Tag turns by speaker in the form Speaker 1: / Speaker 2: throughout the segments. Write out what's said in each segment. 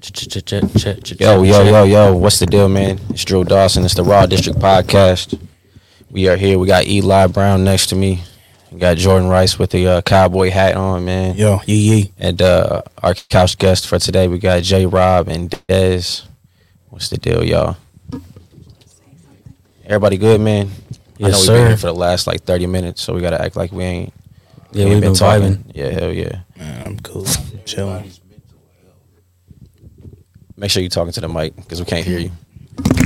Speaker 1: Ch- ch- ch- ch- ch-
Speaker 2: Yo,
Speaker 1: ch-
Speaker 2: yo,
Speaker 1: ch-
Speaker 2: yo, yo. What's the deal, man? It's Drew Dawson. It's the Raw District Podcast. We are here. We got Eli Brown next to me. We got Jordan Rice with the uh, cowboy hat on, man.
Speaker 3: Yo, yee yee.
Speaker 2: And uh, our couch guest for today, we got J Rob and Dez. What's the deal, y'all? Everybody good, man? I
Speaker 1: Yes,
Speaker 2: know we've
Speaker 1: sir.
Speaker 2: been here for the last like 30 minutes, so we got to act like we ain't,
Speaker 1: Yeah,
Speaker 2: we ain't
Speaker 1: we've been vibing.
Speaker 2: Yeah, hell yeah.
Speaker 3: Man, I'm cool. Chilling.
Speaker 2: Make sure you're talking to the mic because we can't hear you.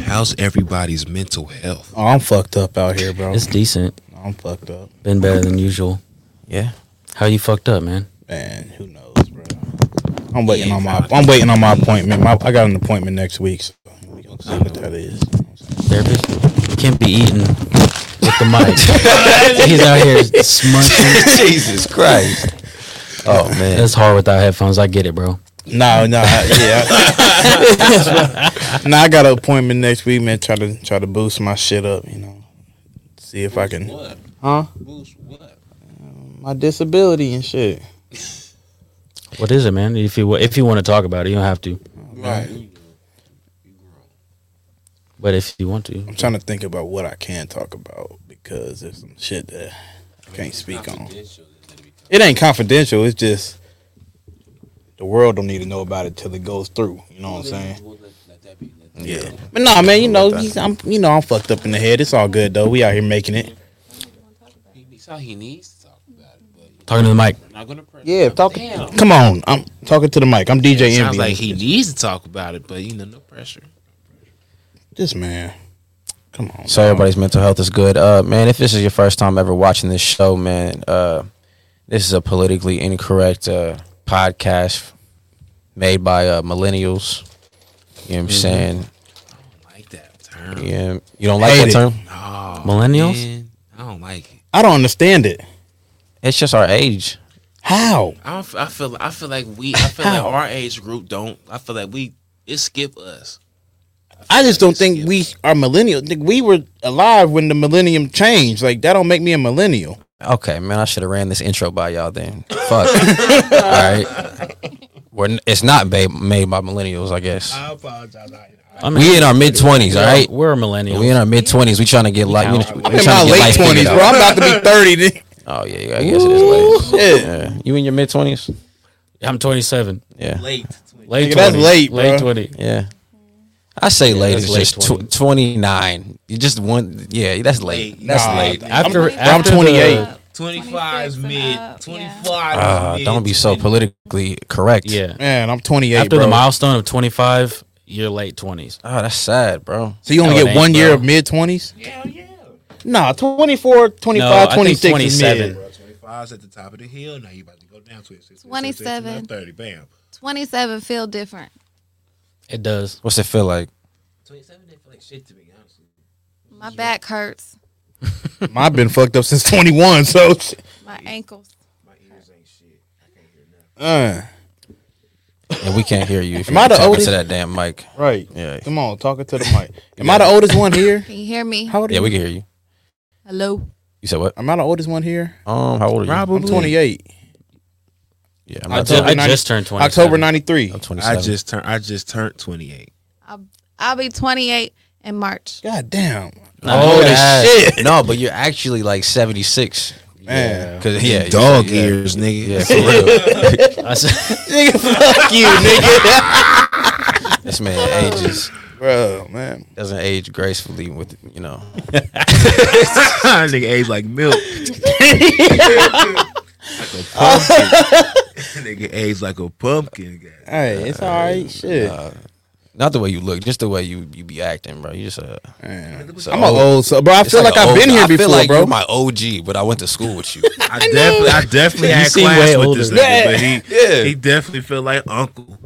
Speaker 4: How's everybody's mental health?
Speaker 3: Oh, I'm fucked up out here, bro.
Speaker 1: It's decent.
Speaker 3: I'm fucked up.
Speaker 1: Been better than usual.
Speaker 2: Yeah.
Speaker 1: How you fucked up, man?
Speaker 3: Man, who knows, bro. I'm waiting on my I'm waiting on my appointment. My, I got an appointment next week, so we gonna see what that is.
Speaker 1: Therapist? You can't be eating with the mic. He's out here smudging.
Speaker 2: Jesus Christ. Oh, man.
Speaker 1: That's hard without headphones. I get it, bro.
Speaker 3: No, no, I- yeah. no, I got an appointment next week, man. Try to try to boost my shit up, you know. See if I can
Speaker 4: What?
Speaker 3: Huh?
Speaker 4: Who's what?
Speaker 3: My disability and shit.
Speaker 1: What is it, man? If you if you want to talk about it, you don't have to.
Speaker 4: Right.
Speaker 1: But if you want to,
Speaker 3: I'm trying to think about what I can talk about because there's some shit that I can't speak on. It ain't confidential. It's just the world don't need to know about it till it goes through. You know what I'm saying? Yeah. But nah, man. You know, he's- I'm you know I'm fucked up in the head. It's all good though. We out here making it.
Speaker 4: He how he needs to talk about it, but you're
Speaker 1: talking to the mic.
Speaker 3: Oh,
Speaker 4: not gonna press.
Speaker 3: Yeah, talk.
Speaker 4: Damn.
Speaker 3: Come on, I'm talking to the mic. I'm DJ
Speaker 4: Sounds
Speaker 3: Envy.
Speaker 4: like he needs to talk about it, but you know, no pressure.
Speaker 3: this man. Come on.
Speaker 2: So
Speaker 3: dog.
Speaker 2: everybody's mental health is good. Uh, man, if this is your first time ever watching this show, man, uh, this is a politically incorrect uh, podcast made by uh, millennials. You
Speaker 3: Mm-hmm.
Speaker 2: know what I'm saying?
Speaker 4: I like that term.
Speaker 2: Yeah, you don't like
Speaker 3: Hate
Speaker 2: that
Speaker 3: it.
Speaker 2: term?
Speaker 4: No,
Speaker 1: Millennials?
Speaker 4: man. I don't like it.
Speaker 3: I don't understand it.
Speaker 2: It's just our age.
Speaker 3: How?
Speaker 4: I don't, f- I feel I feel like we I feel like
Speaker 3: How?
Speaker 4: our age group don't. I feel like we it skip us.
Speaker 3: I just don't
Speaker 4: It's
Speaker 3: think we are millennial. Nigga, We were alive when the millennium changed. Like that don't make me a millennial.
Speaker 2: Okay, man, I should have ran this intro by y'all then. Fuck. All right. We're n- it's not ba- made by millennials, I guess.
Speaker 1: I mean,
Speaker 2: We in our mid 20s, all right?
Speaker 1: We're a millennial.
Speaker 2: We in our mid 20s. We trying to get like, we, we
Speaker 3: I'm in
Speaker 2: trying to get
Speaker 3: my late
Speaker 2: life
Speaker 3: twenties,
Speaker 2: figured
Speaker 3: bro.
Speaker 2: out.
Speaker 3: I'm about to be thirty. nigga.
Speaker 2: Oh, yeah, yeah, I guess it is late.
Speaker 3: Shit.
Speaker 2: Yeah. You in your mid 20s?
Speaker 1: I'm 27.
Speaker 2: Yeah.
Speaker 4: Late.
Speaker 1: Late
Speaker 3: Nigga, that's
Speaker 1: 20s,
Speaker 3: late,
Speaker 1: Late
Speaker 3: bro.
Speaker 1: 20.
Speaker 2: Yeah. I say late
Speaker 1: that's
Speaker 2: is
Speaker 1: late
Speaker 2: just tw- 29. You just one, yeah, that's late.
Speaker 4: Late.
Speaker 2: That's
Speaker 3: Nah,
Speaker 2: late.
Speaker 3: I'm-
Speaker 1: After-
Speaker 3: I'm,
Speaker 1: after the-
Speaker 3: 28.
Speaker 4: Twenty
Speaker 5: 25
Speaker 4: five's
Speaker 5: 's
Speaker 4: mid.
Speaker 5: mid, up,
Speaker 4: Twenty
Speaker 5: yeah.
Speaker 2: Uh,
Speaker 4: five.
Speaker 2: don't be so politically correct.
Speaker 1: Yeah.
Speaker 3: Man, I'm 28,
Speaker 1: After
Speaker 3: bro.
Speaker 1: the milestone of 25, you're late 20s.
Speaker 2: Oh, that's sad, bro.
Speaker 3: so you only
Speaker 1: No, it
Speaker 3: get one
Speaker 1: ain't,
Speaker 3: year
Speaker 1: bro.
Speaker 3: of mid 20s?
Speaker 4: Hell yeah.
Speaker 3: Nah, 24, 25,
Speaker 1: I think
Speaker 3: 26 is
Speaker 1: 27.
Speaker 3: mid.
Speaker 6: Bro, 25's at the top of the hill. Now you about to go down to it. 16, 16,
Speaker 5: 27.
Speaker 6: 30. Bam.
Speaker 5: 27 feel different.
Speaker 1: It does.
Speaker 2: What's it feel like?
Speaker 4: Twenty seven didn't feel like shit to me, honestly.
Speaker 5: My back hurts.
Speaker 3: I've been fucked up since 21, so.
Speaker 5: My ankles.
Speaker 4: My ears ain't shit. I can't hear nothing.
Speaker 3: Uh,
Speaker 2: And we can't hear you if
Speaker 3: Am
Speaker 2: you're
Speaker 3: I the
Speaker 2: talking
Speaker 3: oldest?
Speaker 2: to that damn mic.
Speaker 3: right.
Speaker 2: Yeah.
Speaker 3: Come on, talking to the mic. Am I the oldest one here?
Speaker 5: Can you hear me?
Speaker 3: How old are
Speaker 2: Yeah,
Speaker 3: you?
Speaker 2: we can hear you.
Speaker 5: Hello.
Speaker 2: You said what?
Speaker 3: Am I the oldest one here?
Speaker 2: Um, how old are you?
Speaker 3: I'm 28.
Speaker 2: Yeah, I'm,
Speaker 3: I
Speaker 1: I,
Speaker 2: not
Speaker 1: ju-
Speaker 3: told-
Speaker 2: that-
Speaker 1: I
Speaker 3: 90
Speaker 1: just turned 20.
Speaker 3: October 93.
Speaker 2: I'm
Speaker 4: I
Speaker 2: 27.
Speaker 4: just turned. I just turned twenty eight.
Speaker 5: I'll, I'll be 28 in March.
Speaker 3: God damn.
Speaker 2: Old
Speaker 3: Holy
Speaker 2: as-
Speaker 3: shit.
Speaker 2: No, but you're actually like 76.
Speaker 3: Man.
Speaker 2: Cause yeah, you-
Speaker 4: Dog
Speaker 2: yeah,
Speaker 4: ears, nigga.
Speaker 2: Yeah, for real.
Speaker 1: I said,
Speaker 3: Nigga, fuck you, nigga.
Speaker 2: this man ages
Speaker 3: Bro, man.
Speaker 2: doesn't age gracefully with you know.
Speaker 4: nigga age like milk. nigga age like a pumpkin.
Speaker 3: Hey, it's all right. Shit.
Speaker 2: Uh, Not the way you look, just the way you you be acting, bro. You just uh,
Speaker 3: Man,
Speaker 2: it's
Speaker 3: I'm an old so bro. I
Speaker 2: it's
Speaker 3: feel like,
Speaker 2: a
Speaker 3: I've
Speaker 2: old-
Speaker 3: been
Speaker 2: I
Speaker 3: here
Speaker 2: feel
Speaker 3: before,
Speaker 2: like
Speaker 3: bro.
Speaker 2: You're my OG, but I went to school with you.
Speaker 6: I definitely, I definitely
Speaker 1: You
Speaker 6: had
Speaker 1: seem
Speaker 6: class
Speaker 1: way
Speaker 6: with
Speaker 1: older.
Speaker 6: this nigga,
Speaker 2: Yeah.
Speaker 6: but he,
Speaker 2: Yeah.
Speaker 6: he definitely feel like uncle.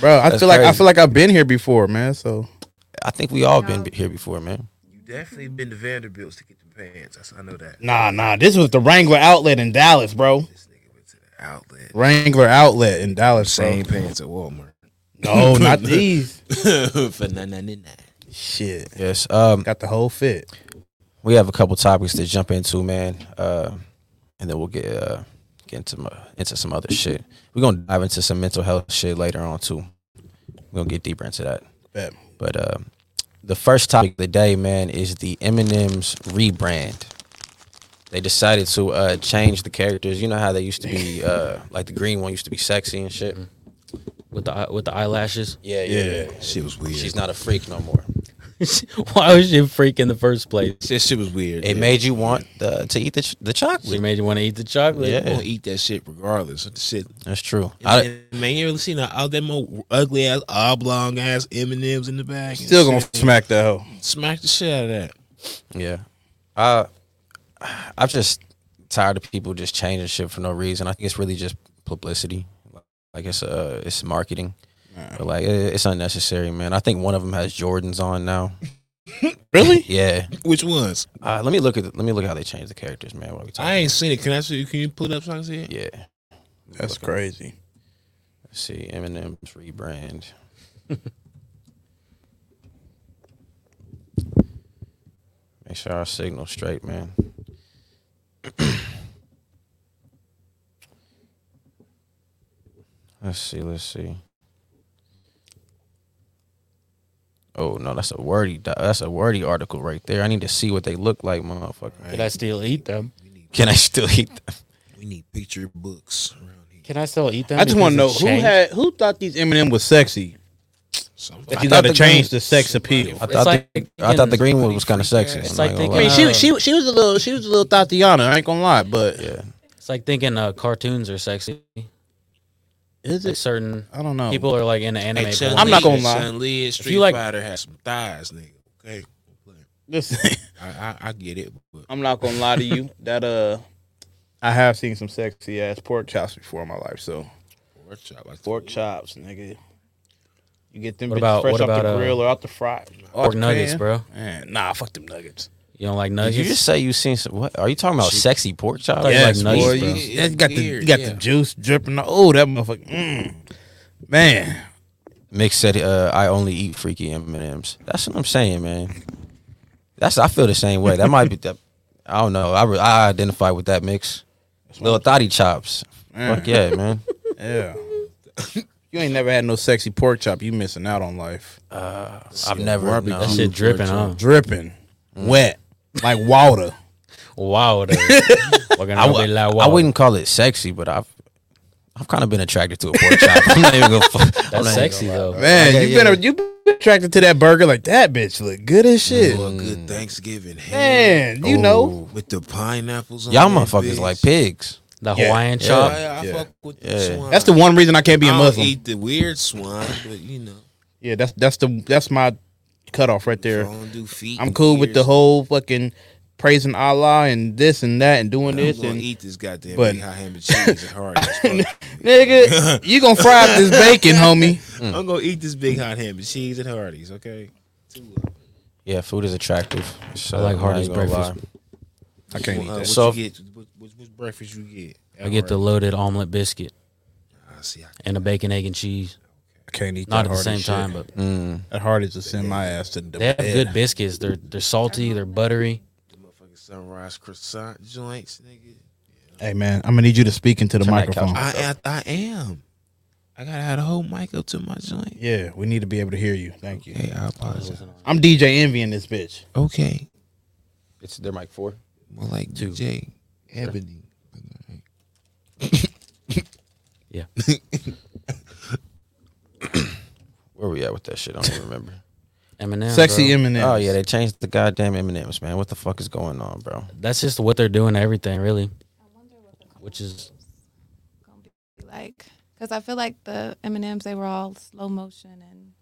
Speaker 3: bro, I
Speaker 2: That's
Speaker 3: feel like I
Speaker 2: crazy.
Speaker 3: feel like I've been here before, man. So
Speaker 2: I think we all been here before, man.
Speaker 6: You definitely been to Vanderbilt's to get the pants. I s- I know that.
Speaker 3: nah, nah. This was the Wrangler outlet in Dallas, bro.
Speaker 6: This nigga went to the outlet.
Speaker 3: Wrangler outlet in Dallas, bro.
Speaker 7: Same pants at Walmart.
Speaker 3: No, not these.
Speaker 7: For nine ninety nine.
Speaker 3: Shit,
Speaker 2: Yes. Um,
Speaker 3: got the whole fit.
Speaker 2: we have a couple topics to jump into, man. Uh, and then we'll get uh, get into my, into some other shit. We're gonna dive into some mental health shit later on too. We're gonna get deeper into that.
Speaker 3: Bet.
Speaker 2: But uh, the first topic of the day, man, is the Eminem's rebrand. They decided to uh, change the characters. You know how they used to be, uh, like the green one used to be sexy and shit.
Speaker 1: with the eye- with the eyelashes.
Speaker 2: Yeah, yeah. yeah.
Speaker 7: Shit was weird.
Speaker 2: She's not a freak no more.
Speaker 1: Why was she a freak in the first place?
Speaker 7: This shit was weird.
Speaker 2: It made you want uh, to eat the ch- the
Speaker 1: She
Speaker 2: chocolate.
Speaker 1: made you want to eat the chocolate.
Speaker 7: I'm gonna eat that shit regardless of the shit.
Speaker 2: That's true. I,
Speaker 7: I, man, you ever seen a- all them old ugly ass oblong ass M and M's in the bag? and
Speaker 3: Still gonna
Speaker 7: shit?
Speaker 3: smack that hoe.
Speaker 7: smack the shit out of that.
Speaker 2: Yeah. I I'm just tired of people just changing shit for no reason. I think it's really just publicity. Like it's uh it's marketing. But like it, it's unnecessary, man. I think one of them has Jordans on now.
Speaker 7: Really?
Speaker 2: Yeah.
Speaker 7: Which ones?
Speaker 2: Uh, let me look at the, let me look how they changed the characters, man. What we talking?
Speaker 7: I ain't seen it. Can I see? Can you pull it up so I can see it?
Speaker 2: Yeah.
Speaker 3: That's crazy.
Speaker 2: Let's see Eminem's rebrand. Make sure our signal straight, man. let's see. Let's see. Oh no, that's a wordy. di- That's a wordy article right there. I need to see what they look like, motherfucker.
Speaker 1: Can I still eat them?
Speaker 2: Can I still eat them?
Speaker 7: We need picture books around here.
Speaker 1: Can I still eat them?
Speaker 3: I just want to know
Speaker 1: because
Speaker 3: who
Speaker 1: it changed?
Speaker 3: had who thought these Eminem was sexy.
Speaker 7: Somebody.
Speaker 3: That you
Speaker 2: thought
Speaker 3: got to
Speaker 2: the
Speaker 3: change
Speaker 2: green-
Speaker 3: the sex appeal.
Speaker 2: I
Speaker 1: It's
Speaker 2: thought
Speaker 1: like
Speaker 2: the, I thought the
Speaker 1: thinking-
Speaker 2: green one was kind of sexy.
Speaker 7: It's
Speaker 2: I'm
Speaker 1: like
Speaker 2: not gonna
Speaker 1: thinking,
Speaker 2: lie.
Speaker 1: I mean, she- she
Speaker 3: she was a little she was a little Tatiana. I ain't gonna lie, but
Speaker 2: yeah.
Speaker 1: It's like thinking uh, cartoons are sexy.
Speaker 3: is
Speaker 1: Like certain
Speaker 3: I don't know.
Speaker 1: people are like into anime.
Speaker 7: Hey,
Speaker 1: porn.
Speaker 7: Chun
Speaker 3: Oh. I'm not gonna
Speaker 7: Li-
Speaker 3: lie.
Speaker 7: Chun Li and Street
Speaker 1: you like-
Speaker 7: Fighter has some thighs, nigga. Okay,
Speaker 3: Listen,
Speaker 7: I, I, I get it, but
Speaker 3: I'm not gonna lie to you that uh, I have seen some sexy ass pork chops before in my life. So
Speaker 7: pork chop, I
Speaker 3: pork chops, nigga. You get them
Speaker 1: What
Speaker 3: bitches
Speaker 1: about-
Speaker 3: fresh
Speaker 1: what
Speaker 3: off
Speaker 1: about,
Speaker 3: the
Speaker 1: uh,
Speaker 3: grill or out Oh, the fry.
Speaker 1: Pork nuggets, bro.
Speaker 3: Man, nah, fuck them nuggets.
Speaker 1: You don't like
Speaker 2: Did
Speaker 1: nuggets?
Speaker 2: you just say you seen some, what? Are you talking about sexy pork chops?
Speaker 1: Yeah.
Speaker 3: Yes,
Speaker 1: like nuggets,
Speaker 3: boy.
Speaker 1: bro.
Speaker 3: You, that got the
Speaker 7: Weird,
Speaker 3: you got
Speaker 7: yeah.
Speaker 3: the juice dripping. Oh, that motherfucker. Mm. Man,
Speaker 2: Mick said, uh, "I only eat freaky M and M's." That's what I'm saying, man. That's I feel the same way. That might be that. I don't know. I, re- I identify with that mix. Little thotty chops. Fuck yeah, man.
Speaker 3: yeah. you ain't never had no sexy pork chop. You missing out on life.
Speaker 2: I've never. No.
Speaker 1: that shit dripping, huh?
Speaker 3: Dripping, wet, like water.
Speaker 1: Wow, though. Fucking
Speaker 2: I,
Speaker 1: really
Speaker 2: w-
Speaker 1: like
Speaker 2: I
Speaker 1: wow.
Speaker 2: wouldn't call it sexy, but I've I've kind of been attracted to a pork chop. I'm not even gonna. fu- I'm not even
Speaker 1: That's
Speaker 2: gonna
Speaker 1: sexy
Speaker 2: lie.
Speaker 1: though.
Speaker 3: Man,
Speaker 2: Okay,
Speaker 3: you been
Speaker 2: yeah.
Speaker 3: a- you been attracted to that burger like that bitch look good as shit.
Speaker 7: for a good Thanksgiving ham Oh,
Speaker 3: Man, you know.
Speaker 7: with the pineapples. on
Speaker 2: Y'all
Speaker 7: that
Speaker 2: motherfuckers
Speaker 7: bitch.
Speaker 2: like pigs.
Speaker 1: The
Speaker 3: Yeah.
Speaker 1: Hawaiian
Speaker 2: Yeah.
Speaker 1: chop.
Speaker 7: I, I fuck with
Speaker 2: Yeah.
Speaker 7: the swan.
Speaker 3: That's the one reason I can't be
Speaker 7: I
Speaker 3: a
Speaker 7: don't
Speaker 3: Muslim.
Speaker 7: eat the weird swan, but you know,
Speaker 3: Yeah, that's that's the that's my cutoff right
Speaker 7: I
Speaker 3: there.
Speaker 7: don't do feet.
Speaker 3: I'm
Speaker 7: and
Speaker 3: cool with the
Speaker 7: ears.
Speaker 3: whole fucking praising Allah and this and that and doing
Speaker 7: I'm
Speaker 3: this
Speaker 7: gonna
Speaker 3: and
Speaker 7: eat this goddamn
Speaker 3: but-
Speaker 7: but, ham and cheese and hard. as fuck.
Speaker 3: nigga, you gonna fry up this bacon, homie.
Speaker 7: I'm gonna eat this big hot ham and cheese and Hardee's. Okay.
Speaker 2: Yeah, food is attractive. So
Speaker 1: I like
Speaker 2: I'm not
Speaker 1: Hardee's
Speaker 2: even gonna
Speaker 1: breakfast.
Speaker 2: lie.
Speaker 3: I can't eat
Speaker 7: Uh, what
Speaker 3: that.
Speaker 2: So-
Speaker 7: you get? What, what, what breakfast you get?
Speaker 1: I get the loaded omelet biscuit
Speaker 7: I see. I
Speaker 1: and a bacon, egg, and cheese.
Speaker 3: I can't eat
Speaker 1: Not
Speaker 3: that
Speaker 1: at the
Speaker 3: hard
Speaker 1: same
Speaker 3: as shit.
Speaker 1: time, but
Speaker 2: Mm.
Speaker 3: That hard is to send my ass to the
Speaker 1: they have
Speaker 3: bed.
Speaker 1: good biscuits. They're they're salty. They're buttery.
Speaker 7: motherfucking sunrise croissant joints, nigga.
Speaker 3: Hey man, I'm gonna need you to speak into the
Speaker 2: Turn that
Speaker 3: microphone.
Speaker 2: couch.
Speaker 7: I, I I am. I gotta have the whole mic up to my joint.
Speaker 3: Yeah, we need to be able to hear you. Thank you.
Speaker 7: Hey, I apologize.
Speaker 3: I'm DJ envying this bitch.
Speaker 7: Okay,
Speaker 2: It's their mic four.
Speaker 7: more like DJ Ebony.
Speaker 1: Yeah.
Speaker 2: Where we at with that shit? I don't even remember.
Speaker 1: Eminem.
Speaker 3: Sexy
Speaker 1: bro.
Speaker 3: Eminem.
Speaker 2: Oh yeah, they changed the goddamn M&Ms, man. What the fuck is going on, bro?
Speaker 1: That's just what they're doing to everything, really. Which is
Speaker 5: Like, Because I feel like the M&Ms, they were all slow motion and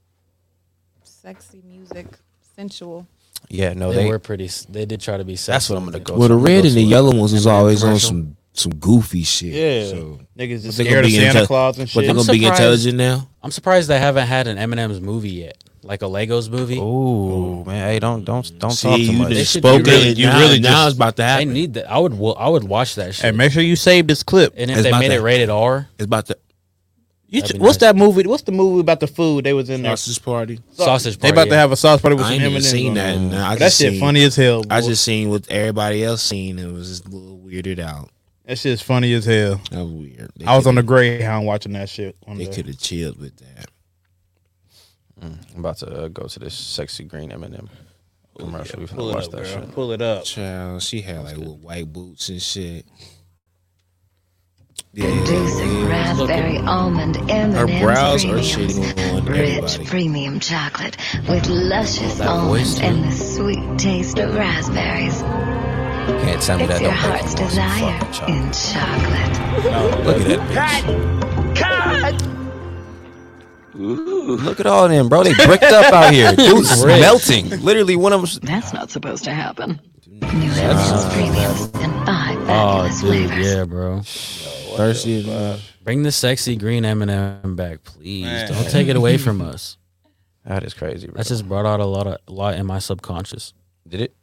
Speaker 5: sexy music, sensual.
Speaker 2: Yeah, no,
Speaker 1: They,
Speaker 2: Oh, they,
Speaker 1: were pretty. s- They did try to be. Sexy
Speaker 2: That's what I'm gonna go.
Speaker 8: Well, the
Speaker 2: to-
Speaker 8: red
Speaker 2: go
Speaker 8: and the
Speaker 2: to.
Speaker 8: yellow ones was
Speaker 1: And then
Speaker 8: always on
Speaker 1: commercial.
Speaker 8: some some goofy shit.
Speaker 3: Yeah.
Speaker 8: So,
Speaker 3: Niggas just
Speaker 7: They gonna
Speaker 3: scared of
Speaker 7: be
Speaker 3: Santa
Speaker 7: into-
Speaker 3: Claus and
Speaker 7: But
Speaker 3: shit.
Speaker 7: they're
Speaker 1: I'm
Speaker 7: gonna be
Speaker 1: surprised-
Speaker 7: intelligent now.
Speaker 1: I'm surprised they haven't had an Eminem's movie yet, like a Legos movie.
Speaker 2: Ooh, man, hey, don't don't don't
Speaker 7: See,
Speaker 2: talk too
Speaker 7: you
Speaker 2: much.
Speaker 7: done
Speaker 1: They should-
Speaker 7: spoke
Speaker 1: you really-
Speaker 7: it.
Speaker 3: you
Speaker 7: Now-
Speaker 3: really
Speaker 7: now
Speaker 3: just-
Speaker 7: it's about to
Speaker 1: I
Speaker 7: happen.
Speaker 1: need that. I would. wa- I would watch that shit.
Speaker 3: Hey, make sure you save this clip.
Speaker 1: and if
Speaker 8: It's
Speaker 1: they
Speaker 8: about
Speaker 1: made it
Speaker 8: that.
Speaker 1: rated R,
Speaker 7: It's about to
Speaker 3: You
Speaker 1: That'd
Speaker 3: ju-
Speaker 1: be
Speaker 3: what's
Speaker 1: nice.
Speaker 3: that movie? What's the movie about the food they was in there?
Speaker 7: sausage party.
Speaker 1: sausage.
Speaker 3: They
Speaker 1: Party,
Speaker 3: about to
Speaker 1: yeah.
Speaker 3: have a sauce party with
Speaker 7: I
Speaker 3: some
Speaker 7: ain't even
Speaker 3: M&Ms
Speaker 7: seen
Speaker 3: on
Speaker 7: that.
Speaker 3: it.
Speaker 7: Nah, I
Speaker 3: That
Speaker 7: just
Speaker 3: shit
Speaker 7: seen,
Speaker 3: funny as hell.
Speaker 7: I
Speaker 3: boy.
Speaker 7: just seen what everybody else seen and was just a little weirded out.
Speaker 3: that shit's funny as hell.
Speaker 7: That was weird. They
Speaker 3: I was on the
Speaker 7: coulda-
Speaker 3: Greyhound watching that shit. One
Speaker 7: They
Speaker 3: day.
Speaker 7: could have chilled with that.
Speaker 2: I'm about to uh, go to this sexy green M&M commercial. We finna
Speaker 3: Pull it
Speaker 2: watch
Speaker 3: up,
Speaker 2: that
Speaker 3: girl.
Speaker 2: shit.
Speaker 3: Pull it up.
Speaker 7: Child, she had like little white boots and shit. Yeah,
Speaker 9: raspberry almond M&M's
Speaker 7: her brows are
Speaker 9: premiums.
Speaker 7: shitting on
Speaker 9: Rich
Speaker 7: everybody.
Speaker 9: premium chocolate with luscious almonds and the sweet taste of raspberries.
Speaker 2: Can't tell me
Speaker 9: It's
Speaker 2: that don't
Speaker 9: your
Speaker 2: make
Speaker 9: heart's
Speaker 2: me want some
Speaker 9: desire
Speaker 2: fucking chocolate.
Speaker 9: in chocolate.
Speaker 2: Look at that bitch. Look at all of them, bro. They bricked up out here. Dude's is melting. Literally, one of them.
Speaker 9: That's not supposed to happen. New Delicious Premiums and five
Speaker 1: Oh,
Speaker 9: fabulous
Speaker 1: dude,
Speaker 9: flavors.
Speaker 1: yeah, bro.
Speaker 7: Thirsty.
Speaker 1: Bring the sexy green M&M back, please. Don't take it away from us.
Speaker 2: That is crazy, bro.
Speaker 1: That just brought out a lot of a lot in my subconscious.
Speaker 2: Did it?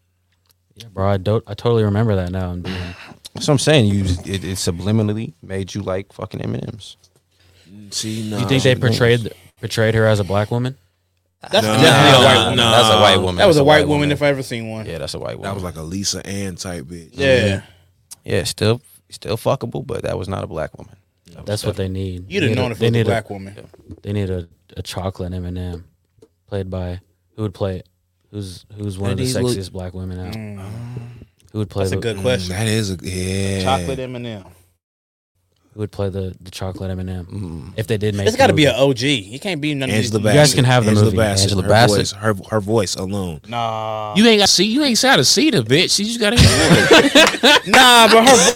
Speaker 1: Yeah, bro. I don't. I totally remember that now. And being like,
Speaker 2: That's what I'm saying. You, it, it subliminally made you like fucking M&Ms.
Speaker 7: See,
Speaker 1: you think they portrayed portrayed her as a black woman?
Speaker 3: That's
Speaker 7: No,
Speaker 3: definitely a
Speaker 7: no,
Speaker 3: white
Speaker 7: no.
Speaker 3: woman.
Speaker 2: That's a white woman.
Speaker 3: That was
Speaker 2: That's
Speaker 3: a white woman if I ever seen one.
Speaker 2: Yeah, that's a white woman.
Speaker 7: That was like a Lisa Ann type bitch.
Speaker 3: Yeah.
Speaker 2: yeah, still, still fuckable, but that was not a black woman. That
Speaker 1: That's
Speaker 2: was
Speaker 1: what they need.
Speaker 3: You'd
Speaker 1: They need
Speaker 3: have known
Speaker 1: a-
Speaker 3: if
Speaker 1: they
Speaker 3: it was a
Speaker 1: need
Speaker 3: black woman.
Speaker 1: A, they need a, a chocolate M&M, played by who would play it? Who's who's one
Speaker 7: And
Speaker 1: of
Speaker 7: these
Speaker 1: the
Speaker 7: look-
Speaker 1: sexiest black women out? Who would play
Speaker 3: Mm. That's a
Speaker 1: the
Speaker 3: good
Speaker 7: Mm,
Speaker 3: question.
Speaker 7: that is a yeah.
Speaker 3: Chocolate M&M.
Speaker 1: Who would play the the chocolate M&M? If they did make
Speaker 3: It's
Speaker 1: the
Speaker 3: got to be
Speaker 1: movie.
Speaker 3: an OG. It can't be none
Speaker 7: Angela Bassett.
Speaker 3: of these.
Speaker 1: guys can have the
Speaker 7: Angela
Speaker 1: movie.
Speaker 7: Bassett.
Speaker 1: Angela
Speaker 7: her
Speaker 1: Bassett.
Speaker 7: Voice, her her voice alone.
Speaker 3: Nah.
Speaker 7: You ain't got see. You ain't out of see the bitch. You just got to.
Speaker 3: Nah, but her.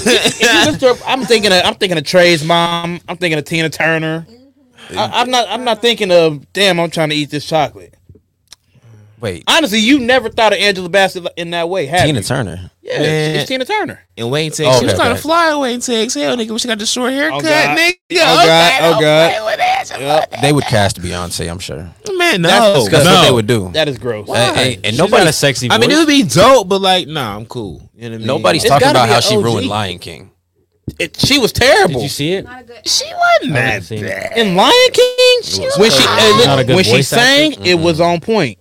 Speaker 3: if you lift her up, I'm thinking. Of, I'm thinking of Trey's mom. I'm thinking of Tina Turner. I, I'm not. I'm not thinking of. Damn, I'm trying to eat this chocolate.
Speaker 2: Wait,
Speaker 3: Honestly, you never thought of Angela Bassett in that way, have
Speaker 2: Tina
Speaker 3: you?
Speaker 2: Turner.
Speaker 3: Yeah,
Speaker 7: Man.
Speaker 3: it's Tina Turner.
Speaker 7: and Wayne takes.
Speaker 2: Oh,
Speaker 7: she was
Speaker 2: okay,
Speaker 7: trying
Speaker 2: okay.
Speaker 7: to fly away and takes. Hell, nigga, when she got the short haircut,
Speaker 3: God.
Speaker 7: nigga.
Speaker 3: Oh, God. Oh,
Speaker 7: don't
Speaker 3: God.
Speaker 7: play with Angela.
Speaker 2: They would cast Beyonce, I'm sure.
Speaker 7: Man, no,
Speaker 3: That's
Speaker 2: That's
Speaker 3: No.
Speaker 2: what they would do.
Speaker 3: That is gross.
Speaker 2: And- and- and
Speaker 1: She's
Speaker 2: nobody,
Speaker 1: got a sexy. Voice.
Speaker 7: I mean, it would be dope, but like, nah, I'm cool. You know what I mean?
Speaker 2: nobody's
Speaker 3: It's
Speaker 2: talking
Speaker 3: gotta
Speaker 2: about
Speaker 3: be
Speaker 2: how
Speaker 3: an
Speaker 2: she
Speaker 3: OG.
Speaker 2: ruined Lion King.
Speaker 3: It- she was terrible
Speaker 1: Did you see it?
Speaker 5: Not a good
Speaker 7: She wasn't
Speaker 1: I haven't
Speaker 7: that
Speaker 1: seen it.
Speaker 7: bad.
Speaker 3: in Lion King. When she
Speaker 1: Not a
Speaker 3: uh,
Speaker 1: good
Speaker 3: when she
Speaker 1: voice actor.
Speaker 3: sang, it was on point.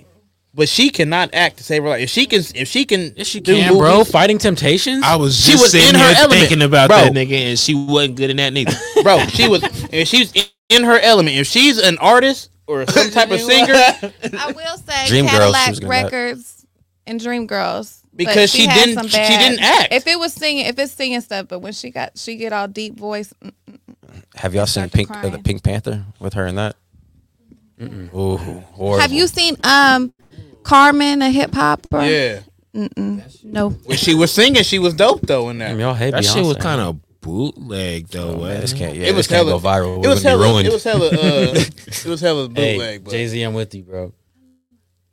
Speaker 3: But she cannot act to save her life. If she can, if she can,
Speaker 1: Yes, she
Speaker 3: do
Speaker 1: can, bro.
Speaker 3: movies-
Speaker 1: Fighting Temptations.
Speaker 7: I was
Speaker 3: She
Speaker 7: just
Speaker 3: was
Speaker 7: sitting
Speaker 3: in her
Speaker 7: here
Speaker 3: element.
Speaker 7: thinking about
Speaker 3: Bro.
Speaker 7: that nigga, and she wasn't good in that neither.
Speaker 3: bro. She was, if she's in- in her element. If she's an artist or some type of singer,
Speaker 5: I will say
Speaker 2: Dreamgirls, she
Speaker 5: Cadillac
Speaker 2: was gonna act.
Speaker 5: Records and Dreamgirls but
Speaker 3: Because she
Speaker 5: had
Speaker 3: didn't-
Speaker 5: some
Speaker 3: she didn't act.
Speaker 5: If it was singing, if it's singing stuff, but when she got she get all deep voice, mm,
Speaker 2: Have y'all seen
Speaker 5: started
Speaker 2: Pink, uh, the
Speaker 5: crying.
Speaker 2: Pink Panther with her in that? Ooh, horrible.
Speaker 5: have you seen um Carmen a hip hop? or-
Speaker 3: yeah.
Speaker 5: No,
Speaker 3: When she was singing, she was dope though in
Speaker 1: Damn,
Speaker 3: that.
Speaker 1: y'all hate
Speaker 7: That
Speaker 1: Beyonce.
Speaker 7: shit was kind of bootleg though.
Speaker 2: Oh, Man,
Speaker 7: wasn't
Speaker 2: this
Speaker 7: it?
Speaker 2: can't. Yeah,
Speaker 3: It
Speaker 2: this
Speaker 3: was
Speaker 2: can't
Speaker 3: hella-
Speaker 2: go viral.
Speaker 3: It was
Speaker 2: gonna be
Speaker 3: hella.
Speaker 2: ruined.
Speaker 3: It was hella. Uh, it was hella bootleg. but
Speaker 1: Jay Z, I'm with you, bro.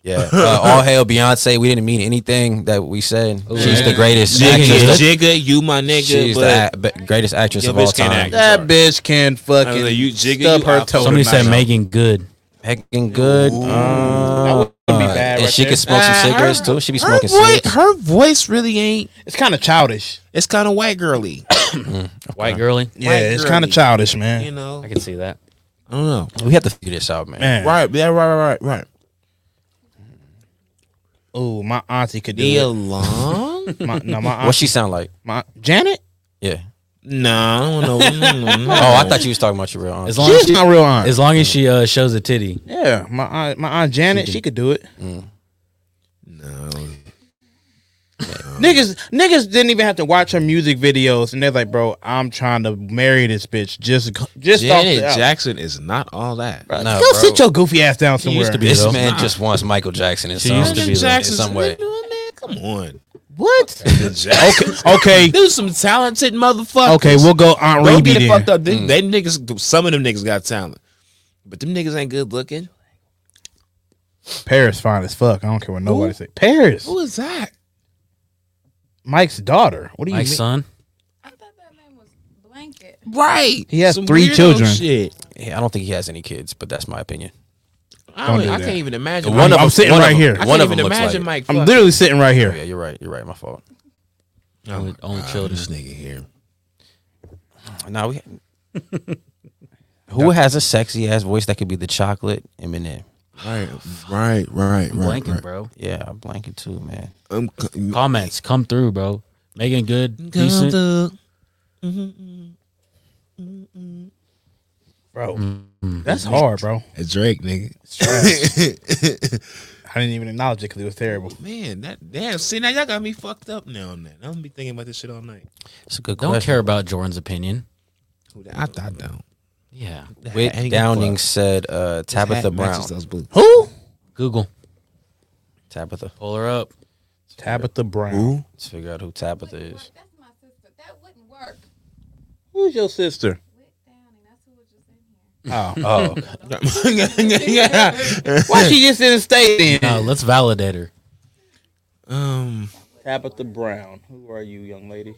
Speaker 2: yeah, uh, all hail Beyonce. We didn't mean anything that we said. She's the greatest. actress
Speaker 7: Jigga,
Speaker 2: of-
Speaker 7: jigga, you my nigga.
Speaker 2: She's
Speaker 7: but
Speaker 2: the a- be- greatest actress
Speaker 7: Your
Speaker 2: of all
Speaker 7: bitch can't
Speaker 2: time.
Speaker 7: act.
Speaker 3: that bitch can
Speaker 7: I was
Speaker 3: fucking
Speaker 7: like, you jigga,
Speaker 3: stub
Speaker 7: you
Speaker 3: her
Speaker 7: out.
Speaker 3: toe.
Speaker 1: Somebody
Speaker 3: tonight.
Speaker 1: said Megan Good.
Speaker 2: Heckin' good.
Speaker 3: That
Speaker 2: Uh,
Speaker 3: wouldn't be bad
Speaker 2: and
Speaker 3: right
Speaker 2: she
Speaker 3: there.
Speaker 2: could smoke some cigarettes too. She be
Speaker 7: her,
Speaker 2: smoking
Speaker 7: voice,
Speaker 2: cigarettes.
Speaker 7: her voice really ain't.
Speaker 3: It's kind of childish.
Speaker 7: It's kind of white girly.
Speaker 1: White girly.
Speaker 3: Yeah,
Speaker 7: White
Speaker 3: it's
Speaker 7: girly.
Speaker 3: kind of childish,
Speaker 7: You
Speaker 3: man.
Speaker 7: know,
Speaker 1: I can see that.
Speaker 7: I don't know.
Speaker 2: We have to figure this out, man.
Speaker 3: Man,
Speaker 7: Right? Yeah, right, right, right, right.
Speaker 3: Ooh, my auntie could do
Speaker 7: Nia
Speaker 3: it.
Speaker 7: Long?
Speaker 3: My, no, my
Speaker 2: What
Speaker 3: auntie,
Speaker 2: she sound like?
Speaker 3: my Janet.
Speaker 2: Yeah.
Speaker 7: nah, I don't know. Mm, no.
Speaker 2: Oh, I thought you was talking about your real aunt.
Speaker 1: As long as
Speaker 3: She's Mm.
Speaker 1: she,
Speaker 3: my real aunt.
Speaker 1: as long as she uh, shows a titty.
Speaker 3: yeah, my aunt, my aunt Janet. She could do it.
Speaker 7: No.
Speaker 3: Niggas, niggas didn't even have to watch her music videos, and they're like, "Bro, I'm trying to marry this bitch." Just, just off
Speaker 7: Janet
Speaker 3: the-
Speaker 7: Jackson is not all that.
Speaker 2: no,
Speaker 3: Go
Speaker 2: bro.
Speaker 3: sit your goofy ass down somewhere.
Speaker 1: used to be-
Speaker 2: This
Speaker 1: though.
Speaker 2: man just wants Michael Jackson in
Speaker 1: She
Speaker 2: some,
Speaker 1: used to be
Speaker 2: in
Speaker 1: though.
Speaker 2: some way.
Speaker 7: Come on.
Speaker 3: What?
Speaker 7: The Jacksons.
Speaker 3: Okay,
Speaker 7: There's some talented motherfuckers.
Speaker 3: okay, we'll go Aunt
Speaker 7: Don't
Speaker 3: Reby
Speaker 7: get it
Speaker 3: then.
Speaker 7: fucked up. They, they niggas, some of them niggas got talent, but them niggas ain't good looking.
Speaker 3: Paris fine as fuck. I don't care what nobody say. Paris,
Speaker 7: Who is that?
Speaker 3: Mike's daughter. What do you
Speaker 1: My
Speaker 3: mean?
Speaker 1: son.
Speaker 5: I thought that name was Blanket.
Speaker 7: Right.
Speaker 3: He has three
Speaker 7: weirdo
Speaker 3: children.
Speaker 7: Shit.
Speaker 2: Yeah, I don't think he has any kids, but that's my opinion.
Speaker 7: I,
Speaker 3: Don't
Speaker 7: don't,
Speaker 3: do
Speaker 7: I
Speaker 3: that.
Speaker 7: can't even imagine.
Speaker 3: One
Speaker 7: Mike-
Speaker 3: of I'm sitting
Speaker 2: one of
Speaker 3: right
Speaker 2: them-
Speaker 3: here.
Speaker 7: I
Speaker 2: One
Speaker 7: can't
Speaker 2: of
Speaker 7: even
Speaker 2: them looks like
Speaker 7: imagine
Speaker 2: it.
Speaker 7: Mike.
Speaker 3: I'm
Speaker 7: fucking-
Speaker 3: literally sitting right here.
Speaker 2: Yeah, you're right. You're right. My fault.
Speaker 3: Oh
Speaker 1: Only, only children.
Speaker 7: This nigga here.
Speaker 2: Now we. Who has a sexy ass voice that could be the chocolate Eminem?
Speaker 7: Right, right, right, right.
Speaker 1: Blanking, bro.
Speaker 2: Yeah, I'm blanking too, man.
Speaker 7: I'm
Speaker 1: Comments come through, bro. Megan, good, decent.
Speaker 3: bro. That's hard, bro.
Speaker 7: It's Drake, nigga.
Speaker 3: I didn't even acknowledge it because it was terrible.
Speaker 7: Man, that damn. See now, y'all got me fucked up now on that. I'm gonna be thinking about this shit all night.
Speaker 2: It's a good
Speaker 1: Don't
Speaker 2: question.
Speaker 1: care about Jordan's opinion.
Speaker 7: Who that? I, I don't.
Speaker 1: Yeah.
Speaker 7: I ain't
Speaker 2: Whit
Speaker 7: gonna
Speaker 2: Downing
Speaker 7: fuck.
Speaker 2: said uh, Tabitha
Speaker 7: Hat matches
Speaker 2: Brown.
Speaker 7: those boots.
Speaker 3: Who?
Speaker 1: Google.
Speaker 2: Tabitha.
Speaker 1: Pull her up.
Speaker 3: Tabitha Brown.
Speaker 2: Let's figure out who Tabitha is.
Speaker 5: Wouldn't work. That's my sister. That wouldn't work.
Speaker 3: Who's your sister?
Speaker 5: Whit Downing. That's who was just in here.
Speaker 3: Oh, oh.
Speaker 7: yeah.
Speaker 3: Why she just didn't stay
Speaker 1: No, let's validate her.
Speaker 7: Um.
Speaker 3: Tabitha Brown. Who are you, young lady?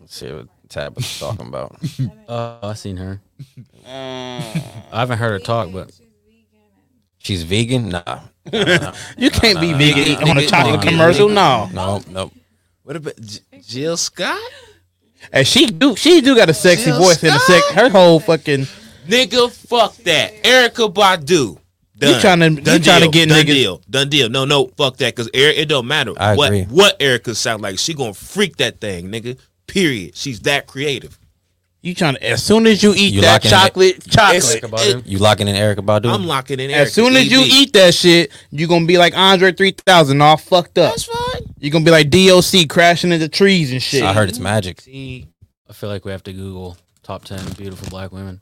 Speaker 2: Let's see what Tabitha's talking about.
Speaker 1: Oh, I seen her.
Speaker 3: Uh,
Speaker 1: I haven't heard her talk, but
Speaker 5: She's vegan. And
Speaker 2: She's vegan? Nah.
Speaker 3: you can't be vegan on a chocolate
Speaker 1: nah,
Speaker 3: commercial. No,
Speaker 2: No, no.
Speaker 7: What about J- Jill Scott?
Speaker 3: and she do she do got a sexy
Speaker 7: Jill
Speaker 3: voice in a sec. Her whole fucking
Speaker 7: Nigga, fuck that. Erica Badu. Done.
Speaker 3: You tryna- you
Speaker 7: Done
Speaker 3: tryna
Speaker 7: deal.
Speaker 3: get
Speaker 7: done
Speaker 3: niggas-
Speaker 7: deal. Done deal. No, no, fuck that. Cause Eric, it don't matter
Speaker 2: I
Speaker 7: what
Speaker 2: agree.
Speaker 7: what Erica sound like. She gonna freak that thing, nigga. Period. She's that creative.
Speaker 3: you trying to as soon as you eat
Speaker 2: You
Speaker 3: that
Speaker 2: locking it.
Speaker 3: chocolate
Speaker 7: It's-
Speaker 3: chocolate.
Speaker 1: Badu.
Speaker 7: it-
Speaker 2: You locking in Erica Badu?
Speaker 7: I'm locking in. E Erica.
Speaker 3: Mm. As soon as you
Speaker 7: EB.
Speaker 3: eat that shit, you gonna be like Andre 3000, all fucked up.
Speaker 7: that's fine.
Speaker 3: you gonna be like DOC crashing into trees and shit.
Speaker 2: I heard it's magic.
Speaker 7: See,
Speaker 1: I feel like we have to Google top ten beautiful black women.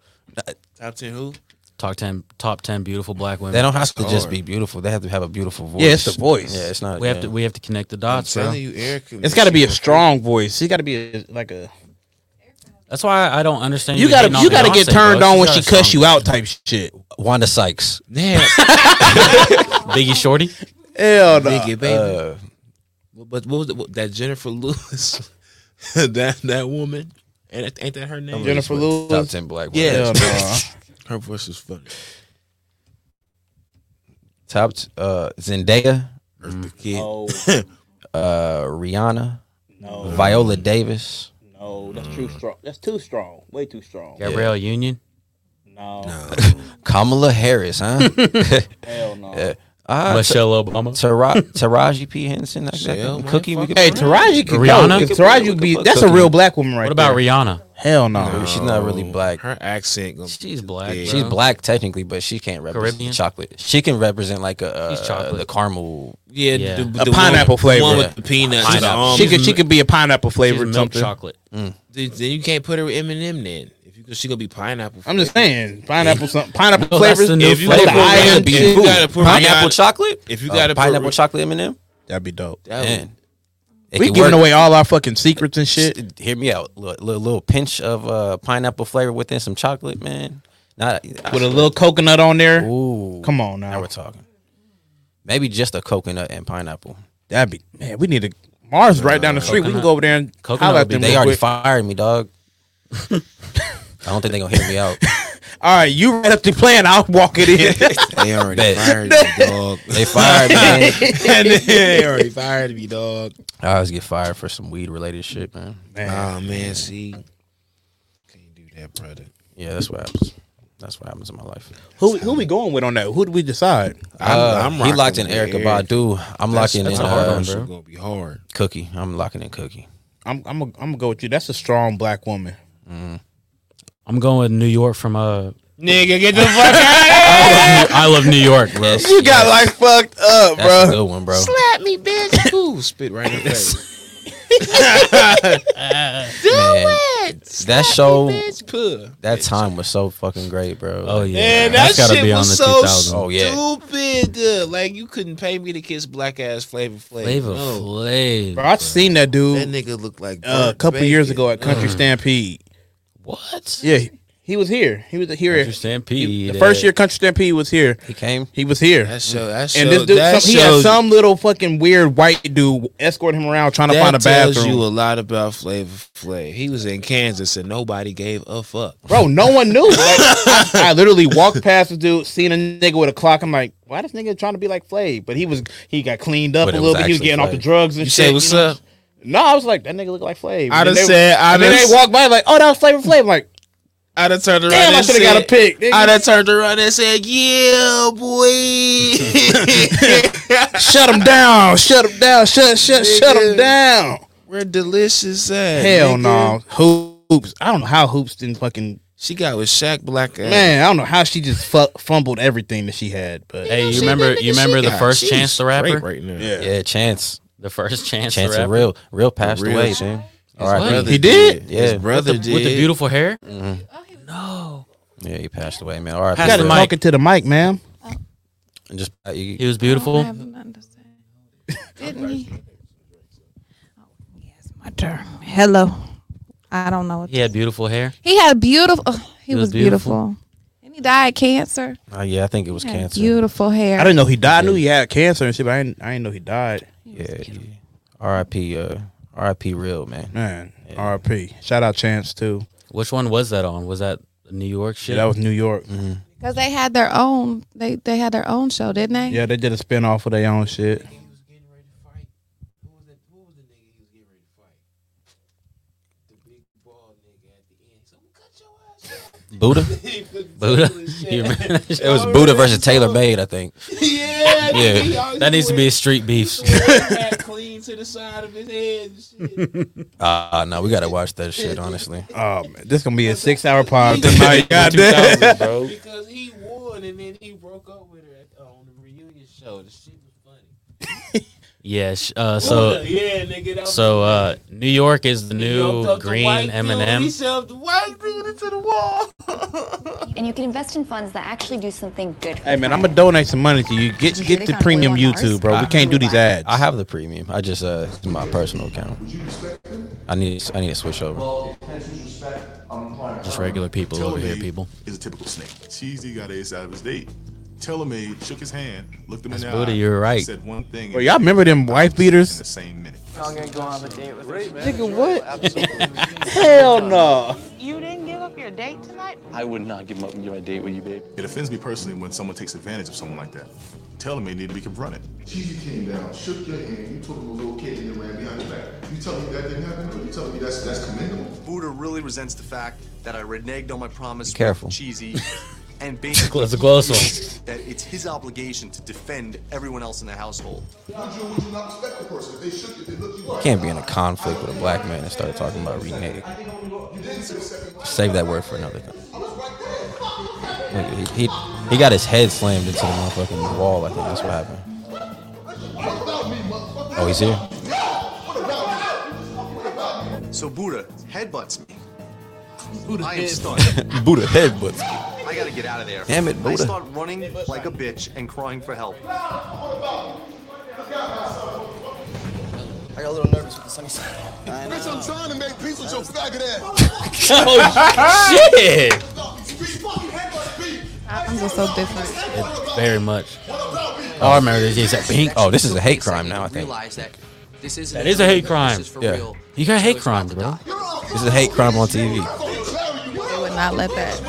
Speaker 7: top ten who?
Speaker 1: Top ten, top ten beautiful black women.
Speaker 2: They don't have to just be beautiful. They have to have a beautiful voice.
Speaker 3: Yeah, it's the voice.
Speaker 2: Yeah, it's not.
Speaker 1: we have
Speaker 2: yeah.
Speaker 1: to, we have to connect the
Speaker 7: I'm
Speaker 1: dots, bro.
Speaker 7: telling you, Erica.
Speaker 3: It's got to be a strong voice. She got to be a, like a.
Speaker 1: That's why I don't understand.
Speaker 3: You gotta
Speaker 1: hating on
Speaker 3: you gotta get
Speaker 1: Beyonce,
Speaker 3: turned
Speaker 1: bro.
Speaker 3: on when
Speaker 1: got
Speaker 3: she
Speaker 1: a strong
Speaker 3: cuss you out type shit.
Speaker 2: Wanda Sykes.
Speaker 7: Damn,
Speaker 1: Biggie Shorty.
Speaker 3: Hell no.
Speaker 7: nigga, baby.
Speaker 2: Uh,
Speaker 7: But what was the, what, that Jennifer Lewis? that that woman. And ain't that her name?
Speaker 3: Jennifer Lewis.
Speaker 2: uh, top 10 black women.
Speaker 7: Yeah.
Speaker 3: Hell no.
Speaker 7: Her voice is funny.
Speaker 2: Top t- uh, Zendaya,
Speaker 7: Eartha Kitt.
Speaker 3: Oh
Speaker 2: uh, Rihanna,
Speaker 3: no,
Speaker 2: Viola Davis.
Speaker 3: no, that's too strong. That's too strong. Way too strong.
Speaker 1: Gabrielle Union.
Speaker 3: No,
Speaker 2: Kamala Harris, huh?
Speaker 3: hell no.
Speaker 2: Ah, T-
Speaker 1: Michelle Obama.
Speaker 2: Tara- Taraji P. Henson. That, that
Speaker 7: Shell, man,
Speaker 2: cookie. We
Speaker 7: fuck
Speaker 2: could,
Speaker 3: Hey, Taraji could
Speaker 1: Rihanna?
Speaker 3: Rihanna. Taraji would be. That's a real black woman, right?
Speaker 1: What about
Speaker 3: there.
Speaker 1: Rihanna?
Speaker 3: Hell no.
Speaker 2: No, she's not really black.
Speaker 7: Her accent. Gonna,
Speaker 1: She's black.
Speaker 7: Yeah.
Speaker 2: She's black technically, but she can't represent
Speaker 1: Caribbean?
Speaker 2: chocolate. She can represent like a uh,
Speaker 1: She's chocolate.
Speaker 2: the caramel.
Speaker 7: yeah,
Speaker 1: Yeah.
Speaker 7: The,
Speaker 1: A
Speaker 7: the
Speaker 3: pineapple
Speaker 7: one,
Speaker 3: flavor.
Speaker 7: One with the peanuts. and the
Speaker 1: Pineapple.
Speaker 7: almonds.
Speaker 3: She could. She could be a pineapple
Speaker 1: She's
Speaker 3: flavored
Speaker 1: milk
Speaker 3: something.
Speaker 1: chocolate.
Speaker 7: Dude, then you can't put her with Eminem. Then if you, cause she gonna be pineapple.
Speaker 3: I'm just saying pineapple. Something pineapple
Speaker 1: No, that's
Speaker 3: flavors.
Speaker 1: the new
Speaker 3: If you
Speaker 1: flavor.
Speaker 3: put the
Speaker 7: That'd
Speaker 3: iron
Speaker 7: be
Speaker 3: shit-
Speaker 7: food. gotta put
Speaker 2: pineapple
Speaker 7: Rihanna-
Speaker 2: chocolate.
Speaker 7: if you
Speaker 2: Uh,
Speaker 7: gotta put
Speaker 2: pineapple
Speaker 7: Ri-
Speaker 2: chocolate M&M,
Speaker 3: That'd be dope.
Speaker 7: That would-
Speaker 2: man, it
Speaker 3: We
Speaker 2: could
Speaker 3: giving
Speaker 2: work.
Speaker 3: away all our fucking secrets and shit.
Speaker 2: Just Hear me out. Little, little, little pinch of uh, pineapple flavor within some chocolate, man. Not
Speaker 3: With a little coconut on there.
Speaker 2: Ooh,
Speaker 3: Come on
Speaker 2: now
Speaker 3: now.
Speaker 2: we're talking. Maybe just a coconut and pineapple.
Speaker 3: That'd be man. We need a Mars right down the street. We can
Speaker 1: Coconut.
Speaker 3: go over there and
Speaker 1: Coconut
Speaker 3: holler
Speaker 1: would
Speaker 3: at
Speaker 1: be-
Speaker 3: them.
Speaker 2: They
Speaker 3: real
Speaker 2: already
Speaker 3: quick.
Speaker 2: fired me, dog. I don't think they're gonna hear me out.
Speaker 3: All right, you write up the plan. I'll walk it in.
Speaker 7: They already
Speaker 2: Bet.
Speaker 7: fired you, dog.
Speaker 2: They fired me.
Speaker 7: they already fired me, dog.
Speaker 2: I always get fired for some weed related shit, man.
Speaker 7: Oh man, see, can't do that, brother.
Speaker 2: Yeah, that's what happens. That's what happens in my life.
Speaker 3: who who we going with on that? Who do we decide?
Speaker 7: I'm,
Speaker 2: Uh,
Speaker 7: I'm
Speaker 2: he
Speaker 7: rocking
Speaker 2: locked in
Speaker 7: with
Speaker 2: Erica
Speaker 7: Eric.
Speaker 2: Badu. I'm
Speaker 7: That's-
Speaker 2: locking
Speaker 7: that's
Speaker 2: in
Speaker 7: a hard
Speaker 2: uh,
Speaker 7: one, bro. Gonna be hard.
Speaker 2: Cookie. I'm locking in Cookie.
Speaker 3: I'm I'm gonna I'm go with you. That's a strong black woman.
Speaker 1: I'm going with New York from uh.
Speaker 7: Nigga, get the fuck out.
Speaker 1: I love New York, bro.
Speaker 3: You got like fucked up,
Speaker 2: That's a
Speaker 3: bro.
Speaker 2: good one, bro.
Speaker 7: Slap me, bitch. Ooh, spit right in the face.
Speaker 2: Man,
Speaker 7: What?
Speaker 2: That show-
Speaker 7: bitch, puh.
Speaker 2: That time was so fucking great, bro.
Speaker 1: Oh yeah,
Speaker 7: Man, that
Speaker 1: that's gotta
Speaker 7: shit
Speaker 1: be on
Speaker 7: was
Speaker 1: the
Speaker 7: so
Speaker 1: 2000.
Speaker 2: Oh, yeah.
Speaker 7: stupid. uh, Like you couldn't pay me to kiss black ass Flavor Flav.
Speaker 1: Flavor
Speaker 2: oh.
Speaker 7: no.
Speaker 1: Flav.
Speaker 3: Bro, I seen
Speaker 7: That
Speaker 3: that dude
Speaker 7: nigga looked like Oh,
Speaker 3: uh, a
Speaker 7: burnt
Speaker 3: couple years
Speaker 7: bacon.
Speaker 3: ago at Country Stampede.
Speaker 1: What?
Speaker 3: Yeah, he- he was here. He was here.
Speaker 1: Country
Speaker 3: He-
Speaker 1: Stampede.
Speaker 3: the first
Speaker 1: uh,
Speaker 3: year Country Stampede was here.
Speaker 2: He came.
Speaker 3: He was here.
Speaker 7: That show. That show.
Speaker 3: and this dude,
Speaker 7: that
Speaker 3: some, he
Speaker 7: show,
Speaker 3: had some little fucking weird white dude escort him around trying to
Speaker 7: that
Speaker 3: find a
Speaker 7: tells
Speaker 3: bathroom.
Speaker 7: you a lot about Flavor Flav. He was in Kansas and nobody gave a fuck.
Speaker 3: Bro, no one knew. Like, I, I literally walked past this dude, seen a nigga with a clock. I'm like, why this nigga trying to be like Flay? But he was he got cleaned up
Speaker 2: But
Speaker 3: a
Speaker 2: it
Speaker 3: little
Speaker 2: was
Speaker 3: bit. He was
Speaker 2: actually
Speaker 3: getting off
Speaker 2: Flay.
Speaker 3: the drugs and
Speaker 7: You
Speaker 3: shit.
Speaker 7: say what's
Speaker 3: you know?
Speaker 7: up?
Speaker 3: No, I was like, that nigga look like Flay.
Speaker 7: I'd
Speaker 3: And
Speaker 7: have
Speaker 3: they-
Speaker 7: said. I'd
Speaker 3: And then
Speaker 7: have.
Speaker 3: they walked by like, oh, that was Flavor Flav. I'm like,
Speaker 7: I'd have turned around.
Speaker 3: damn, I
Speaker 7: and
Speaker 3: should have got a
Speaker 7: said-
Speaker 3: pick. nigga.
Speaker 7: I'd have turned around and said, "Yeah, boy,
Speaker 3: shut him down. Oh, Shut him down. Shut shut shut him
Speaker 7: Nigga.
Speaker 3: down.
Speaker 7: we're delicious." At,
Speaker 3: Hell
Speaker 7: nigga.
Speaker 3: no. Hoops. I don't know how Hoops didn't fucking
Speaker 7: She got with Shaq Black. ass.
Speaker 3: man. I don't know how she just fu- fumbled everything that she had. But
Speaker 1: Hey, you
Speaker 7: She-
Speaker 1: remember?
Speaker 7: that nigga,
Speaker 1: You remember
Speaker 7: she
Speaker 1: the
Speaker 7: got-
Speaker 1: first
Speaker 7: she's
Speaker 1: Chance the
Speaker 7: straight
Speaker 1: Rapper?
Speaker 7: right now.
Speaker 3: yeah,
Speaker 2: Yeah, Chance.
Speaker 1: The first Chance,
Speaker 2: Chance
Speaker 1: the
Speaker 2: the
Speaker 1: Rapper
Speaker 2: real, real passed
Speaker 7: Real.
Speaker 2: away, Jim. All
Speaker 1: funny.
Speaker 2: right,
Speaker 7: Brother
Speaker 3: He did?
Speaker 2: Yeah.
Speaker 7: His brother
Speaker 1: with
Speaker 7: did.
Speaker 1: the beautiful hair.
Speaker 5: Oh, he was-
Speaker 1: No,
Speaker 2: Yeah, he passed away, man. All right,
Speaker 1: Passed
Speaker 3: you got to
Speaker 1: away.
Speaker 3: talk into the mic, ma'am.
Speaker 2: Just uh, you,
Speaker 4: Oh,
Speaker 1: he was
Speaker 5: I
Speaker 1: beautiful.
Speaker 5: haven't understood. Didn't he? Oh, yes, my turn. Hello. I don't know. What
Speaker 1: He had beautiful hair.
Speaker 5: He had a beautiful. oh, he,
Speaker 1: He was
Speaker 5: was beautiful. And he died of cancer.
Speaker 2: uh, yeah, I think it was
Speaker 5: He had
Speaker 2: cancer.
Speaker 5: Beautiful hair.
Speaker 3: I didn't know he died. I knew he had cancer and shit, but I didn't, I didn't know he died.
Speaker 2: Yeah, yeah. R.I.P. Uh, R.I.P. Real man.
Speaker 3: Man, RP. Shout out Chance too.
Speaker 1: Which one was that on? Was that New York shit?
Speaker 3: Yeah, that was New York.
Speaker 5: Because they had their own. They they had their own show, didn't they?
Speaker 3: Yeah, they did a spinoff of their own shit.
Speaker 4: He was getting ready to fight. Who was that? Who was the nigga he was getting ready to fight? The big bald nigga at the end. So cut your ass off.
Speaker 2: Buddha.
Speaker 4: He put
Speaker 1: Buddha.
Speaker 4: Taylor shit.
Speaker 1: You remember that
Speaker 2: It
Speaker 1: shit?
Speaker 2: was Buddha versus Taylor Made, I think.
Speaker 4: yeah, nigga, he
Speaker 1: Yeah,
Speaker 4: always
Speaker 1: that needs to be
Speaker 4: wear-
Speaker 1: a street beef.
Speaker 4: he used to wear a hat clean to the side of his head. And shit.
Speaker 2: Ah, no, we gotta watch that shit. Honestly,
Speaker 3: Oh man, this gonna be a six hour pod
Speaker 4: tonight.
Speaker 3: tonight. Goddamn.
Speaker 2: bro.
Speaker 4: Because he won and then he broke up with her at, on the reunion show. The shit was funny.
Speaker 1: Yeah. sh- Uh, so
Speaker 4: yeah, nigga, that was
Speaker 1: so uh, New York is the
Speaker 4: He yoked
Speaker 1: new
Speaker 4: up the white
Speaker 1: green
Speaker 4: dude.
Speaker 1: M
Speaker 4: He
Speaker 1: M.
Speaker 4: shoved the white dude into the wall.
Speaker 8: And you can invest in funds that actually do something good for
Speaker 3: Hey man, I'm gonna donate some money to you. Get
Speaker 8: Did you
Speaker 3: get
Speaker 8: hear
Speaker 3: the
Speaker 8: they
Speaker 3: premium
Speaker 8: got oil on ours?
Speaker 3: YouTube, bro. We can't do these ads.
Speaker 2: I have the premium. I just uh, it's my personal account. I need I need to switch over.
Speaker 1: Just regular people over here, people.
Speaker 10: Is a typical snake. Cheesy got ace out of his date. Tellermaid shook his hand, looked him in the
Speaker 1: Buddha,
Speaker 10: eye,
Speaker 1: you're right.
Speaker 10: said one thing
Speaker 3: Bro, y'all remember them wife
Speaker 10: in the
Speaker 3: beaters?
Speaker 10: same minute.
Speaker 3: Nigga, what? Hell no.
Speaker 11: You didn't give up your date tonight?
Speaker 10: It offends me personally when someone takes advantage of someone like that. Tellermaid need to be confronted. Cheesy came down, shook your hand, you took him a little kid and then ran behind his back. You telling me that didn't happen, or you telling me that's that's commendable?
Speaker 11: Buddha really resents the fact that I reneged on my promise.
Speaker 2: Be careful.
Speaker 11: with Cheesy. and
Speaker 1: Close the
Speaker 11: basically
Speaker 1: close one.
Speaker 11: that it's his obligation to defend everyone else in the household.
Speaker 10: Would you, would you not respect the person if they shook you, if they looked you up?
Speaker 2: Can't be in a conflict with a black man and start talking about renegade. Save that word for another time. Nigga, He, he he got his head slammed into the motherfucking wall. I think that's what happened. Oh, he's here.
Speaker 11: So Buddha headbutts me. I am stunned.
Speaker 2: Buddha headbutts.
Speaker 11: I gotta get out of there.
Speaker 2: Damn it,
Speaker 11: I
Speaker 2: Buddha.
Speaker 11: start running like a bitch and crying for help. I got a little nervous with the sunny side.
Speaker 10: Bitch, I'm trying to make peace with your faggot ass.
Speaker 1: Oh shit!
Speaker 5: I'm just so different.
Speaker 1: Very much. Oh, I remember this. He's like, "Bink."
Speaker 2: Oh, this is a hate crime now. I think
Speaker 11: that this isn't
Speaker 1: That is a hate crime.
Speaker 2: Yeah.
Speaker 1: You got hate crimes, bro.
Speaker 2: this is a hate crime on TV.
Speaker 5: They would not let that.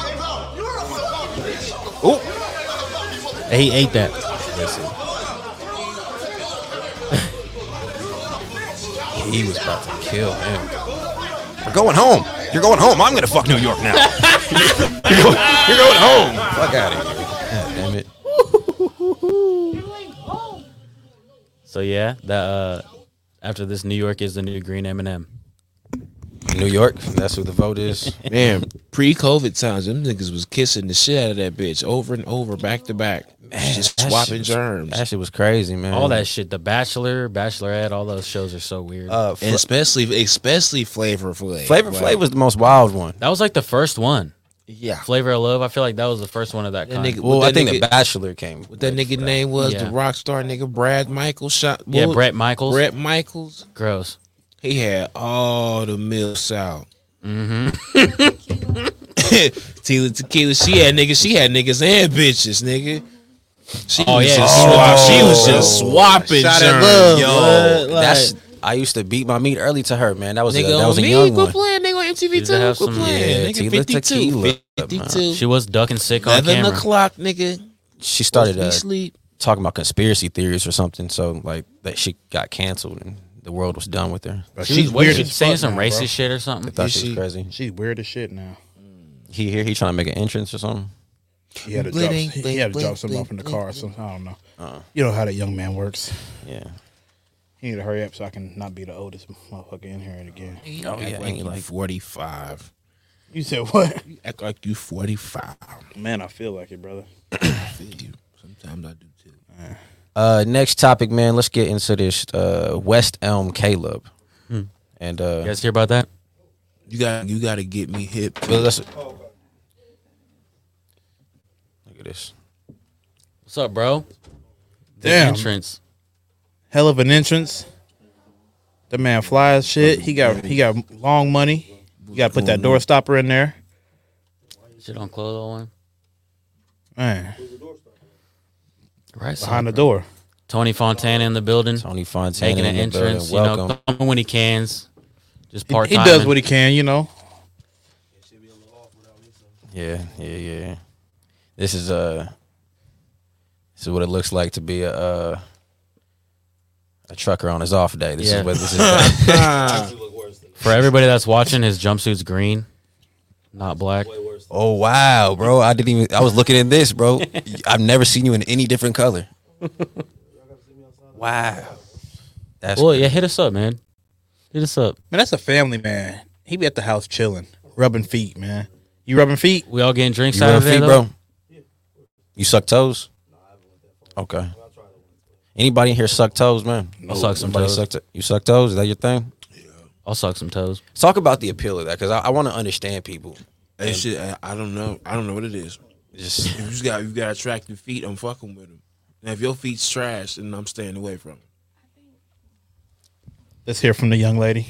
Speaker 1: He ate that.
Speaker 2: He was about to kill him. We're going home. You're going home. I'm gonna fuck New York now. you're, going, you're going home. Fuck out of here. God damn it.
Speaker 1: So yeah, that uh, after this, New York is the new green M M.
Speaker 2: New York. That's who the vote is.
Speaker 7: Man, pre-COVID times, them niggas was kissing the shit out of that bitch over and over, back to back, just
Speaker 2: that
Speaker 7: swapping
Speaker 2: shit was-
Speaker 7: germs.
Speaker 2: that shit was crazy, man.
Speaker 1: All that shit, The Bachelor, Bachelorette, all those shows are so weird.
Speaker 2: Uh,
Speaker 7: And especially, especially Flavor Flav.
Speaker 2: Flavor
Speaker 7: Like,
Speaker 2: Flav was the most wild one.
Speaker 1: that was like the first one.
Speaker 7: Yeah.
Speaker 1: Flavor of Love. I feel like that was the first one of that,
Speaker 7: That
Speaker 1: kind.
Speaker 7: nigga-
Speaker 2: Well,
Speaker 7: What
Speaker 2: I
Speaker 7: that
Speaker 2: think
Speaker 7: nigga-
Speaker 2: the Bachelor came.
Speaker 7: What that nigga name was
Speaker 1: Yeah.
Speaker 7: the rock star nigga Brad Michaels. Shot.
Speaker 1: yeah,
Speaker 7: what-
Speaker 1: Brett Michaels.
Speaker 7: Brett Michaels.
Speaker 1: Gross.
Speaker 7: He had all the milks out.
Speaker 1: Mm-hmm.
Speaker 7: Tequila, tequila. She had niggas. She had niggas and bitches, nigga. She
Speaker 1: Oh,
Speaker 7: was
Speaker 1: yeah.
Speaker 7: just
Speaker 1: Oh.
Speaker 7: swap, she was just swapping
Speaker 2: Shot at
Speaker 7: germs,
Speaker 2: love,
Speaker 7: yo.
Speaker 2: yo. That's. I used to beat my meat early to her, man. That was a,
Speaker 7: nigga
Speaker 2: that was
Speaker 7: on
Speaker 2: a
Speaker 7: me.
Speaker 2: young
Speaker 7: Quit
Speaker 2: one.
Speaker 7: playing, nigga on MTV
Speaker 1: Used to
Speaker 7: too.
Speaker 1: have
Speaker 7: Quit
Speaker 1: some-
Speaker 7: playing,
Speaker 2: yeah,
Speaker 7: nigga.
Speaker 2: tequila,
Speaker 7: 52,
Speaker 2: tequila, man.
Speaker 7: 52,
Speaker 1: She was ducking sick on
Speaker 7: eleven
Speaker 1: camera.
Speaker 7: o'clock, nigga.
Speaker 2: She started
Speaker 7: We
Speaker 2: uh,
Speaker 7: sleep.
Speaker 2: talking about conspiracy theories or something. So like that, she got canceled and the world was done with her.
Speaker 3: Bro,
Speaker 1: She's weird. She
Speaker 3: as
Speaker 1: saying
Speaker 3: fuck
Speaker 1: some
Speaker 3: now,
Speaker 1: racist
Speaker 3: bro.
Speaker 1: shit or
Speaker 2: They
Speaker 1: something.
Speaker 2: thought
Speaker 7: Is
Speaker 2: she
Speaker 7: she-
Speaker 2: was crazy.
Speaker 3: She's weird as shit now.
Speaker 2: He here. He trying to make an entrance or something.
Speaker 3: He had to drop.
Speaker 7: Bling,
Speaker 3: He
Speaker 7: bling,
Speaker 3: had to
Speaker 7: bling,
Speaker 3: drop something
Speaker 7: bling,
Speaker 3: off in the
Speaker 7: bling,
Speaker 3: car. or something. I don't know.
Speaker 2: Uh-uh.
Speaker 3: You know how that young man works.
Speaker 2: Yeah.
Speaker 3: He need to hurry up so I can not be the oldest motherfucker in here again.
Speaker 7: Oh
Speaker 2: yeah,
Speaker 7: yeah,
Speaker 2: ain't
Speaker 7: like,
Speaker 2: like-
Speaker 7: forty five.
Speaker 3: You said what?
Speaker 7: You act like you forty five.
Speaker 3: Man, I feel like it, brother.
Speaker 7: Sometimes I do too.
Speaker 2: Uh, next topic, man. Let's get into this. Uh, West Elm Caleb.
Speaker 7: Hmm.
Speaker 2: And uh,
Speaker 1: You guys hear about that?
Speaker 7: You got you got to get me hip. Oh,
Speaker 2: well, let's- look at this.
Speaker 1: What's up, bro? The
Speaker 3: Damn.
Speaker 1: entrance.
Speaker 3: Hell of an entrance. The man flies shit. He got he got long money. You got to put that door stopper in there.
Speaker 1: Shit on clothes all one.
Speaker 3: Man,
Speaker 1: Right.
Speaker 3: behind
Speaker 1: side.
Speaker 3: the door.
Speaker 1: Tony Fontana in the building,
Speaker 2: Tony Fontana
Speaker 1: making an
Speaker 2: in the building.
Speaker 1: entrance. You
Speaker 2: Welcome.
Speaker 1: know, coming when he cans. Just
Speaker 3: He,
Speaker 1: part
Speaker 3: he
Speaker 1: time.
Speaker 3: does what he can, you know.
Speaker 2: Yeah, yeah, yeah. This is uh this is what it looks like to be a uh, a trucker on his off day. This
Speaker 1: Yeah.
Speaker 2: is what this is.
Speaker 1: For everybody that's watching, his jumpsuit's green, not black.
Speaker 2: oh wow, bro! I didn't even. I was looking at this, bro. I've never seen you in any different color. wow. That's
Speaker 1: Well, yeah, hit us up, man. Hit us up.
Speaker 3: Man, that's a family man. He be at the house chilling, rubbing feet, man. You rubbing feet?
Speaker 1: We all getting drinks
Speaker 2: You run
Speaker 1: Saturday,
Speaker 2: feet,
Speaker 1: though?
Speaker 2: bro. You suck toes. Okay. Anybody in here suck toes, man?
Speaker 1: I'll suck some
Speaker 2: Somebody
Speaker 1: toes.
Speaker 2: suck to- you suck toes? Is that your thing?
Speaker 1: I'll suck some toes.
Speaker 2: Talk about the appeal of that, because I, I want to understand people.
Speaker 7: Hey, shit, I, I don't know. I don't know what it is.
Speaker 2: Just
Speaker 7: If you just got you got attractive feet, I'm fucking with them. Now if your feet's trash, then I'm staying away from 'em.
Speaker 3: Let's hear from the young lady.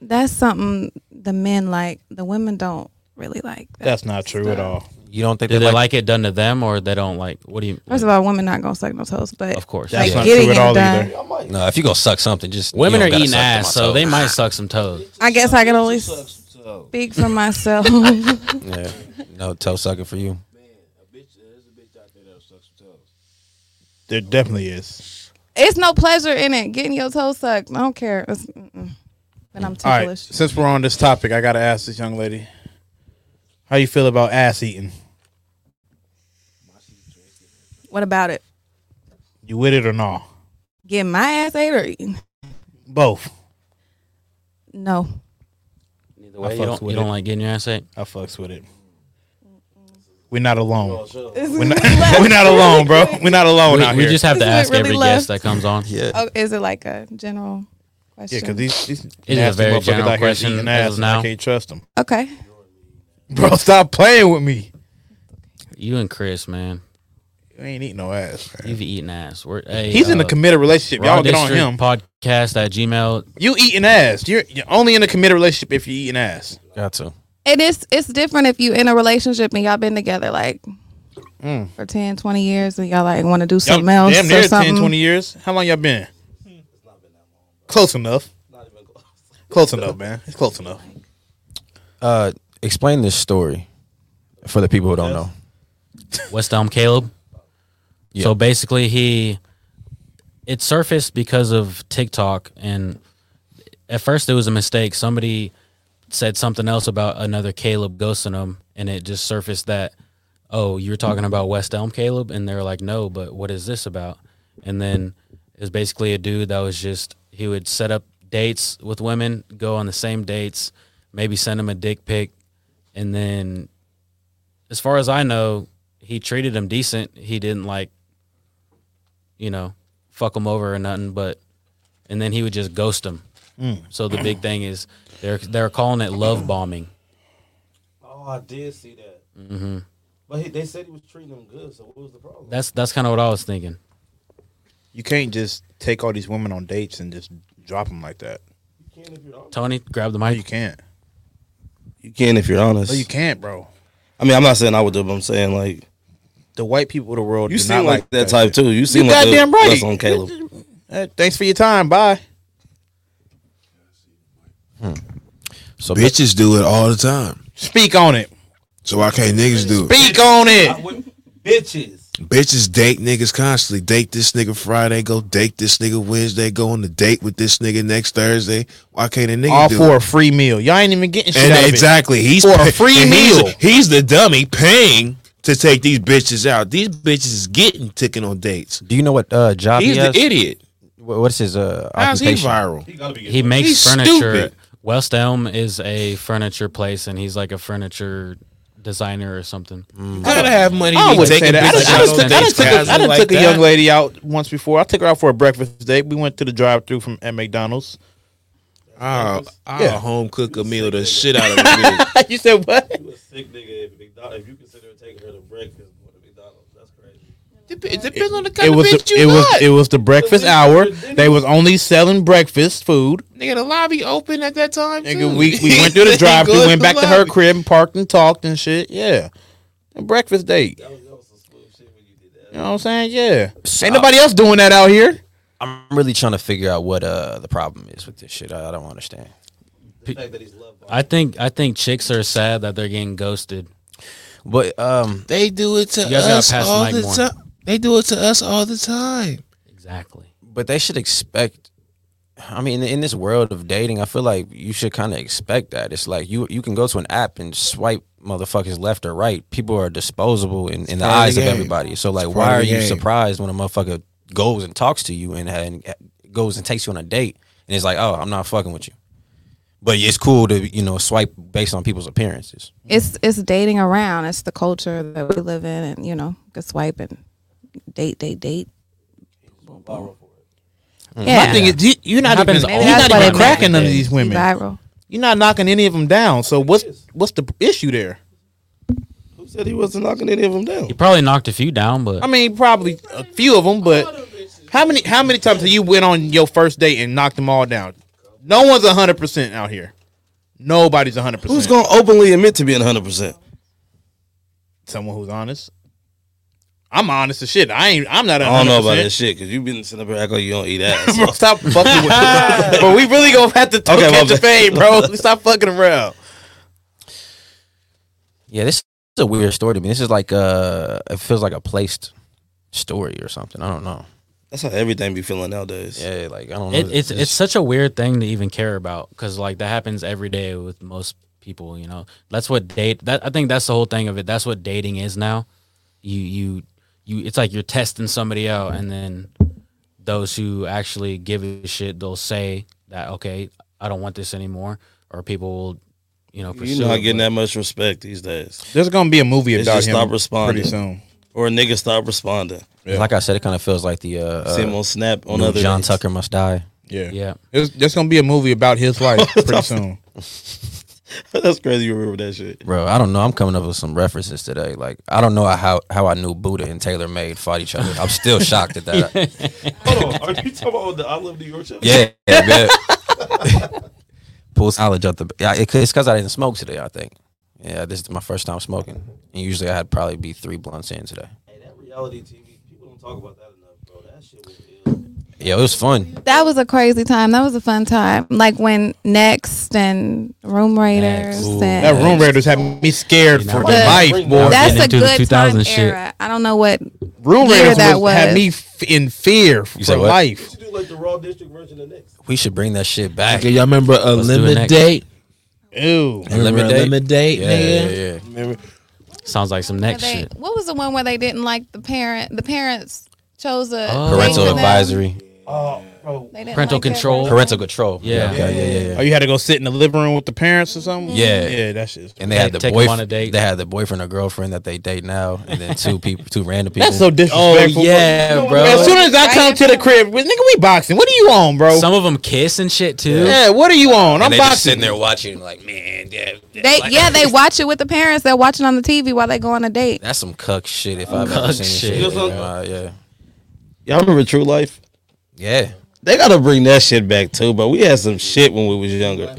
Speaker 5: That's something the men like. The women don't really like. That
Speaker 3: That's not true at
Speaker 5: stuff.
Speaker 3: all.
Speaker 2: you don't think
Speaker 1: Do
Speaker 2: they
Speaker 1: they
Speaker 2: like
Speaker 1: like it done to them or they don't like? What do you?
Speaker 5: First of all, women not gonna suck no toes, but
Speaker 1: Of course.
Speaker 3: That's
Speaker 1: Yeah.
Speaker 3: not
Speaker 5: getting
Speaker 3: true at
Speaker 5: it
Speaker 3: all
Speaker 5: done.
Speaker 3: either.
Speaker 2: No, if you gonna suck something, just you
Speaker 1: Women
Speaker 2: don't
Speaker 1: are
Speaker 2: gotta
Speaker 1: eating
Speaker 2: suck to my
Speaker 1: ass, so
Speaker 2: toe.
Speaker 1: they might suck some toes.
Speaker 5: I guess I can only speak for myself. I
Speaker 2: Yeah. No toe sucking for you.
Speaker 3: There definitely is.
Speaker 5: It's no pleasure in it. Getting your toes sucked. I don't care. It's, mm-mm. But I'm
Speaker 3: All right.
Speaker 5: ticklish.
Speaker 3: Since we're on this topic, I gotta ask this young lady, how you feel about ass eating?
Speaker 5: What about it?
Speaker 3: You with it or no?
Speaker 5: Getting my ass ate or eating?
Speaker 3: Both.
Speaker 5: No.
Speaker 1: Either way, you
Speaker 3: fucks
Speaker 1: don't,
Speaker 3: with
Speaker 1: you don't
Speaker 3: it.
Speaker 1: like getting your ass ate?
Speaker 3: I fucks with it. We're not alone. We're not, we're not alone, bro. We're Oh, not alone
Speaker 1: We,
Speaker 3: out
Speaker 1: we
Speaker 3: here.
Speaker 1: just have to
Speaker 5: This is
Speaker 1: ask
Speaker 5: what really
Speaker 1: every
Speaker 5: left.
Speaker 1: guest that comes on.
Speaker 2: Yeah.
Speaker 5: Oh, is it like a general question?
Speaker 3: yeah, because these, these
Speaker 1: a
Speaker 3: nasty
Speaker 1: very
Speaker 3: motherfuckers
Speaker 1: general
Speaker 3: out here is
Speaker 1: question as
Speaker 3: eating ass
Speaker 1: of
Speaker 3: and I
Speaker 1: now.
Speaker 3: can't trust them.
Speaker 5: okay.
Speaker 3: Bro, stop playing with me.
Speaker 1: You and Chris, man,
Speaker 3: You ain't eating no ass, man.
Speaker 1: you've eaten ass. We're, hey,
Speaker 3: He's in
Speaker 1: uh,
Speaker 3: a committed relationship.
Speaker 1: Raw
Speaker 3: Y'all get on
Speaker 1: District
Speaker 3: him.
Speaker 1: Podcast at Gmail.
Speaker 3: You eating ass. You're, you're only in a committed relationship if you eating ass.
Speaker 2: Got to.
Speaker 5: It is it's different if you in a relationship and y'all been together like for 10, 20 years and y'all like want to do
Speaker 3: Mm. Y'all
Speaker 5: something else
Speaker 3: Damn
Speaker 5: or
Speaker 3: near
Speaker 5: something.
Speaker 3: 10, 20 years. How long y'all been? Close enough. Close enough, man. It's close enough.
Speaker 2: Uh, explain this story for the people who don't know.
Speaker 1: West Elm Caleb.
Speaker 2: Yeah.
Speaker 1: So basically, he it surfaced because of TikTok, and at first it was a mistake. Somebody said something else about another Caleb ghosting him, and it just surfaced that oh, you were talking about West Elm Caleb, and they're like, no, but what is this about? And then it was basically a dude that was just he would set up dates with women, go on the same dates, maybe send him a dick pic, and then, as far as I know, he treated him decent. He didn't like, you know, fuck him over or nothing. But, and then he would just ghost him.
Speaker 4: Mm.
Speaker 1: So the big thing is they're they're calling it love bombing.
Speaker 4: Oh, I did see that.
Speaker 1: hmm
Speaker 3: Mm-hmm.
Speaker 4: But he, they said he was treating them good, so what was the problem?
Speaker 1: That's that's kind of what I was thinking.
Speaker 3: You can't just take all these women on dates and just drop them like that.
Speaker 1: Tony, grab the mic.
Speaker 3: You can't.
Speaker 12: You can if you're honest.
Speaker 3: No, you can't, bro.
Speaker 12: I mean, I'm not saying I would do, but I'm saying like
Speaker 3: the white people of the world.
Speaker 12: You
Speaker 3: do
Speaker 12: seem
Speaker 3: not
Speaker 12: like that type too. You seem like
Speaker 3: goddamn
Speaker 12: the-
Speaker 3: right.
Speaker 12: that's on Caleb.
Speaker 3: Uh, thanks for your time. Bye.
Speaker 2: So
Speaker 13: bitches do it all the time.
Speaker 3: Speak on it.
Speaker 13: So why can't niggas do it?
Speaker 3: Speak on it.
Speaker 4: Bitches.
Speaker 13: Bitches date niggas constantly. Date this nigga Friday, go date this nigga Wednesday, go on a date with this nigga next Thursday. Why can't a nigga
Speaker 3: All
Speaker 13: do
Speaker 3: for
Speaker 13: it?
Speaker 3: a free meal. Y'all ain't even getting shit
Speaker 13: And
Speaker 3: out of it.
Speaker 13: exactly, he's
Speaker 3: for
Speaker 13: pay-
Speaker 3: a free
Speaker 13: and he's-
Speaker 3: meal.
Speaker 13: He's, the dummy paying to take these bitches out. These bitches is getting taken on dates.
Speaker 2: Do you know what uh, job
Speaker 13: He's
Speaker 2: he
Speaker 13: the
Speaker 2: has?
Speaker 13: idiot.
Speaker 2: Wha- What's his uh,
Speaker 13: How's he
Speaker 2: occupation?
Speaker 13: viral?
Speaker 1: He makes
Speaker 13: He's
Speaker 1: furniture.
Speaker 13: stupid.
Speaker 1: West Elm is a furniture place, and he's like a furniture designer or something.
Speaker 13: I gotta have money.
Speaker 3: I would say
Speaker 1: Taking
Speaker 3: that. I
Speaker 1: bitches
Speaker 3: done-
Speaker 1: out
Speaker 3: I done
Speaker 1: on
Speaker 3: took- I done
Speaker 1: dates
Speaker 3: took a- I done
Speaker 1: casually
Speaker 3: took a
Speaker 1: like
Speaker 3: young
Speaker 1: that.
Speaker 3: lady out once before. I took her out for a breakfast date. We went to the drive-through from at McDonald's.
Speaker 13: I'll, I'll
Speaker 3: Yeah.
Speaker 13: home cook a meal the shit out of a nigga.
Speaker 3: you said what?
Speaker 4: You a sick nigga if, McDonald- if you consider taking her to breakfast for the McDonald's. That's crazy.
Speaker 7: It depends on the
Speaker 3: It
Speaker 7: kind
Speaker 3: was
Speaker 7: of bitch
Speaker 3: the,
Speaker 7: you
Speaker 3: it was
Speaker 7: got.
Speaker 3: it was the breakfast hour. They was only selling breakfast food.
Speaker 7: Nigga, the lobby open at that time.
Speaker 3: Nigga,
Speaker 7: too.
Speaker 3: we, we went through the
Speaker 7: They
Speaker 3: drive
Speaker 7: go
Speaker 3: through, went
Speaker 7: the
Speaker 3: back to her
Speaker 7: lobby.
Speaker 3: crib, and parked and talked and shit. Yeah, a breakfast date. You know what I'm saying? Yeah.
Speaker 5: Uh,
Speaker 3: Ain't nobody else doing that out here.
Speaker 2: I'm really trying to figure out what uh, the problem is with this shit. I, I don't understand.
Speaker 1: I think I think chicks are sad that they're getting ghosted.
Speaker 2: But um,
Speaker 13: They do it to
Speaker 1: You guys gotta
Speaker 13: us
Speaker 1: pass the
Speaker 13: all
Speaker 1: mic
Speaker 13: the
Speaker 1: more.
Speaker 13: time. They do it to us all the time.
Speaker 1: Exactly.
Speaker 2: But they should expect. I mean, in, in this world of dating, I feel like you should kind of expect that. It's like you you can go to an app and swipe motherfuckers left or right. People are disposable in, in the
Speaker 13: part of
Speaker 2: eyes
Speaker 13: the
Speaker 2: of
Speaker 13: game.
Speaker 2: everybody. So like,
Speaker 13: It's
Speaker 2: why
Speaker 13: part
Speaker 2: are
Speaker 13: of the
Speaker 2: you
Speaker 13: game.
Speaker 2: surprised when a motherfucker goes and talks to you and, and goes and takes you on a date and it's like, oh, I'm not fucking with you. But it's cool to you know swipe based on people's appearances.
Speaker 5: It's it's dating around. It's the culture that we live in, and you know, can swipe and date, date, date. Mm. Yeah.
Speaker 3: My thing is, you, you're not even,
Speaker 5: Happens
Speaker 3: you're
Speaker 5: all the
Speaker 3: not
Speaker 5: time
Speaker 3: even
Speaker 5: now.
Speaker 3: cracking none of these women.
Speaker 5: Viral.
Speaker 3: You're not knocking any of them down. So what's what's the issue there?
Speaker 12: Who said he wasn't knocking any of them down?
Speaker 1: He probably knocked a few down, but
Speaker 3: I mean, probably a few of them, but how many how many times have you went on your first date and knocked them all down? No one's hundred percent out here. Nobody's hundred percent.
Speaker 12: Who's gonna openly admit to being 100? percent
Speaker 3: Someone who's honest. I'm honest as shit. I ain't. I'm not. 100%.
Speaker 12: I don't know about that shit because you've been sitting up here acting like you don't eat ass.
Speaker 3: Bro, stop fucking with But we really gonna have to
Speaker 12: Okay,
Speaker 3: okay,
Speaker 12: my
Speaker 3: catch a
Speaker 12: bad.
Speaker 3: fade, bro. Stop fucking around.
Speaker 2: Yeah, this is a weird story to me. This is like uh it feels like a placed story or something. I don't know.
Speaker 12: That's how everything be feeling nowadays.
Speaker 2: Yeah, like I don't know.
Speaker 1: it, it's it's such a weird thing to even care about because like that happens every day with most people. You know, that's what date. That I think that's the whole thing of it. That's what dating is now. You you you. It's like you're testing somebody out, and then those who actually give a shit, they'll say that okay, I don't want this anymore, or people will, you know, pursue.
Speaker 12: You're not
Speaker 1: it,
Speaker 12: getting that much respect these days.
Speaker 3: There's gonna be a movie
Speaker 12: It's
Speaker 3: about
Speaker 12: just
Speaker 3: him
Speaker 12: stop responding
Speaker 3: pretty soon.
Speaker 12: or a nigga stop responding.
Speaker 2: Like I said, it kind of feels like the uh,
Speaker 12: See
Speaker 2: uh,
Speaker 12: him on Snap on
Speaker 2: new
Speaker 12: other
Speaker 2: John
Speaker 12: days.
Speaker 2: Tucker must die.
Speaker 3: Yeah,
Speaker 1: yeah.
Speaker 3: There's, there's gonna be a movie about his life pretty soon.
Speaker 12: That's crazy. You remember that shit?
Speaker 2: Bro, I don't know. I'm coming up with some references today. Like I don't know how how I knew Buddha and Taylor Made fought each other. I'm still shocked at that.
Speaker 4: Hold on, are you talking about the I Love New York show?
Speaker 2: yeah, yeah. man. Pulls knowledge out the. Yeah, it, it's because I didn't smoke today. I think. Yeah, this is my first time smoking, and usually I'd probably be three blunts in today.
Speaker 4: Reality TV. People don't talk about that enough, bro. That shit was
Speaker 2: Yeah, it was fun.
Speaker 5: That was a crazy time. That was a fun time. Like when Next and Room Raiders and
Speaker 3: that Room Raiders had me scared for my life, boy.
Speaker 5: That's a good time era. I don't know what
Speaker 3: Room
Speaker 5: year
Speaker 3: Raiders
Speaker 5: that
Speaker 3: was,
Speaker 5: was.
Speaker 3: had me f- in fear for
Speaker 2: said what?
Speaker 3: life.
Speaker 2: We should bring that shit back.
Speaker 7: Okay, y'all remember a
Speaker 2: Let's do it
Speaker 7: limit
Speaker 2: next.
Speaker 7: date?
Speaker 3: Ew.
Speaker 7: Remember a limit date,
Speaker 2: yeah,
Speaker 7: nigga?
Speaker 2: Yeah, yeah.
Speaker 1: Sounds like some
Speaker 5: where
Speaker 1: next
Speaker 5: they-
Speaker 1: shit.
Speaker 5: What was the one where they didn't like the parent? The parents chose a
Speaker 1: Oh.
Speaker 5: thing
Speaker 2: Parental
Speaker 5: for them?
Speaker 2: advisory.
Speaker 5: They didn't
Speaker 1: Parental
Speaker 5: like that
Speaker 1: control.
Speaker 5: version.
Speaker 2: Parental control.
Speaker 1: Yeah.
Speaker 2: Yeah, yeah, yeah, yeah.
Speaker 3: Oh, you had to go sit in the living room with the parents or something.
Speaker 2: Yeah,
Speaker 3: yeah, that shit's
Speaker 2: And they had the boyfriend. They had the boyfriend or girlfriend that they date now, and then two people, two random people.
Speaker 3: That's so disrespectful.
Speaker 2: Oh yeah,
Speaker 3: bro.
Speaker 2: bro.
Speaker 3: As soon as I come to the crib, nigga, we boxing. What are you on, bro?
Speaker 1: Some of them kiss and shit too.
Speaker 3: Yeah, what are you on?
Speaker 2: And
Speaker 3: I'm
Speaker 2: they
Speaker 3: boxing.
Speaker 2: just sitting there watching, like, man, yeah,
Speaker 5: They yeah, they watch it with the parents. They're watching on the TV while they go on a date.
Speaker 2: that's some cuck shit. If I've ever
Speaker 12: Cuck
Speaker 2: seen
Speaker 12: shit.
Speaker 2: shit,
Speaker 12: You know
Speaker 2: in
Speaker 12: something?
Speaker 2: my- yeah,
Speaker 12: Y'all remember True Life?
Speaker 2: yeah.
Speaker 12: They gotta bring that shit back too, but we had some shit when we was younger.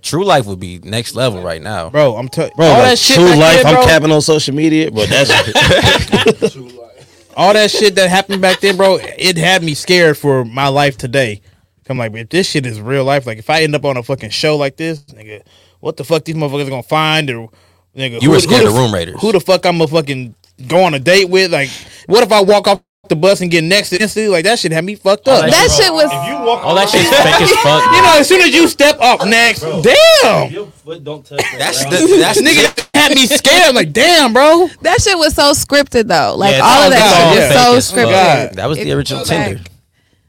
Speaker 2: True Life would be next level right now,
Speaker 3: bro. I'm telling
Speaker 12: Bro,
Speaker 3: all
Speaker 12: like,
Speaker 3: that shit.
Speaker 12: True
Speaker 3: back
Speaker 12: Life.
Speaker 3: then, bro,
Speaker 12: I'm capping on social media, but that's
Speaker 3: all that shit that happened back then, bro. It had me scared for my life today. I'm like, if this shit is real life, like if I end up on a fucking show like this, nigga, what the fuck these motherfuckers gonna find or nigga?
Speaker 2: You were
Speaker 3: who-
Speaker 2: scared
Speaker 3: who
Speaker 2: of
Speaker 3: the-
Speaker 2: Room Raiders.
Speaker 3: Who the fuck I'm gonna fucking go on a date with? Like, what if I walk off the bus and get next to instantly? Like that shit had me fucked up.
Speaker 5: That shit was
Speaker 1: All that shit's fake as fuck.
Speaker 3: You know, as soon as you step up next, damn.
Speaker 2: That's
Speaker 3: the, that's nigga that had me scared. I'm like, damn, bro.
Speaker 5: that shit was so scripted though. Like
Speaker 2: Yeah,
Speaker 5: all of
Speaker 1: oh,
Speaker 2: it's all fake
Speaker 5: that shit was
Speaker 2: as
Speaker 5: so
Speaker 2: fuck.
Speaker 5: scripted.
Speaker 2: God. That was the
Speaker 5: If you
Speaker 2: original
Speaker 5: go back-
Speaker 2: Tinder.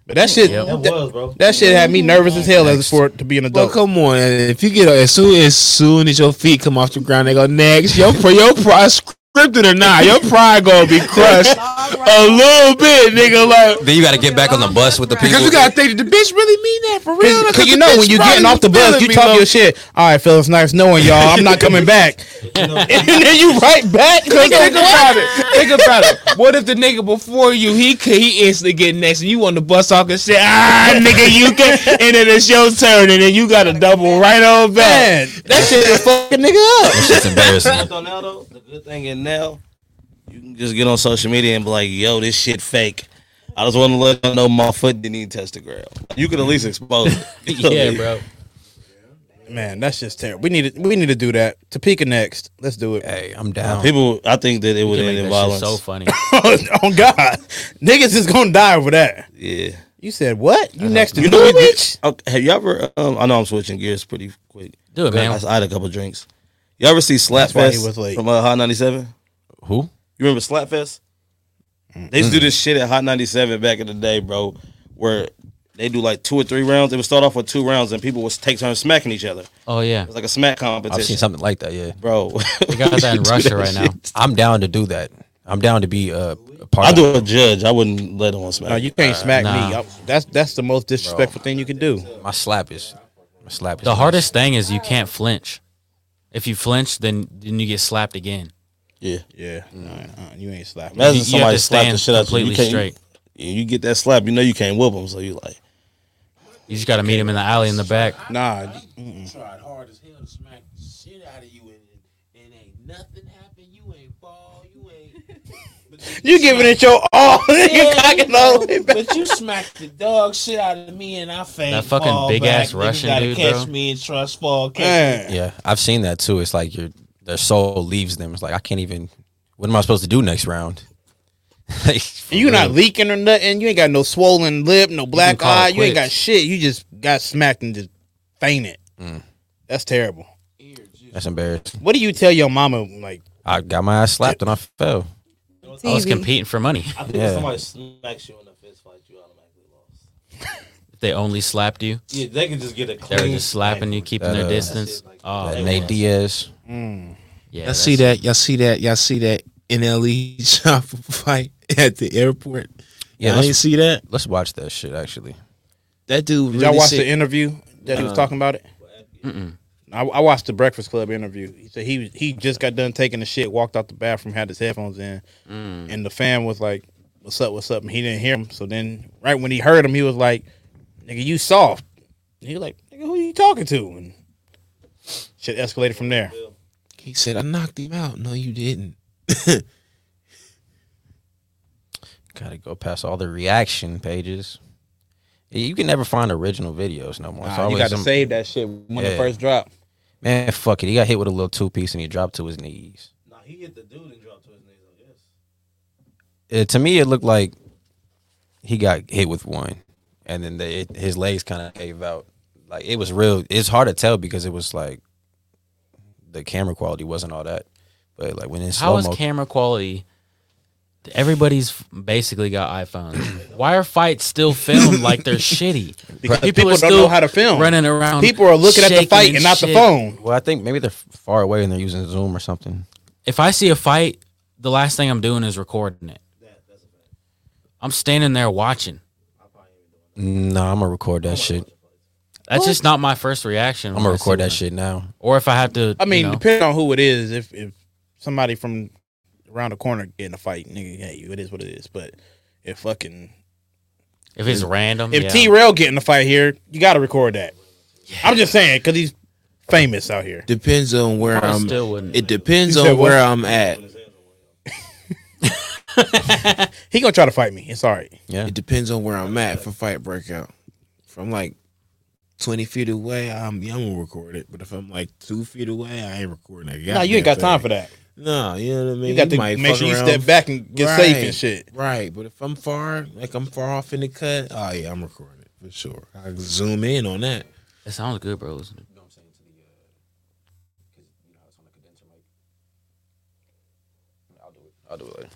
Speaker 3: But that shit,
Speaker 2: Yep.
Speaker 3: that, that shit had me nervous as hell as for it to be an
Speaker 7: Well,
Speaker 3: adult.
Speaker 7: come on! If you get as soon as soon as your feet come off the ground, they go next. Your pro, your pride scripted or not, your pride gonna be crushed a little bit, nigga. Like
Speaker 2: Then you got to get back on the bus with the people.
Speaker 7: because you gotta think, did the bitch really mean that for real?
Speaker 3: Cause, 'cause
Speaker 7: the
Speaker 3: you know
Speaker 7: bitch
Speaker 3: when you
Speaker 7: probably
Speaker 3: getting off the
Speaker 7: was
Speaker 3: bus,
Speaker 7: feeling
Speaker 3: you
Speaker 7: me,
Speaker 3: talk
Speaker 7: though.
Speaker 3: your shit. All right, Phil, it's nice knowing y'all. I'm not coming back. and then you right back.
Speaker 7: Cause
Speaker 3: nigga,
Speaker 7: think
Speaker 3: what?
Speaker 7: about it. Think about it. What if the nigga before you he ca- he instantly get next and you on the bus talking shit? Ah, nigga, you can. And then it's your turn, and then you got to double right on back.
Speaker 3: That shit is fucking nigga up.
Speaker 2: It's embarrassing.
Speaker 12: on now though, the good thing is now you can just get on social media and be like, "Yo, this shit fake." I just want to let them know my foot didn't even touch the ground. You could at least expose it.
Speaker 1: yeah, bro.
Speaker 3: Man, that's just terrible. We need to, we need to do that. Topeka next. Let's do it.
Speaker 2: Hey, I'm down.
Speaker 12: People, I think that it would
Speaker 1: can
Speaker 12: end
Speaker 1: make that shit
Speaker 12: in violence.
Speaker 1: so funny.
Speaker 3: on Oh, God, niggas is gonna die over that.
Speaker 12: yeah.
Speaker 3: You said what? You next to
Speaker 12: You
Speaker 3: you
Speaker 12: know, we
Speaker 3: bitch?
Speaker 12: did- okay, have you ever? Um, I know I'm switching gears pretty quick.
Speaker 1: Do it, man.
Speaker 12: I, I had a couple drinks. You ever see
Speaker 3: why he
Speaker 12: Slapfest
Speaker 3: was late.
Speaker 12: from uh, Hot 97?
Speaker 2: Who?
Speaker 12: You remember Slapfest? They used to do this shit at Hot 97 back in the day, bro, where they do like two or three rounds. It would start off with two rounds, and people would take turns smacking each other. It
Speaker 1: Oh yeah,
Speaker 12: was like a smack
Speaker 2: I've seen
Speaker 12: competition,
Speaker 2: something like that. Yeah,
Speaker 12: bro.
Speaker 1: they got that in Russia right now.
Speaker 2: I'm down to do that. I'm down to be uh, a part.
Speaker 12: I
Speaker 2: of
Speaker 12: do a judge. I wouldn't let on smack.
Speaker 3: No, you can't smack
Speaker 1: nah.
Speaker 3: me. I'm- that's that's the most disrespectful thing you can do.
Speaker 2: it. My slap is. My slap is
Speaker 1: The hardest thing is you can't flinch. If you flinch, then then you get slapped again.
Speaker 12: yeah.
Speaker 3: Yeah, Nah, uh, you ain't slapping.
Speaker 12: Imagine
Speaker 1: You- you have
Speaker 12: somebody
Speaker 1: to
Speaker 12: slap the
Speaker 1: stand
Speaker 12: shit out you. You
Speaker 1: completely
Speaker 12: can't,
Speaker 1: straight.
Speaker 12: You, you get that slap, you know you can't whoop them. So you like,
Speaker 1: You just got to meet him in the alley in the back.
Speaker 3: Nah,
Speaker 4: Tried hard as hell to smack the shit out of you and, and ain't nothing happened. You ain't fall. You ain't.
Speaker 3: you giving it your all. you cocking all the way back.
Speaker 4: but you smacked the dog shit out of me and I faint.
Speaker 1: That fucking
Speaker 4: fall
Speaker 1: big
Speaker 4: back,
Speaker 1: ass
Speaker 4: then
Speaker 1: Russian
Speaker 4: you gotta
Speaker 1: dude,
Speaker 4: catch
Speaker 1: bro.
Speaker 4: me and trust fall. Catch me.
Speaker 3: Man.
Speaker 2: Yeah, I've seen that too. It's like your their soul leaves them. It's like I can't even. What am I supposed to do next round? like, for
Speaker 3: You not
Speaker 2: real.
Speaker 3: leaking or nothing. You ain't got no swollen lip, no black
Speaker 2: call it
Speaker 3: eye. You ain't got
Speaker 2: quits.
Speaker 3: shit. You just got smacked and just fainted.
Speaker 2: Mm.
Speaker 3: That's terrible.
Speaker 2: That's embarrassing.
Speaker 3: What do you tell your mama? Like,
Speaker 2: I got my ass slapped and I fell.
Speaker 1: I was
Speaker 5: TV.
Speaker 1: competing for money.
Speaker 11: I think
Speaker 2: Yeah.
Speaker 11: if somebody smacks you in the fist fight, you automatically lost.
Speaker 1: If they only slapped you,
Speaker 11: Yeah, they can just get a
Speaker 1: they were
Speaker 11: clean.
Speaker 1: just slapping you, keeping
Speaker 2: That,
Speaker 1: their
Speaker 2: uh,
Speaker 1: distance. Oh,
Speaker 2: That Nate Diaz.
Speaker 1: yeah.
Speaker 7: Y'all see that? Y'all see that? Y'all see that NLE chopper fight at the airport?
Speaker 2: Yeah,
Speaker 7: Yeah, y'all ain't
Speaker 2: let's,
Speaker 7: see that.
Speaker 2: let's watch that shit. Actually,
Speaker 7: That dude.
Speaker 3: did
Speaker 7: really
Speaker 3: y'all watch
Speaker 7: said-
Speaker 3: the interview that he was talking about it? I, I watched the Breakfast Club interview. He said he he just got done taking the shit, walked out the bathroom, had his headphones in, and the fan was like, "What's up? What's up?" And he didn't hear him. So then, right when he heard him, he was like, "Nigga, you soft." And he was like, "Nigga, who you talking to?" And shit escalated from there.
Speaker 7: He said, "I knocked him out." No, you didn't.
Speaker 2: gotta go past all the reaction pages. You can never find original videos no more. It's
Speaker 3: Nah, you
Speaker 2: always
Speaker 3: got to
Speaker 2: some-
Speaker 3: save that shit when
Speaker 2: Yeah.
Speaker 3: it first dropped.
Speaker 2: Man, fuck it. He got hit with a little two piece and he dropped to his knees.
Speaker 11: Nah, he hit the dude and dropped to his knees. I guess.
Speaker 2: It, to me, it looked like he got hit with one, and then the, it, his legs kind of gave out. Like it was real. It's hard to tell because it was like the camera quality wasn't all that. But like when in
Speaker 1: How
Speaker 2: slow
Speaker 1: is
Speaker 2: mo,
Speaker 1: camera quality Everybody's basically got iPhones. Why are fights still filmed like they're shitty?
Speaker 3: Because people don't know how to film.
Speaker 1: Running around,
Speaker 3: People are looking at the
Speaker 1: shaking
Speaker 3: fight and not the
Speaker 1: shit.
Speaker 3: phone.
Speaker 2: Well, I think maybe they're f- far away and they're using Zoom or something.
Speaker 1: If I see a fight, the last thing I'm doing is recording it. I'm standing there watching.
Speaker 2: No, I'm gonna record that shit.
Speaker 1: That's just not my first reaction.
Speaker 2: I'm
Speaker 1: when
Speaker 2: gonna
Speaker 1: I
Speaker 2: record that
Speaker 1: see one.
Speaker 2: shit now.
Speaker 1: Or if I have to,
Speaker 3: I mean,
Speaker 1: you know,
Speaker 3: depending on who it is, if if somebody from around the corner get in a fight, nigga, hey, it is what it is. But if fucking
Speaker 1: if it's random,
Speaker 3: if
Speaker 1: yeah.
Speaker 3: T Rail get in a fight here, you got to record that. I'm just saying because he's famous out here.
Speaker 7: Depends on where
Speaker 3: I
Speaker 7: I'm.
Speaker 3: still wouldn't.
Speaker 7: It depends
Speaker 3: You said
Speaker 7: on where
Speaker 3: what?
Speaker 7: I'm at.
Speaker 3: he gonna try to fight me. It's all right.
Speaker 2: Yeah.
Speaker 7: It depends on where I'm at for fight breakout. If I'm like 20 feet away, I'm yeah, I'm gonna record it. But if I'm like two feet away, I ain't recording that.
Speaker 3: Nah, you ain't got time for that.
Speaker 7: No, you know what I mean.
Speaker 3: You got to
Speaker 7: might
Speaker 3: make
Speaker 7: fuck
Speaker 3: sure you
Speaker 7: around-
Speaker 3: step back and get safe and shit.
Speaker 7: Right, but if I'm far, like I'm far off in the cut, oh yeah, I'm recording it for sure. I can zoom in on that.
Speaker 1: That sounds good, bro.
Speaker 2: I'll do it later.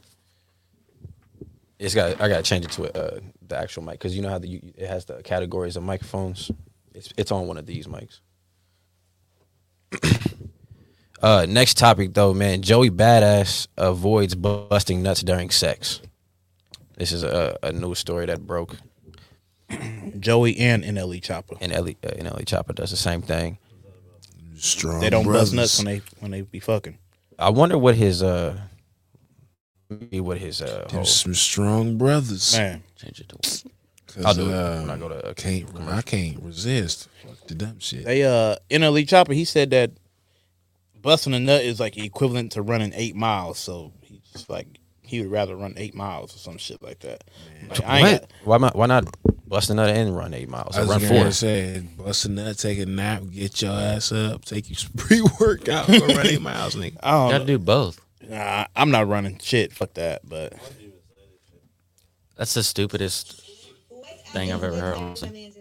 Speaker 2: It's got. I gotta change it to uh, the actual mic because you know how the, you, it has the categories of microphones. It's it's on one of these mics. uh, next topic though, man. Joey Badass avoids bu- busting nuts during sex. This is a, a news story that broke.
Speaker 3: Joey and NLE Chopper.
Speaker 2: And Ellie uh, and Ellie Chopper does the same thing.
Speaker 7: Strong.
Speaker 3: They don't buzz nuts when they when they be fucking.
Speaker 2: I wonder what his uh, maybe what his uh.
Speaker 7: Them
Speaker 2: whole-
Speaker 7: some strong brothers.
Speaker 3: Man.
Speaker 1: Change it to.
Speaker 2: I'll do it when I
Speaker 7: um,
Speaker 2: go to, uh,
Speaker 7: can't, I can't resist. Fuck the dumb shit.
Speaker 3: They uh NLE Chopper. He said that busting a nut is like equivalent to running eight miles. So he's just like he would rather run eight miles or some shit like that. Like, I ain't
Speaker 2: What? Why not? Why not bust another and run eight miles?
Speaker 7: I
Speaker 2: Or
Speaker 7: was
Speaker 2: run
Speaker 7: gonna
Speaker 2: four.
Speaker 7: say, bust a nut, take a nap, get your ass up, take you some pre-workout, go run eight miles, nigga.
Speaker 3: I don't
Speaker 1: Gotta
Speaker 3: know.
Speaker 1: do both.
Speaker 3: Nah, I'm not running shit. Fuck that. But
Speaker 1: That's the stupidest thing I've ever heard. Honestly.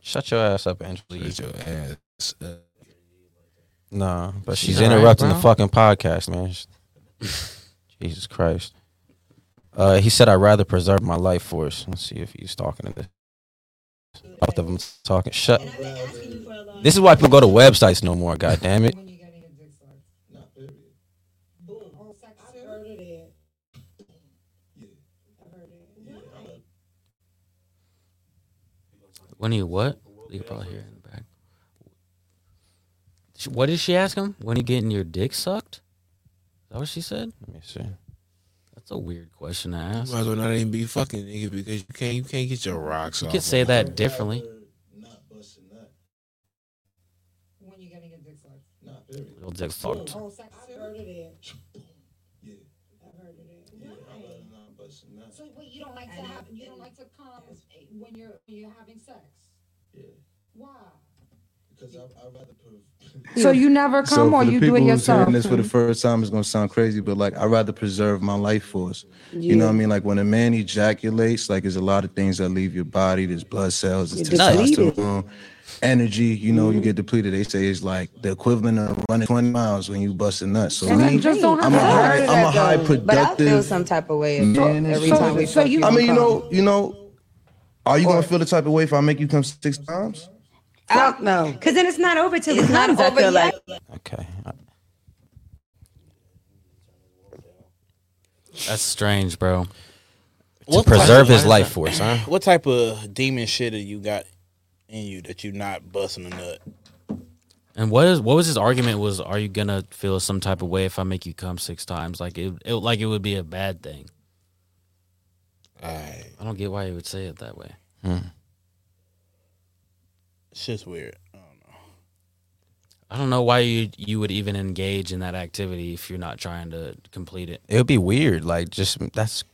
Speaker 2: Shut your ass up, Angela. Yee.
Speaker 7: Your ass up.
Speaker 2: Nah, but
Speaker 1: She's
Speaker 2: she's,
Speaker 1: all right,
Speaker 2: interrupting
Speaker 1: bro.
Speaker 2: the fucking podcast, man. She- Jesus Christ. Uh, he said, "I'd rather preserve my life force." Let's see if he's talking to this. Both of them talking. Shut. This is why people go to websites no more. God damn it.
Speaker 1: When you what? You can probably hear it in the back. She- What did she ask him? When you getting your dick sucked? Is that what she said?
Speaker 2: Let me see.
Speaker 1: That's a weird question to
Speaker 7: You
Speaker 1: ask.
Speaker 7: might as well not even be fucking nigga because you can't you can't get your rocks
Speaker 1: You
Speaker 7: off.
Speaker 1: could say that differently.
Speaker 13: uh,
Speaker 1: Little dick sucked.
Speaker 14: So wait, you don't like to have you don't like to come when you're when you're having sex. Yeah. Why?
Speaker 15: So you never come or
Speaker 12: for the
Speaker 15: you do it
Speaker 12: people who's
Speaker 15: yourself?
Speaker 12: hearing this for the first time, it's gonna sound crazy, but like I rather preserve my life force. You know what I
Speaker 15: Yeah.
Speaker 12: mean? Like when a man ejaculates, like there's a lot of things that leave your body. There's blood cells, there's
Speaker 15: You're depleted. Mm-hmm.
Speaker 12: testosterone, energy. You know, you get depleted. They say it's like the equivalent of running 20 miles when you bust a nut. So
Speaker 5: And
Speaker 12: me,
Speaker 5: I just don't
Speaker 12: I'm a
Speaker 5: have to
Speaker 12: high,
Speaker 5: hear
Speaker 12: I'm a
Speaker 5: that,
Speaker 12: high
Speaker 5: though. But I feel
Speaker 12: productive
Speaker 5: some type of way if-
Speaker 12: man
Speaker 5: every So- time we so fuck, you you
Speaker 12: I mean, you
Speaker 5: gonna
Speaker 12: know, you know, are you gonna feel the type of way if I make you come six times?
Speaker 5: Fuck no. Because then it's not over till it's not
Speaker 14: over
Speaker 5: I feel
Speaker 14: yet.
Speaker 5: like.
Speaker 2: Okay.
Speaker 1: That's strange, bro.
Speaker 3: What
Speaker 2: preserve his
Speaker 3: type-
Speaker 2: life force, huh?
Speaker 3: What type of demon shit have you got in you that you not busting a nut?
Speaker 1: And what is what was his argument? Was are you gonna feel some type of way if I make you come six times? Like it, it like it would be a bad thing.
Speaker 7: I
Speaker 1: don't get why he would say it that way.
Speaker 3: It's just weird. I don't know.
Speaker 1: I don't know why you you would even engage in that activity if you're not trying to complete it.
Speaker 2: It would be weird. Like just that's.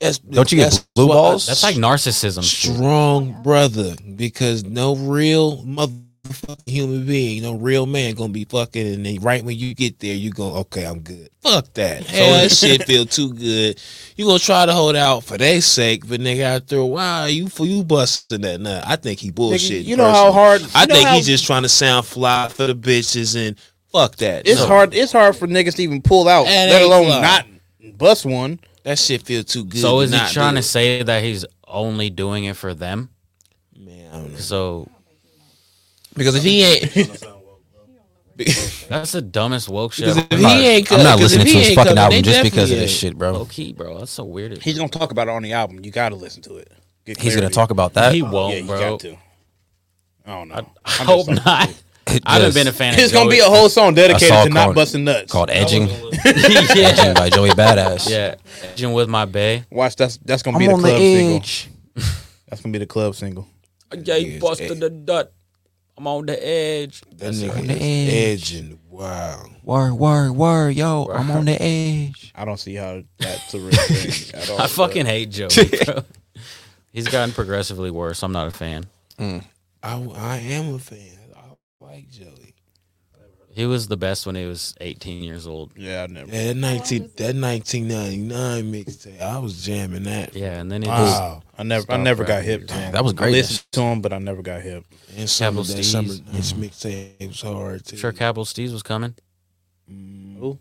Speaker 7: That's-
Speaker 2: Don't you get
Speaker 7: that's
Speaker 2: blue
Speaker 7: what-
Speaker 2: balls?
Speaker 1: That's like narcissism.
Speaker 7: strong brother because no real motherfucking human being, no real man gonna be fucking and then right when you get there you go, okay, I'm good. Fuck that.
Speaker 16: So-
Speaker 7: Hell, that shit feel too good. You gonna try to hold out for their sake, but nigga after a while you for you busting that nut. I think he bullshit.
Speaker 3: you know how hard-
Speaker 7: I
Speaker 3: you know
Speaker 7: think
Speaker 3: how-
Speaker 7: he's just trying to sound fly for the bitches and fuck that.
Speaker 3: It's
Speaker 7: No.
Speaker 3: hard. It's hard for niggas to even pull out,
Speaker 7: That
Speaker 3: let
Speaker 7: ain't
Speaker 3: alone
Speaker 7: fly.
Speaker 3: not bust one.
Speaker 13: That shit feel too good.
Speaker 1: So is he
Speaker 13: not
Speaker 1: trying
Speaker 13: do it.
Speaker 1: to say that he's only doing it for them? Man,
Speaker 13: I don't know.
Speaker 1: So
Speaker 13: Because if he ain't,
Speaker 1: that's the dumbest woke shit.
Speaker 13: Because
Speaker 1: I've
Speaker 13: if
Speaker 1: heard.
Speaker 13: he ain't co-
Speaker 2: I'm not
Speaker 13: because if
Speaker 2: listening to
Speaker 13: he
Speaker 2: his
Speaker 13: ain't
Speaker 2: fucking
Speaker 13: coming,
Speaker 2: album
Speaker 13: they
Speaker 2: just because of
Speaker 13: definitely
Speaker 2: this
Speaker 13: ain't.
Speaker 2: shit, bro.
Speaker 1: Low-key, bro. That's so weird.
Speaker 3: He's gonna talk about it on the album. You gotta listen to it. Get
Speaker 2: He's gonna
Speaker 3: clarity.
Speaker 2: talk about that.
Speaker 1: He won't,
Speaker 3: Yeah, you
Speaker 1: bro.
Speaker 3: got to. I don't know. I,
Speaker 1: hope not. I've been a fan. of
Speaker 3: It's gonna
Speaker 1: Joey.
Speaker 3: be a whole song dedicated
Speaker 2: I saw
Speaker 3: to not
Speaker 2: called-
Speaker 3: busting nuts.
Speaker 2: Called edging.
Speaker 1: Yeah.
Speaker 2: Edging by Joey Badass.
Speaker 1: Yeah, Jim with my bay.
Speaker 3: Watch that's that's gonna
Speaker 2: I'm
Speaker 3: be the
Speaker 2: on the
Speaker 3: club
Speaker 2: edge.
Speaker 3: single. That's gonna be the club single.
Speaker 1: Yeah, he busted the nut. I'm on the edge.
Speaker 13: That
Speaker 2: on
Speaker 13: nigga is
Speaker 2: the edge.
Speaker 13: edging. Wow.
Speaker 2: Word, word, word, yo. I'm on the edge.
Speaker 3: I don't see how that's a real thing at all.
Speaker 1: I
Speaker 3: bro.
Speaker 1: fucking hate Joey. Bro. He's gotten progressively worse. I'm not a fan.
Speaker 13: I, I am a fan. I like Joey.
Speaker 1: He was the best when he was 18 years old.
Speaker 3: Yeah, I never.
Speaker 13: Yeah, that nineteen that nineteen ninety nine mixtape. I was jamming that.
Speaker 1: Yeah, and then he
Speaker 13: wow.
Speaker 1: just-
Speaker 3: I never I
Speaker 1: Stop
Speaker 3: never got
Speaker 1: rapping.
Speaker 3: hip to him.
Speaker 2: That was
Speaker 3: I
Speaker 2: great.
Speaker 3: listened to him, but I never got hip.
Speaker 13: And some of
Speaker 1: Capital
Speaker 13: that
Speaker 1: Steez.
Speaker 13: summer nights
Speaker 2: Mm-hmm.
Speaker 13: mixtape was hard too.
Speaker 1: Sure, Capital Steez was coming.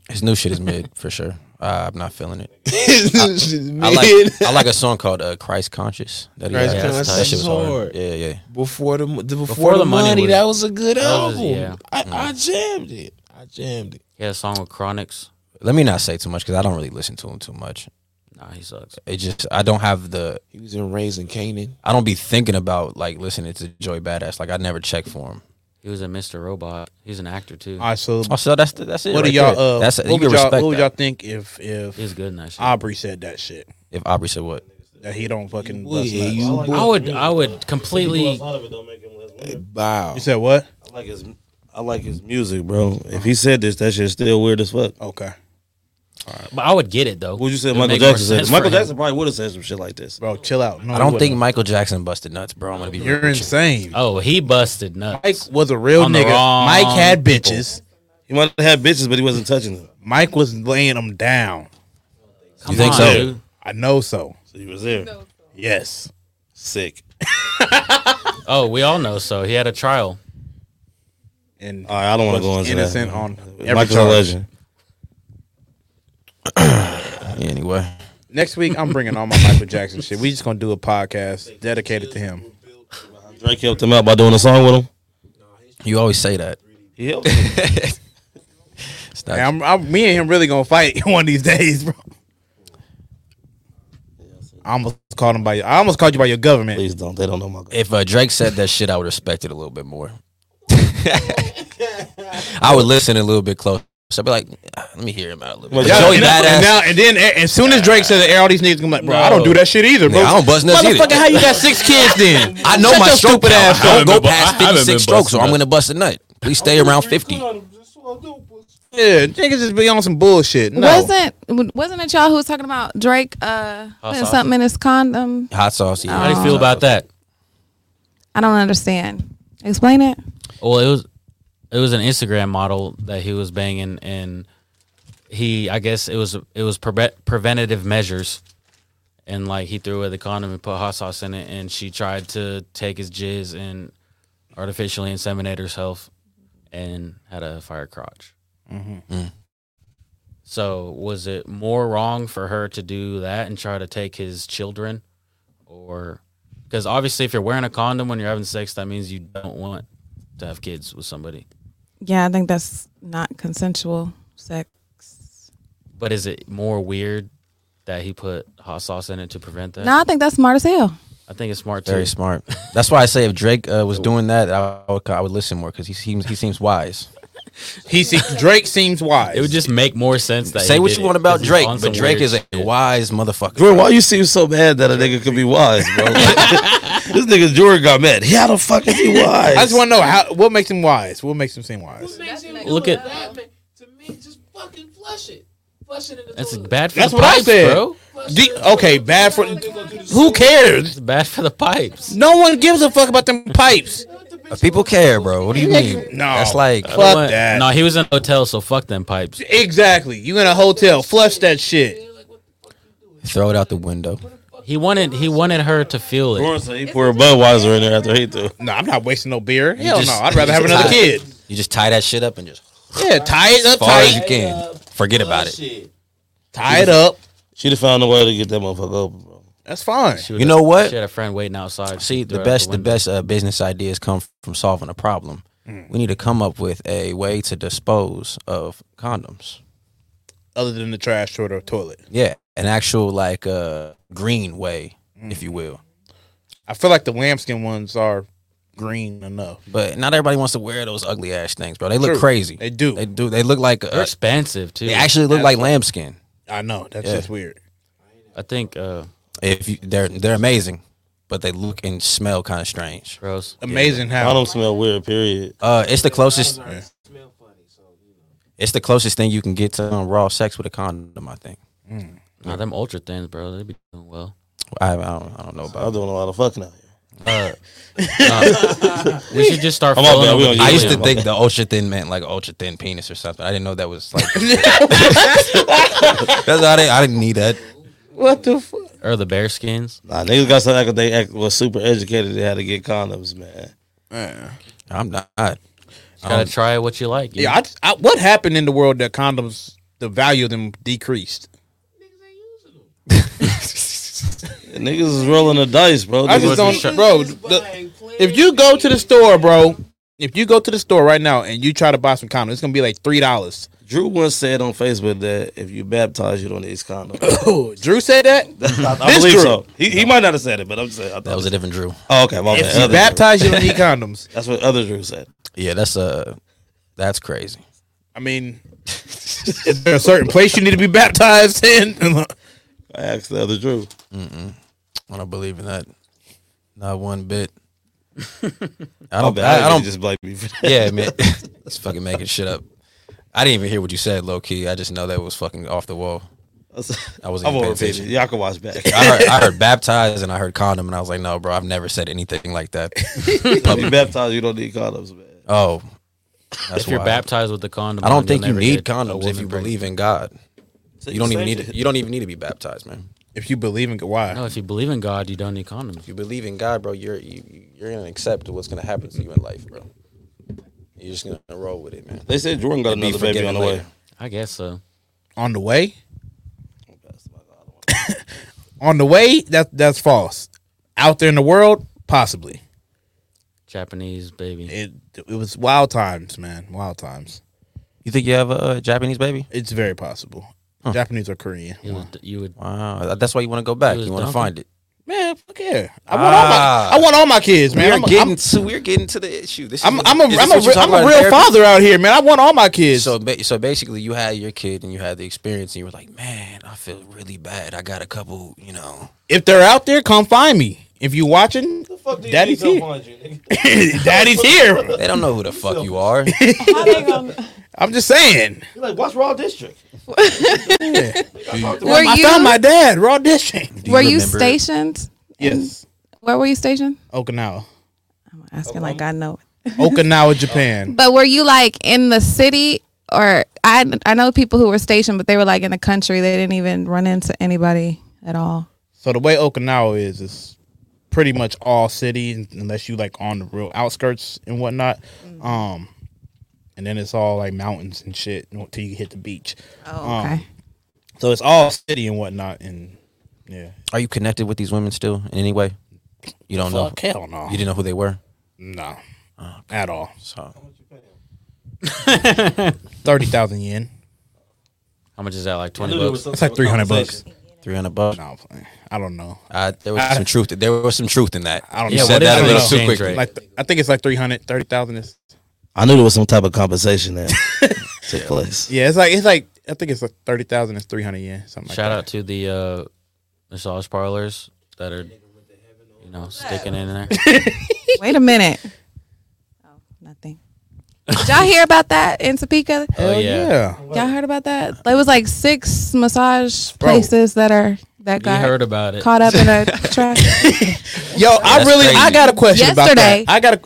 Speaker 2: His new shit is mid for sure. Uh, I'm not feeling it.
Speaker 13: His new shit is
Speaker 2: I, I
Speaker 13: mid.
Speaker 2: like I like a song called uh, Christ Conscious. That he
Speaker 13: Christ
Speaker 2: had.
Speaker 13: Conscious
Speaker 2: That shit
Speaker 13: is
Speaker 2: was hard.
Speaker 13: hard.
Speaker 2: Yeah, yeah.
Speaker 13: Before the, the before, the, money, that was a good
Speaker 1: that was-
Speaker 13: album.
Speaker 1: yeah.
Speaker 13: I,
Speaker 2: Mm.
Speaker 13: I jammed it. I jammed it.
Speaker 1: He had a song with Chronix.
Speaker 2: Let me not say too much because I don't really listen to him too much.
Speaker 1: Nah, he sucks.
Speaker 2: It just I don't have the
Speaker 13: He was in Raising Canaan.
Speaker 2: I don't be thinking about like listening to Joey Badass. Like I never check for him.
Speaker 1: He was in Mr. Robot. He's an actor too.
Speaker 3: All right, so
Speaker 2: Oh, so that's the, that's it.
Speaker 3: what do
Speaker 2: right
Speaker 3: y'all
Speaker 2: there.
Speaker 3: uh
Speaker 2: that's you
Speaker 3: what,
Speaker 2: can
Speaker 3: would y'all,
Speaker 2: respect
Speaker 3: what would
Speaker 2: that.
Speaker 3: y'all think if if
Speaker 1: He's good in that shit.
Speaker 3: Aubrey said that shit?
Speaker 2: If Aubrey said what?
Speaker 3: That he don't fucking
Speaker 13: would,
Speaker 3: bust
Speaker 13: yeah,
Speaker 3: nuts.
Speaker 13: you
Speaker 1: I would, I would completely.
Speaker 13: Wow.
Speaker 3: You said what?
Speaker 15: I like his I like his music, bro. If he said this, that shit's still weird as fuck.
Speaker 3: Okay.
Speaker 1: But I would get it though.
Speaker 15: Would you say
Speaker 1: It would
Speaker 15: Michael
Speaker 1: make more
Speaker 15: Jackson said?
Speaker 1: sense
Speaker 15: it?
Speaker 1: for
Speaker 15: Michael
Speaker 1: him.
Speaker 15: Jackson probably would have said some shit like this.
Speaker 3: Bro, chill out. No,
Speaker 2: I don't
Speaker 3: he
Speaker 2: think Uh,
Speaker 3: wasn't.
Speaker 2: Michael Jackson busted nuts, bro. I'm gonna be real
Speaker 3: you're
Speaker 2: with you.
Speaker 3: insane.
Speaker 1: Oh, he busted nuts.
Speaker 3: Mike was a real
Speaker 1: On the
Speaker 3: nigga.
Speaker 1: wrong
Speaker 3: Mike had
Speaker 1: people.
Speaker 3: bitches.
Speaker 15: He might have had bitches, but he wasn't touching them.
Speaker 3: Mike was laying them down.
Speaker 1: Come
Speaker 2: think
Speaker 1: on,
Speaker 2: so?
Speaker 1: dude.
Speaker 3: I know so.
Speaker 15: So he was there.
Speaker 3: Yes.
Speaker 15: Sick.
Speaker 1: Oh, we all know. So he had a trial.
Speaker 3: And
Speaker 15: All right, I don't want to go
Speaker 3: was
Speaker 15: into
Speaker 3: innocent
Speaker 15: that.
Speaker 3: on every
Speaker 15: Michael's a
Speaker 3: charge.
Speaker 15: legend.
Speaker 2: Anyway,
Speaker 3: Next week, I'm bringing all my Michael Jackson shit. We just gonna do a podcast dedicated to him.
Speaker 15: Drake helped him out by doing a song with him.
Speaker 2: you always say that.
Speaker 15: He helped him.
Speaker 2: It's not-
Speaker 3: And I'm, I'm, me and him really gonna fight one of these days, bro. I almost called him by. your- I almost called you by your government.
Speaker 15: Please don't. They don't know my. God.
Speaker 2: if uh, Drake said that shit, I would respect it a little bit more. I would listen a little bit closer. I'd be like, "Ah, let me hear him out a little bit.
Speaker 15: Well,
Speaker 2: But
Speaker 15: y'all-
Speaker 2: Joey
Speaker 3: and,
Speaker 2: Badass.
Speaker 3: now, and now- and then, a- as soon as Drake said it, all these niggas gonna be like, bro, I don't do that shit either, bro.
Speaker 2: Nah, I don't bust nuts either.
Speaker 3: Motherfucker, how you got six kids then?
Speaker 2: I know
Speaker 3: Shut
Speaker 2: my
Speaker 3: your
Speaker 2: stroke
Speaker 3: stupid ass
Speaker 2: Don't
Speaker 3: up.
Speaker 2: go
Speaker 15: been bu- I
Speaker 2: past
Speaker 15: haven't been
Speaker 2: 56 strokes, or
Speaker 15: busting
Speaker 2: I'm
Speaker 15: nuts.
Speaker 2: going to bust a nut. Please stay around 50.
Speaker 3: Yeah, niggas just be on some bullshit. No.
Speaker 5: Wasn't wasn't it y'all who was talking about Drake uh, putting
Speaker 1: sauce.
Speaker 5: something in his condom?
Speaker 2: Hot sauce. Yeah.
Speaker 1: How do you feel about that?
Speaker 5: I don't understand. Explain it.
Speaker 1: Well, it was it was an Instagram model that he was banging, and he I guess it was it was preve- preventative measures, and like he threw away the condom and put hot sauce in it, and she tried to take his jizz and artificially inseminate herself, and had a fire crotch. So was it more wrong for her to do that and try to take his children, or because obviously if you're wearing a condom when you're having sex, that means you don't want to have kids with somebody.
Speaker 5: Yeah, I think that's not consensual sex.
Speaker 1: But is it more weird that he put hot sauce in it to prevent that?
Speaker 5: No, I think that's smart as hell.
Speaker 1: I think it's smart
Speaker 2: Very
Speaker 1: too.
Speaker 2: smart. That's why I say if Drake uh, was doing that, I would, I would listen more because he seems he seems wise.
Speaker 3: He se- Drake seems wise.
Speaker 1: It would just make more sense that
Speaker 2: Say
Speaker 1: he
Speaker 2: what
Speaker 1: did
Speaker 2: you
Speaker 1: it,
Speaker 2: want about
Speaker 1: 'cause he's
Speaker 2: Drake,
Speaker 1: on
Speaker 2: but
Speaker 1: some
Speaker 2: Drake
Speaker 1: weird
Speaker 2: is a
Speaker 1: shit.
Speaker 2: wise motherfucker.
Speaker 15: Jordan, why you seem so mad that a nigga could be wise, bro? this nigga Jordan got mad. How the fuck is he wise?
Speaker 3: I just want to know how what makes him wise. What makes him seem wise?
Speaker 1: Look at-
Speaker 4: to me, just fucking flush it. Flush it in the
Speaker 1: That's
Speaker 4: toilet.
Speaker 1: bad for
Speaker 3: That's
Speaker 1: the
Speaker 3: what I
Speaker 1: pipes,
Speaker 3: said.
Speaker 1: bro.
Speaker 4: Flush it
Speaker 3: D-
Speaker 4: in the
Speaker 3: okay,
Speaker 4: toilet.
Speaker 3: bad for
Speaker 4: Somebody gonna do the
Speaker 3: who cares?
Speaker 1: It's bad for the pipes.
Speaker 3: No one gives a fuck about them pipes.
Speaker 2: Uh, People care, bro. What do you mean?
Speaker 3: No,
Speaker 2: That's like
Speaker 1: I don't
Speaker 3: Fuck
Speaker 1: want-
Speaker 3: that.
Speaker 1: No, he was in a hotel, so fuck them pipes.
Speaker 3: exactly. You in a hotel? Flush that shit.
Speaker 2: throw it out the window.
Speaker 1: He wanted he wanted her to feel it.
Speaker 15: Jordan said he poured Budweiser in there after he threw.
Speaker 3: No, I'm not wasting no beer.
Speaker 2: You
Speaker 3: Hell
Speaker 2: just-
Speaker 3: no. I'd rather have
Speaker 2: you
Speaker 3: another
Speaker 2: tie-
Speaker 3: kid.
Speaker 2: You just tie that shit up and just
Speaker 3: Yeah, tie it
Speaker 2: as
Speaker 3: up
Speaker 2: far as
Speaker 3: tight.
Speaker 2: you can. Forget about it.
Speaker 3: Tie it up.
Speaker 7: She'd have found a way to get that motherfucker open, bro.
Speaker 17: That's fine.
Speaker 2: You know what?
Speaker 1: She had a friend waiting outside.
Speaker 2: See, the
Speaker 1: Threw her out the
Speaker 2: best the,
Speaker 1: window.
Speaker 2: best uh, business ideas come from solving a problem. We need to come up with a way to dispose of condoms.
Speaker 3: Other than the trash or the toilet.
Speaker 2: Yeah, an actual like uh, green way, if you will.
Speaker 3: I feel like the lambskin ones are green enough.
Speaker 2: But not everybody wants to wear those ugly ass things, bro. They look
Speaker 3: True.
Speaker 2: crazy.
Speaker 3: They do.
Speaker 2: They do. They look like uh,
Speaker 1: They're expensive too.
Speaker 2: They actually look like
Speaker 3: Absolutely.
Speaker 2: lambskin.
Speaker 3: I know. That's
Speaker 2: Yeah.
Speaker 3: just weird.
Speaker 1: I think uh,
Speaker 2: If you, they're they're amazing, but they look and smell kind of strange.
Speaker 1: Gross.
Speaker 3: Amazing how-
Speaker 7: I don't smell weird. Period.
Speaker 2: Uh, it's the closest. It's the closest thing you can get to um, raw sex with a condom. I think.
Speaker 1: nah, them ultra thins, bro. They be doing well.
Speaker 2: I, I don't. I don't know about.
Speaker 7: I'm doing a lot of fucking out
Speaker 2: here.
Speaker 1: Uh, we should just start.
Speaker 2: I'm all bad.
Speaker 1: filling it
Speaker 2: We
Speaker 1: with
Speaker 2: don't I used to
Speaker 1: helium.
Speaker 2: think the ultra thin meant like ultra thin penis or something. I didn't know that was like. That's how they. I didn't need that.
Speaker 7: What the fuck?
Speaker 1: Or the bear skins.
Speaker 7: Nah, niggas got something like they act, was super educated. They had to get condoms, man.
Speaker 2: I'm not. I
Speaker 1: Gotta try what you like. you know?
Speaker 3: Yeah. I, I, what happened in the world that condoms, the value of them decreased?
Speaker 7: Niggas is rolling the dice, bro.
Speaker 3: I just don't, bro. the- if you go to the store, bro, if you go to the store right now and you try to buy some condoms, it's gonna be like three dollars.
Speaker 7: Drew once said on Facebook that if you baptize, you don't need condoms.
Speaker 3: Drew said that.
Speaker 7: I, I
Speaker 3: This
Speaker 7: believe
Speaker 3: Drew.
Speaker 7: so. He, he might not have said it, but I'm saying I thought-
Speaker 2: That was a different Drew.
Speaker 7: Oh, okay. My
Speaker 3: If
Speaker 7: bad.
Speaker 3: you
Speaker 7: Other
Speaker 3: baptize,
Speaker 7: Drew.
Speaker 3: you don't need condoms.
Speaker 7: That's what other Drew said.
Speaker 2: Yeah, that's uh, that's crazy.
Speaker 3: I mean, is there a certain place you need to be baptized in?
Speaker 7: I asked the other Drew.
Speaker 2: Mm-mm. I don't believe in that. Not one bit. I
Speaker 7: My
Speaker 2: don't.
Speaker 7: bad.
Speaker 2: I, I
Speaker 7: I
Speaker 2: don't
Speaker 7: just blame you for that.
Speaker 2: Yeah, man. It's fucking making shit up. I didn't even hear what you said, low key. I just know that was fucking off the wall. I was.
Speaker 7: I'm
Speaker 2: paying
Speaker 7: gonna repeat it.
Speaker 2: attention.
Speaker 7: Y'all can watch back.
Speaker 2: I heard, I heard baptized and I heard condom, and I was like, no, bro, I've never said anything like that.
Speaker 7: if you baptize, you don't need condoms, man.
Speaker 2: Oh, that's
Speaker 1: if you're
Speaker 2: why.
Speaker 1: baptized with the condom,
Speaker 2: I
Speaker 1: on,
Speaker 2: don't think
Speaker 1: you'll
Speaker 2: you
Speaker 1: never
Speaker 2: need
Speaker 1: get a
Speaker 2: condoms if
Speaker 1: woman
Speaker 2: you
Speaker 1: pregnant.
Speaker 2: believe in God.
Speaker 7: So
Speaker 2: you don't
Speaker 7: you
Speaker 2: even
Speaker 7: saved it.
Speaker 2: need. To, you don't even need to be baptized, man.
Speaker 3: If you believe in God, why?
Speaker 1: No, if you believe in God, you don't need condoms.
Speaker 2: You believe in God, bro. You're you, you're gonna accept what's gonna happen to you in life, bro. You're just gonna roll with it, man.
Speaker 7: They said Jordan got
Speaker 2: And be
Speaker 7: another baby
Speaker 2: forgiven
Speaker 7: on the way.
Speaker 2: later.
Speaker 1: I guess so.
Speaker 3: On the way. On the way. That that's false. Out there in the world, possibly.
Speaker 1: Japanese baby.
Speaker 3: It it was wild times, man. Wild times.
Speaker 2: You think you have a uh, Japanese baby?
Speaker 3: It's very possible.
Speaker 2: Huh.
Speaker 3: Japanese or Korean.
Speaker 1: You would, you would
Speaker 2: Wow, Uh-huh. that's why you want to go back.
Speaker 1: was
Speaker 2: You want to
Speaker 1: dunking.
Speaker 2: find it.
Speaker 3: Man, fuck yeah. I want all my I want all my kids, man.
Speaker 2: We're
Speaker 3: I'm, a-
Speaker 2: Ah. getting
Speaker 3: I'm,
Speaker 2: to we're getting to the issue. This
Speaker 3: I'm,
Speaker 2: is-
Speaker 3: I'm a
Speaker 2: is this
Speaker 3: I'm
Speaker 2: what
Speaker 3: a,
Speaker 2: you're
Speaker 3: re- I'm
Speaker 2: talking
Speaker 3: a
Speaker 2: about in
Speaker 3: real
Speaker 2: therapy?
Speaker 3: father out here, man. I want all my kids.
Speaker 2: So ba- so basically, you had your kid and you had the experience, and you were like, man, I feel really bad. I got a couple, you know.
Speaker 3: if they're out there, come find me. If you watching, daddy's here. daddy's here.
Speaker 2: They don't know who the fuck you are.
Speaker 3: I'm just saying.
Speaker 7: You're like, what's Raw District?
Speaker 5: Were
Speaker 3: I
Speaker 5: you-
Speaker 3: found my dad, raw dishing.
Speaker 2: you
Speaker 5: were you
Speaker 2: remember-
Speaker 5: stationed?
Speaker 3: Yes.
Speaker 5: Where were you stationed?
Speaker 3: Okinawa.
Speaker 5: I'm asking like I know.
Speaker 3: Okinawa, Japan.
Speaker 5: But were you like in the city or I I know people who were stationed but they were like in the country. They didn't even run into anybody at all.
Speaker 3: So the way Okinawa is is pretty much all city unless you like on the real outskirts and whatnot. Um and then it's all like mountains and shit until you hit the beach.
Speaker 5: Oh,
Speaker 3: Um,
Speaker 5: okay.
Speaker 3: so it's all city and whatnot and yeah.
Speaker 2: Are you connected with these women still in any way? You don't know.
Speaker 3: Fuck, hell no.
Speaker 2: You didn't know who they were.
Speaker 3: No. At all.
Speaker 2: So
Speaker 3: Thirty thousand yen.
Speaker 1: How much is that? Like twenty
Speaker 7: knew there
Speaker 1: bucks.
Speaker 7: was
Speaker 3: It's like three hundred bucks.
Speaker 2: three hundred bucks.
Speaker 3: No, I'm playing. I don't know.
Speaker 2: Uh, there was
Speaker 3: I-
Speaker 2: some truth. There was some truth in that.
Speaker 3: I don't
Speaker 2: you
Speaker 3: know.
Speaker 2: said
Speaker 3: Yeah,
Speaker 2: that a
Speaker 3: what
Speaker 2: little
Speaker 3: is
Speaker 2: too
Speaker 1: it?
Speaker 2: quickly.
Speaker 1: Exchange
Speaker 3: Like I think it's like 300, 30,000 is
Speaker 7: I knew there was some type of conversation that took place.
Speaker 3: yeah, it's like it's like I think it's like thirty thousand is three hundred yen, something like
Speaker 1: Shout
Speaker 3: that.
Speaker 1: out to the uh, massage parlors that are, you know, sticking in there.
Speaker 5: Wait a minute. Oh, nothing. Did y'all hear about that in Topeka?
Speaker 1: Oh yeah.
Speaker 3: yeah.
Speaker 5: Y'all heard about that? There was like six massage
Speaker 3: Bro.
Speaker 5: places that are that
Speaker 1: You
Speaker 5: got
Speaker 1: heard about it.
Speaker 5: caught up in a trash.
Speaker 3: Yo, I
Speaker 2: That's
Speaker 3: really, I
Speaker 2: crazy.
Speaker 3: got a question about that.
Speaker 5: Yesterday.
Speaker 3: I got a,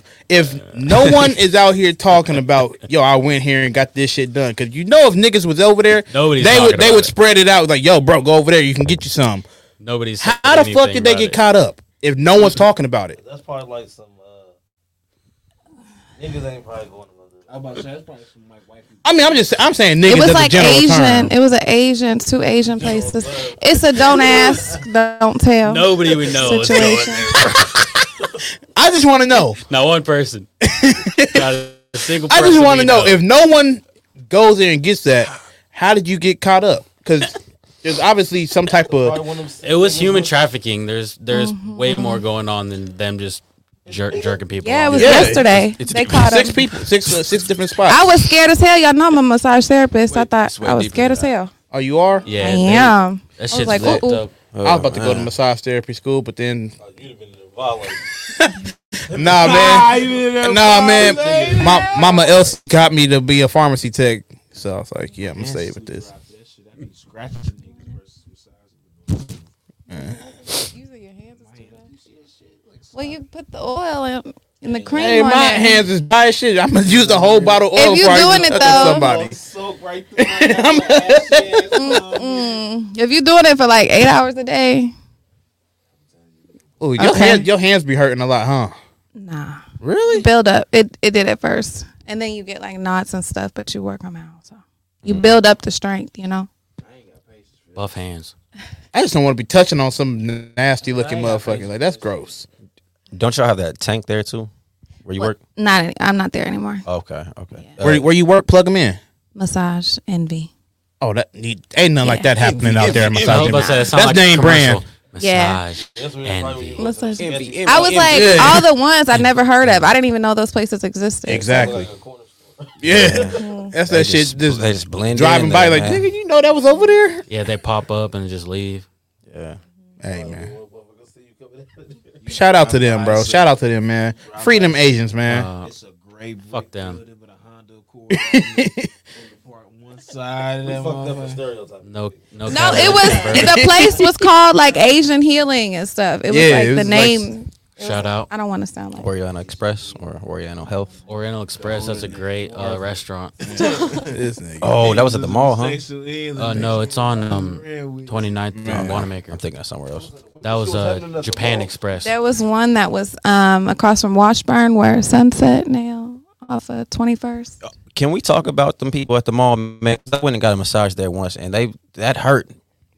Speaker 3: if no one is out here talking about, yo, I went here and got this shit done, because you know if niggas was over there,
Speaker 1: Nobody's
Speaker 3: they
Speaker 1: talking
Speaker 3: would they
Speaker 1: about
Speaker 3: would
Speaker 1: it.
Speaker 3: spread it out like, yo, bro, go over there, you can get you some.
Speaker 1: Nobody's.
Speaker 3: How
Speaker 1: said
Speaker 3: the fuck
Speaker 1: anything
Speaker 3: did they
Speaker 1: about
Speaker 3: get
Speaker 1: it.
Speaker 3: caught up if no one's talking about it?
Speaker 18: That's probably like some uh, niggas ain't probably going about this.
Speaker 7: I was about to say that's probably from my wife.
Speaker 3: I mean, I'm just I'm saying niggas.
Speaker 5: It was
Speaker 3: that's
Speaker 5: like
Speaker 3: a general
Speaker 5: Asian.
Speaker 3: term.
Speaker 5: It was an Asian, two Asian places. It's a don't ask, don't tell.
Speaker 1: Nobody would know what's
Speaker 5: Situation.
Speaker 3: I just want to know.
Speaker 1: Not one person. Not a single
Speaker 3: I
Speaker 1: person
Speaker 3: just want to
Speaker 1: we
Speaker 3: know if no one goes in and gets that, how did you get caught up? Because there's obviously some type of
Speaker 1: It was
Speaker 5: Mm-hmm.
Speaker 1: human trafficking. There's there's way more going on than them just jer- jerking people.
Speaker 5: Yeah, it
Speaker 1: off.
Speaker 5: was yesterday. they caught
Speaker 3: six
Speaker 5: him.
Speaker 3: people, six uh, six different spots.
Speaker 5: I was scared as hell. Y'all know I'm a massage therapist. I thought I was scared as hell.
Speaker 3: Oh, you are?
Speaker 1: Yeah,
Speaker 5: I am. I was like,
Speaker 3: fucked
Speaker 5: ooh, ooh.
Speaker 3: up. I
Speaker 2: Oh,
Speaker 3: was about to go to massage therapy school, but then. nah, man. Nah, man. My, Mama else got me to be a pharmacy tech, so I was like, yeah, I'm gonna stay with this.
Speaker 5: Well, you put the oil in, in the cream
Speaker 3: Hey,
Speaker 5: on
Speaker 3: my
Speaker 5: it.
Speaker 3: hands is by shit. I'm gonna use the whole bottle of
Speaker 5: If
Speaker 3: oil
Speaker 5: you
Speaker 3: before I
Speaker 5: doing
Speaker 3: even
Speaker 5: it,
Speaker 3: touch
Speaker 5: though-
Speaker 3: somebody.
Speaker 5: Mm-mm. If you're doing it for like eight hours a day,
Speaker 3: Ooh, your
Speaker 5: Okay.
Speaker 3: hands, your hands be hurting a lot, huh?
Speaker 5: nah.
Speaker 3: Really?
Speaker 5: Build up. It it did at first, and then you get like knots and stuff, but you work them out. So you build up the strength, you know.
Speaker 1: buff hands.
Speaker 3: I just don't want to be touching on some nasty looking motherfucker. Like that's gross.
Speaker 2: Don't y'all have that tank there too, where you work?
Speaker 5: Not any, I'm not there anymore.
Speaker 2: Okay, okay. Uh,
Speaker 3: Where, where you work? Plug them in.
Speaker 5: Massage envy.
Speaker 3: Oh, that need, ain't nothing like that happening out there in
Speaker 1: I was about to
Speaker 3: massage.
Speaker 1: say, that
Speaker 3: That's
Speaker 1: sound like a
Speaker 3: name brand.
Speaker 1: commercial. Massage.
Speaker 5: Yeah.
Speaker 1: Envy.
Speaker 5: Massage
Speaker 1: Envy,
Speaker 5: envy.
Speaker 1: envy,
Speaker 5: I was
Speaker 1: envy.
Speaker 5: like
Speaker 1: Yeah.
Speaker 5: all the ones I never heard of. I didn't even know those places existed.
Speaker 3: Exactly. Yeah, that's
Speaker 2: They
Speaker 3: that
Speaker 2: just-
Speaker 3: shit. Just,
Speaker 2: they just blend
Speaker 3: driving
Speaker 2: in
Speaker 3: by,
Speaker 2: there,
Speaker 3: like
Speaker 2: man.
Speaker 3: nigga, you know that was over there.
Speaker 1: Yeah, they pop up and just leave.
Speaker 2: Yeah.
Speaker 3: Hey man. Shout out to them, bro.
Speaker 1: Robinson.
Speaker 3: Shout out to them, man. Freedom Asians, man.
Speaker 1: Uh, fuck them.
Speaker 7: Side of that motherfucker.
Speaker 1: No, no.
Speaker 5: No, it was the place was called like Asian Healing and stuff. It was
Speaker 2: Yeah,
Speaker 5: like
Speaker 2: it was like-
Speaker 5: the name. it was-
Speaker 1: Shout out.
Speaker 5: I don't want to sound like.
Speaker 2: Oriental Express or Oriental Health.
Speaker 1: Oriental Express. That's a great uh, restaurant.
Speaker 3: This nigga.
Speaker 2: Oh, that was at the mall, huh?
Speaker 1: Uh, no, it's on um, 29th and Wanamaker.
Speaker 2: I'm thinking of somewhere else.
Speaker 1: That was uh, Japan Express.
Speaker 5: There was one that was um across from Washburn where Sunset now off of Twenty First.
Speaker 2: Can we talk about them people at the mall, man? 'Cause I went and got a massage there once, and they that hurt.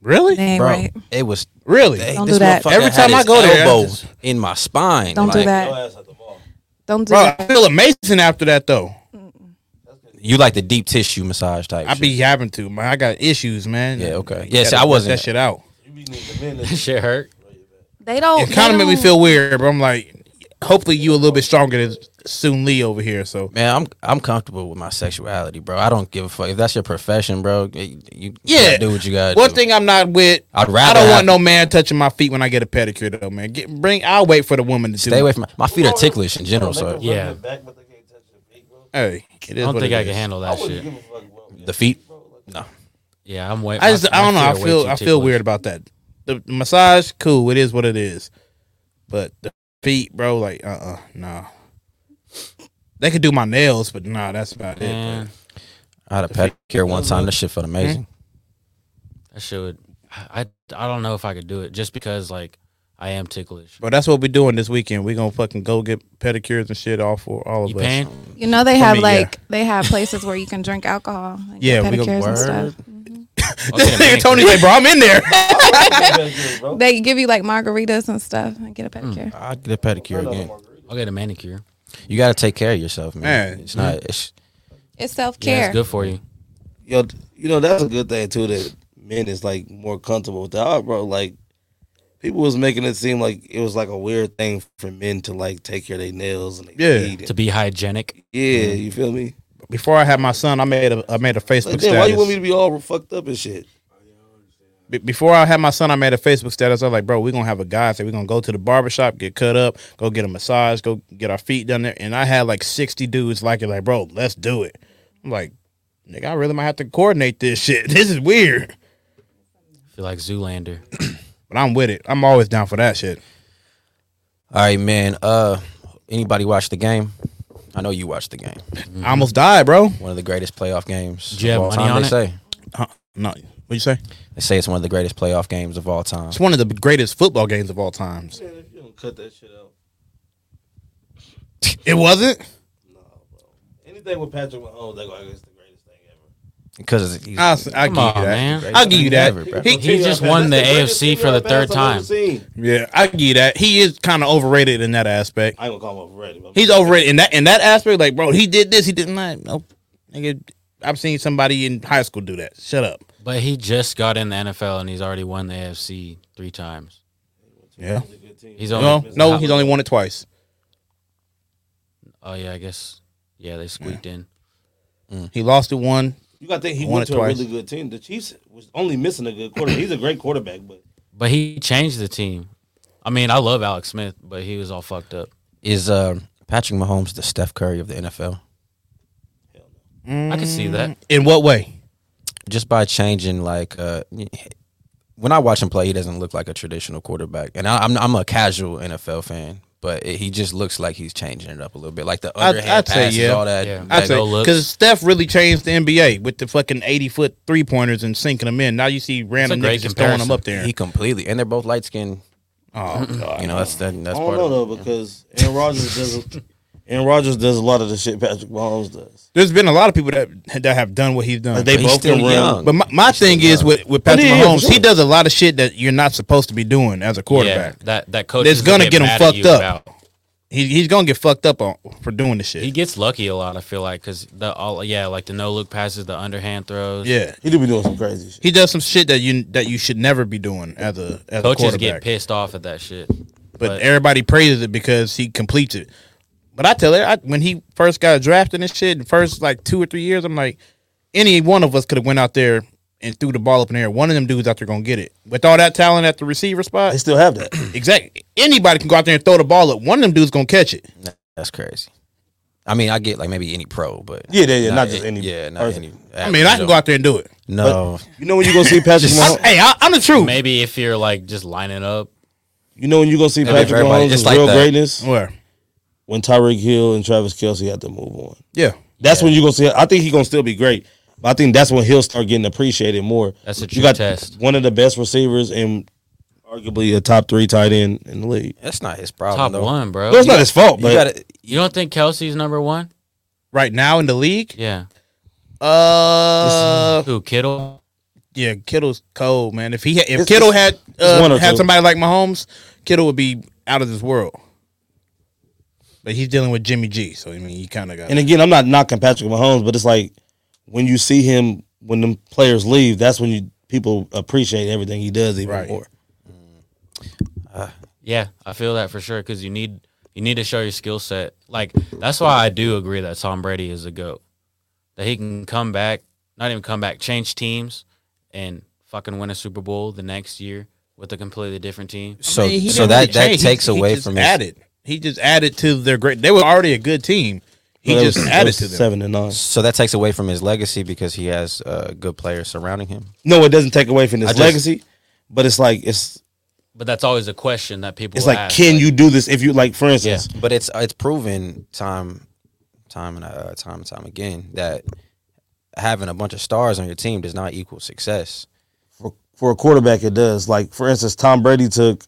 Speaker 3: Really,
Speaker 5: They ain't
Speaker 2: bro?
Speaker 5: right.
Speaker 2: It was
Speaker 3: really.
Speaker 2: They,
Speaker 5: Don't
Speaker 2: this
Speaker 5: do that.
Speaker 2: motherfucker
Speaker 5: Every
Speaker 2: had
Speaker 5: time I
Speaker 2: his
Speaker 5: go there, I
Speaker 2: elbow in my spine.
Speaker 5: Don't do
Speaker 2: like,
Speaker 5: that. Don't do
Speaker 3: Bro,
Speaker 5: that.
Speaker 3: I feel amazing after that though.
Speaker 2: You like the deep tissue massage type?
Speaker 3: I be having to, man. I got issues, man.
Speaker 2: Yeah, okay.
Speaker 3: You
Speaker 2: Yeah, see,
Speaker 3: gotta
Speaker 2: I
Speaker 3: work
Speaker 2: wasn't-
Speaker 3: that shit out.
Speaker 1: that shit hurt.
Speaker 5: They don't.
Speaker 3: It kind
Speaker 5: they
Speaker 3: of made me
Speaker 5: don't-
Speaker 3: feel weird, but I'm like, hopefully you a little bit stronger than Soon Lee over here. So
Speaker 2: Man, I'm I'm comfortable with my sexuality, bro. I don't give a fuck if that's your profession, bro. You, you
Speaker 3: Yeah.
Speaker 2: gotta do what you got.
Speaker 3: One thing I'm not with.
Speaker 2: I'd
Speaker 3: I
Speaker 2: rather
Speaker 3: don't
Speaker 2: have-
Speaker 3: want no man touching my feet when I get a pedicure, though, man. Get, bring. I'll wait for the woman to
Speaker 2: Stay away from my, my feet are ticklish in general, so
Speaker 1: Yeah,
Speaker 3: Hey, it
Speaker 1: I
Speaker 3: is
Speaker 1: don't
Speaker 3: what
Speaker 1: think
Speaker 3: it
Speaker 1: I
Speaker 3: is.
Speaker 1: can handle that shit.
Speaker 2: the feet. No,
Speaker 1: Yeah, I'm way.
Speaker 3: I just
Speaker 1: my-
Speaker 3: I don't know.
Speaker 1: my
Speaker 3: I
Speaker 1: feet are way
Speaker 3: feel
Speaker 1: too
Speaker 3: I feel
Speaker 1: ticklish.
Speaker 3: weird about that. The the massage, cool. It is what it is. But the feet, bro, like uh uh no. They could do my nails, but nah, that's about it.
Speaker 1: Man,
Speaker 2: I had a pedicure one time. That shit felt amazing.
Speaker 1: that shit would. I I don't know if I could do it just because like I am ticklish.
Speaker 3: But that's what we're doing this weekend. We're gonna fucking go get pedicures and shit off for all of
Speaker 1: You
Speaker 3: us.
Speaker 1: paying?
Speaker 5: You know they
Speaker 3: For
Speaker 5: have
Speaker 3: me, yeah.
Speaker 5: like they have places where you can drink alcohol. Like
Speaker 3: Yeah, we go-
Speaker 5: pedicures and stuff.
Speaker 2: Word.
Speaker 3: This nigga Tony like, bro, I'm in there.
Speaker 5: They give you like margaritas and stuff and
Speaker 3: Mm.
Speaker 5: get a pedicure.
Speaker 2: I get a pedicure again.
Speaker 1: I'll get a manicure.
Speaker 2: You got to take care of yourself, man.
Speaker 3: Man,
Speaker 2: it's not. It's,
Speaker 5: It's self
Speaker 1: Yeah,
Speaker 5: care.
Speaker 1: it's good for you.
Speaker 15: Yo, you know that's a good thing too. That men is like more comfortable with that, Oh, bro. Like people was making it seem like it was like a weird thing for men to like take care of their nails and their
Speaker 3: Yeah.
Speaker 15: feet and-
Speaker 1: To be hygienic.
Speaker 15: yeah. You feel me?
Speaker 3: Before I had my son, I made a I made a Facebook
Speaker 15: Like, damn,
Speaker 3: status.
Speaker 15: why you want me to be all fucked up and shit?
Speaker 3: Be- before I had my son, I made a Facebook status. I was like, bro, we're gonna have a guy say we're gonna go to the barbershop, get cut up, go get a massage, go get our feet done there. And I had like 60 dudes like it, like, bro, let's do it. I'm like, nigga, I really might have to coordinate this shit. This is weird.
Speaker 1: Feel like Zoolander.
Speaker 3: But I'm with it. I'm always down for that shit.
Speaker 2: all right, man. Uh, anybody watch the game? I know you watched the game.
Speaker 3: I almost died, bro.
Speaker 2: One of the greatest playoff games.
Speaker 1: Do you
Speaker 2: of
Speaker 1: have
Speaker 2: all
Speaker 1: money
Speaker 2: time,
Speaker 1: on
Speaker 2: they
Speaker 1: it?
Speaker 2: say.
Speaker 3: Huh? No, what you say?
Speaker 2: They say it's one of the greatest playoff games of all time.
Speaker 3: It's one of the greatest football games of all times.
Speaker 15: You don't cut that shit out.
Speaker 3: It wasn't?
Speaker 15: Anything with Patrick Mahomes, they go, it's the greatest
Speaker 2: Because
Speaker 3: I'll, I'll give you that. I'll give you that.
Speaker 1: He, just won the AFC for the third time.
Speaker 3: Yeah, I give you that. He is kind of overrated in that aspect.
Speaker 15: I ain't gonna call him overrated. but-
Speaker 3: He's overrated in that in that aspect. Like, bro, he did this. He did not. Nope. Nigga, I've seen somebody in high school do that. Shut up.
Speaker 1: But he just got in the NFL and he's already won the AFC three times.
Speaker 3: Yeah.
Speaker 1: He's
Speaker 3: no,
Speaker 1: only
Speaker 3: no, he's only won it twice.
Speaker 1: Oh yeah, I guess. Yeah, they squeaked in.
Speaker 3: He lost it one.
Speaker 15: You got to think he
Speaker 3: won
Speaker 15: went
Speaker 3: it
Speaker 15: to
Speaker 3: twice.
Speaker 15: a really good team. The Chiefs was only missing a good quarterback. He's a great quarterback, but
Speaker 1: But he changed the team. I mean, I love Alex Smith, but he was all fucked up.
Speaker 2: Is uh, Patrick Mahomes the Steph Curry of the NFL?
Speaker 1: I can see that.
Speaker 3: In what way?
Speaker 2: Just by changing, like, uh, when I watch him play, he doesn't look like a traditional quarterback. And I, I'm, I'm a casual NFL fan, but it, he just looks like he's changing it up a little bit. Like the underhand passes, all that.
Speaker 3: I'd say
Speaker 2: lego
Speaker 3: because Steph really changed the NBA with the fucking eighty foot three pointers and sinking them in. Now you see random niggas just throwing them up there.
Speaker 2: He completely, and they're both light skinned.
Speaker 3: Oh, God.
Speaker 2: you know that's that, that's
Speaker 15: I
Speaker 2: part
Speaker 15: don't know
Speaker 2: of it.
Speaker 15: though because Aaron Rodgers does. Aaron Rodgers does a lot of the shit Patrick Mahomes does.
Speaker 3: There's been a lot of people that that have done what he's done.
Speaker 15: But they But he's both still can run. young.
Speaker 3: But my, my thing is with with
Speaker 15: But
Speaker 3: Patrick
Speaker 15: yeah, yeah,
Speaker 3: Mahomes,
Speaker 15: for sure.
Speaker 3: he does a lot of shit that you're not supposed to be doing as a quarterback.
Speaker 1: Yeah, that that coach
Speaker 3: That's
Speaker 1: is
Speaker 3: gonna get him
Speaker 1: mad at
Speaker 3: fucked
Speaker 1: you
Speaker 3: up.
Speaker 1: about.
Speaker 3: He, he's gonna get fucked up on for doing this shit.
Speaker 1: He gets lucky a lot. I feel like because the all yeah, like the no look passes, the underhand throws.
Speaker 3: Yeah,
Speaker 15: he do be doing some crazy shit.
Speaker 3: He does some shit that you that you should never be doing as a as a
Speaker 1: coaches
Speaker 3: quarterback.
Speaker 1: get pissed off at that shit.
Speaker 3: but, everybody praises it because he completes it. But I tell her I, when he first got drafted and shit, the first like two or three years, I'm like, any one of us could have went out there and threw the ball up in the air. One of them dudes out there gonna get it. With all that talent at the receiver spot, they
Speaker 15: still have that.
Speaker 3: exactly. Anybody can go out there and throw the ball up. One of them dudes gonna catch it.
Speaker 2: That's crazy. I mean, I get like maybe any pro, but
Speaker 15: Yeah, yeah, yeah, not just any
Speaker 2: Yeah, not
Speaker 15: person.
Speaker 2: any.
Speaker 3: I mean, I can go out there and do it.
Speaker 2: No,
Speaker 15: You know when you gonna see Patrick Mahomes?
Speaker 3: hey, I, I'm the truth.
Speaker 1: Maybe if you're like just lining up,
Speaker 15: You know when you gonna see
Speaker 1: Yeah,
Speaker 15: Patrick
Speaker 1: everybody-
Speaker 15: Mahomes'
Speaker 1: it's like
Speaker 15: real
Speaker 1: that.
Speaker 15: greatness?
Speaker 3: Where?
Speaker 15: When Tyreek Hill and Travis Kelsey had to move on.
Speaker 3: Yeah.
Speaker 15: That's when you gonna see. I think he's gonna still be great, but I think that's when he'll start getting appreciated more.
Speaker 1: That's a
Speaker 15: you
Speaker 1: true
Speaker 15: got
Speaker 1: test.
Speaker 15: One of the best receivers and arguably a top three tight end in the league.
Speaker 2: That's not his problem.
Speaker 1: top one, bro.
Speaker 15: No, it's not his fault,
Speaker 1: You
Speaker 15: but-
Speaker 1: gotta- you don't think Kelsey's number one?
Speaker 3: Right now in the league,
Speaker 1: Yeah.
Speaker 3: uh,
Speaker 1: who Kittle?
Speaker 3: Yeah, Kittle's cold, man. If he had, if
Speaker 1: It's-
Speaker 3: Kittle
Speaker 1: it's-
Speaker 3: had
Speaker 1: it's one
Speaker 3: uh,
Speaker 1: or
Speaker 3: had
Speaker 1: two.
Speaker 3: somebody like Mahomes, Kittle would be out of this world. But he's dealing with Jimmy G, so I mean, he kind of got.
Speaker 15: And again, I'm not knocking Patrick Mahomes, but it's like when you see him when them players leave, that's when you people appreciate everything he does even more.
Speaker 1: Yeah, I feel that for sure because you need you need to show your skill set. Like that's why I do agree that Tom Brady is a goat. That he can come back, not even come back, change teams, and fucking win a Super Bowl the next year with a completely different team.
Speaker 2: So-
Speaker 3: he
Speaker 2: so
Speaker 3: didn't
Speaker 2: that- that
Speaker 3: change.
Speaker 2: takes away
Speaker 3: just
Speaker 2: from his-
Speaker 3: added. He just added to their great. They were already a good team. He
Speaker 2: Well, that
Speaker 3: just
Speaker 2: was- that
Speaker 3: added
Speaker 2: was
Speaker 3: to them.
Speaker 15: seven and nine.
Speaker 2: So that takes away from his legacy because he has uh, good players surrounding him.
Speaker 15: No, it doesn't take away from his
Speaker 2: I just-
Speaker 15: legacy, but it's like it's
Speaker 1: But that's always a question that people.
Speaker 15: it's like
Speaker 1: ask.
Speaker 15: can you do this if you like for instance
Speaker 2: But it's it's proven time, time and uh, time and time again that having a bunch of stars on your team does not equal success.
Speaker 15: for a quarterback it does. Like for instance, Tom Brady took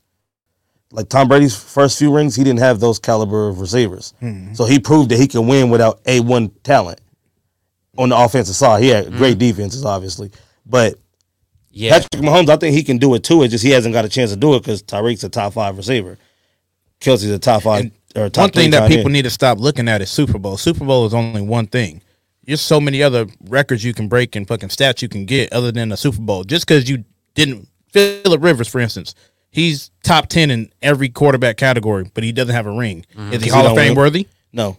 Speaker 15: like Tom Brady's first few rings, he didn't have those caliber of receivers.
Speaker 2: Mhm.
Speaker 15: So he proved that he can win without A one talent on the offensive side. He
Speaker 3: Mm-hmm.
Speaker 15: had great defenses, obviously. But
Speaker 1: Yeah.
Speaker 15: Patrick Mahomes, I think he can do it too. It's just he hasn't got a chance to do it because Tyreek's a top five receiver. Kelsey's a top five or top
Speaker 3: one
Speaker 15: three
Speaker 3: thing that
Speaker 15: tight
Speaker 3: people
Speaker 15: end.
Speaker 3: need to stop looking at is Super Bowl. Super Bowl is only one thing. There's so many other records you can break and fucking stats you can get other than a Super Bowl. Just because you didn't Philip Rivers, for instance, he's top ten in every quarterback category, but he doesn't have a ring. Is he
Speaker 15: Because
Speaker 3: Hall of
Speaker 15: Mm-hmm. don't
Speaker 3: Fame
Speaker 15: win-
Speaker 3: worthy?
Speaker 15: No,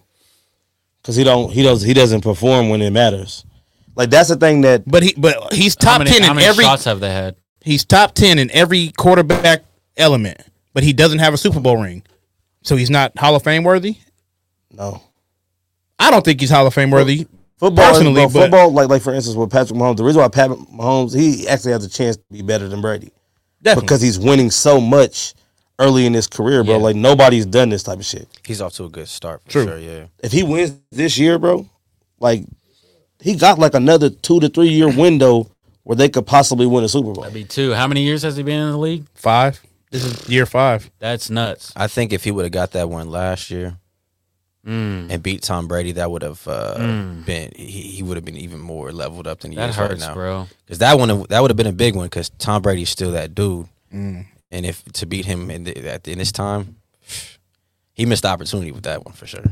Speaker 15: because he don't. He does. He doesn't perform when it matters. Like that's the thing that.
Speaker 3: But he. But he's
Speaker 1: How
Speaker 3: top
Speaker 1: many-
Speaker 3: ten
Speaker 1: how
Speaker 3: in
Speaker 1: many
Speaker 3: every.
Speaker 1: shots have they had?
Speaker 3: He's top ten in every quarterback element, but he doesn't have a Super Bowl ring, so he's not Hall of Fame worthy.
Speaker 15: No,
Speaker 3: I don't think he's Hall of Fame worthy.
Speaker 15: Football,
Speaker 3: personally,
Speaker 15: but
Speaker 3: but-
Speaker 15: football, like like for instance, with Patrick Mahomes, the reason why Pat Mahomes he actually has a chance to be better than Brady,
Speaker 3: Definitely.
Speaker 15: because he's winning so much early in his career, bro. Like nobody's done this type of shit.
Speaker 2: He's off to a good start for
Speaker 15: True.
Speaker 2: sure. Yeah.
Speaker 15: If he wins this year, bro, like he got like another two to three year window where they could possibly win a Super Bowl.
Speaker 1: That'd be two. How many years has he been in the league?
Speaker 3: Five. This is year five.
Speaker 1: That's nuts.
Speaker 2: I think if he would have got that one last year, and beat Tom Brady, that would have uh,
Speaker 1: Mm.
Speaker 2: been he, he would have been even more leveled up than he
Speaker 1: That
Speaker 2: is right
Speaker 1: hurts,
Speaker 2: now,
Speaker 1: bro.
Speaker 2: Because that one that would have been a big one because Tom Brady's still that dude,
Speaker 1: Mm.
Speaker 2: and if to beat him in the, at the, in this time, he missed the opportunity with that one for sure.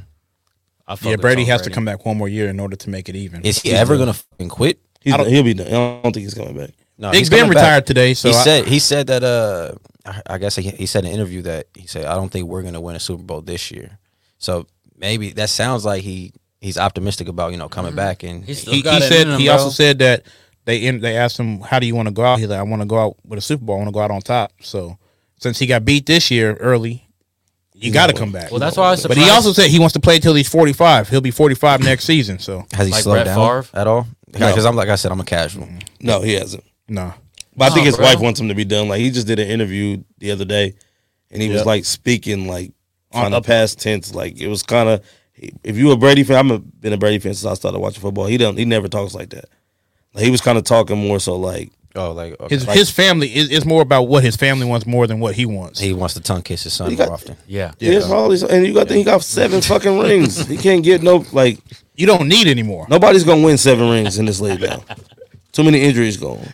Speaker 3: yeah, Brady has to come back one more year in order to make it even.
Speaker 2: Is he ever gonna fucking quit?
Speaker 3: He's-
Speaker 15: he'll be done. I don't think he's coming back.
Speaker 2: No,
Speaker 3: Big
Speaker 2: he's
Speaker 3: Ben
Speaker 2: coming
Speaker 3: retired today, so
Speaker 2: he
Speaker 3: I-
Speaker 2: said he said that. Uh, I- I guess he, he said in an interview that he said I don't think we're gonna win a Super Bowl this year. So maybe that sounds like he he's optimistic about you know coming back and
Speaker 3: he, he said he also said that they in, they asked him how do you want to go out. He's like I want to go out with a Super Bowl. I want to go out on top. So since he got beat this year early, you got to come back.
Speaker 1: Well, that's why I was
Speaker 3: But he
Speaker 1: surprised-
Speaker 3: also said he wants to play till he's forty five. He'll be forty five next season. So
Speaker 2: Has he
Speaker 3: Like
Speaker 2: slowed
Speaker 3: Brett
Speaker 2: down
Speaker 3: Favre?
Speaker 2: at all?
Speaker 3: No.
Speaker 2: Because I'm like I said, I'm a casual.
Speaker 15: No, he hasn't.
Speaker 3: No.
Speaker 15: But I think
Speaker 2: Nah,
Speaker 15: his
Speaker 2: bro.
Speaker 15: wife wants him to be done. Like he just did an interview the other day, and he was
Speaker 2: Yep.
Speaker 15: like speaking like
Speaker 2: On
Speaker 15: on the
Speaker 2: up-
Speaker 15: past tense. Like it was kind of. If you a Brady fan, I'm a, been a Brady fan since I started watching football. He don't. He never talks like that. Like he was kind of talking more so like.
Speaker 2: Oh, like
Speaker 3: his his family is it's more about what his family wants more than what he wants.
Speaker 2: He wants to tongue kiss his son
Speaker 15: He got-
Speaker 2: more often.
Speaker 1: Yeah.
Speaker 15: Yeah, all these, and you got to think he got seven fucking rings. He can't get no like.
Speaker 3: You don't need anymore.
Speaker 15: Nobody's gonna win seven rings in this league now. Too many injuries going.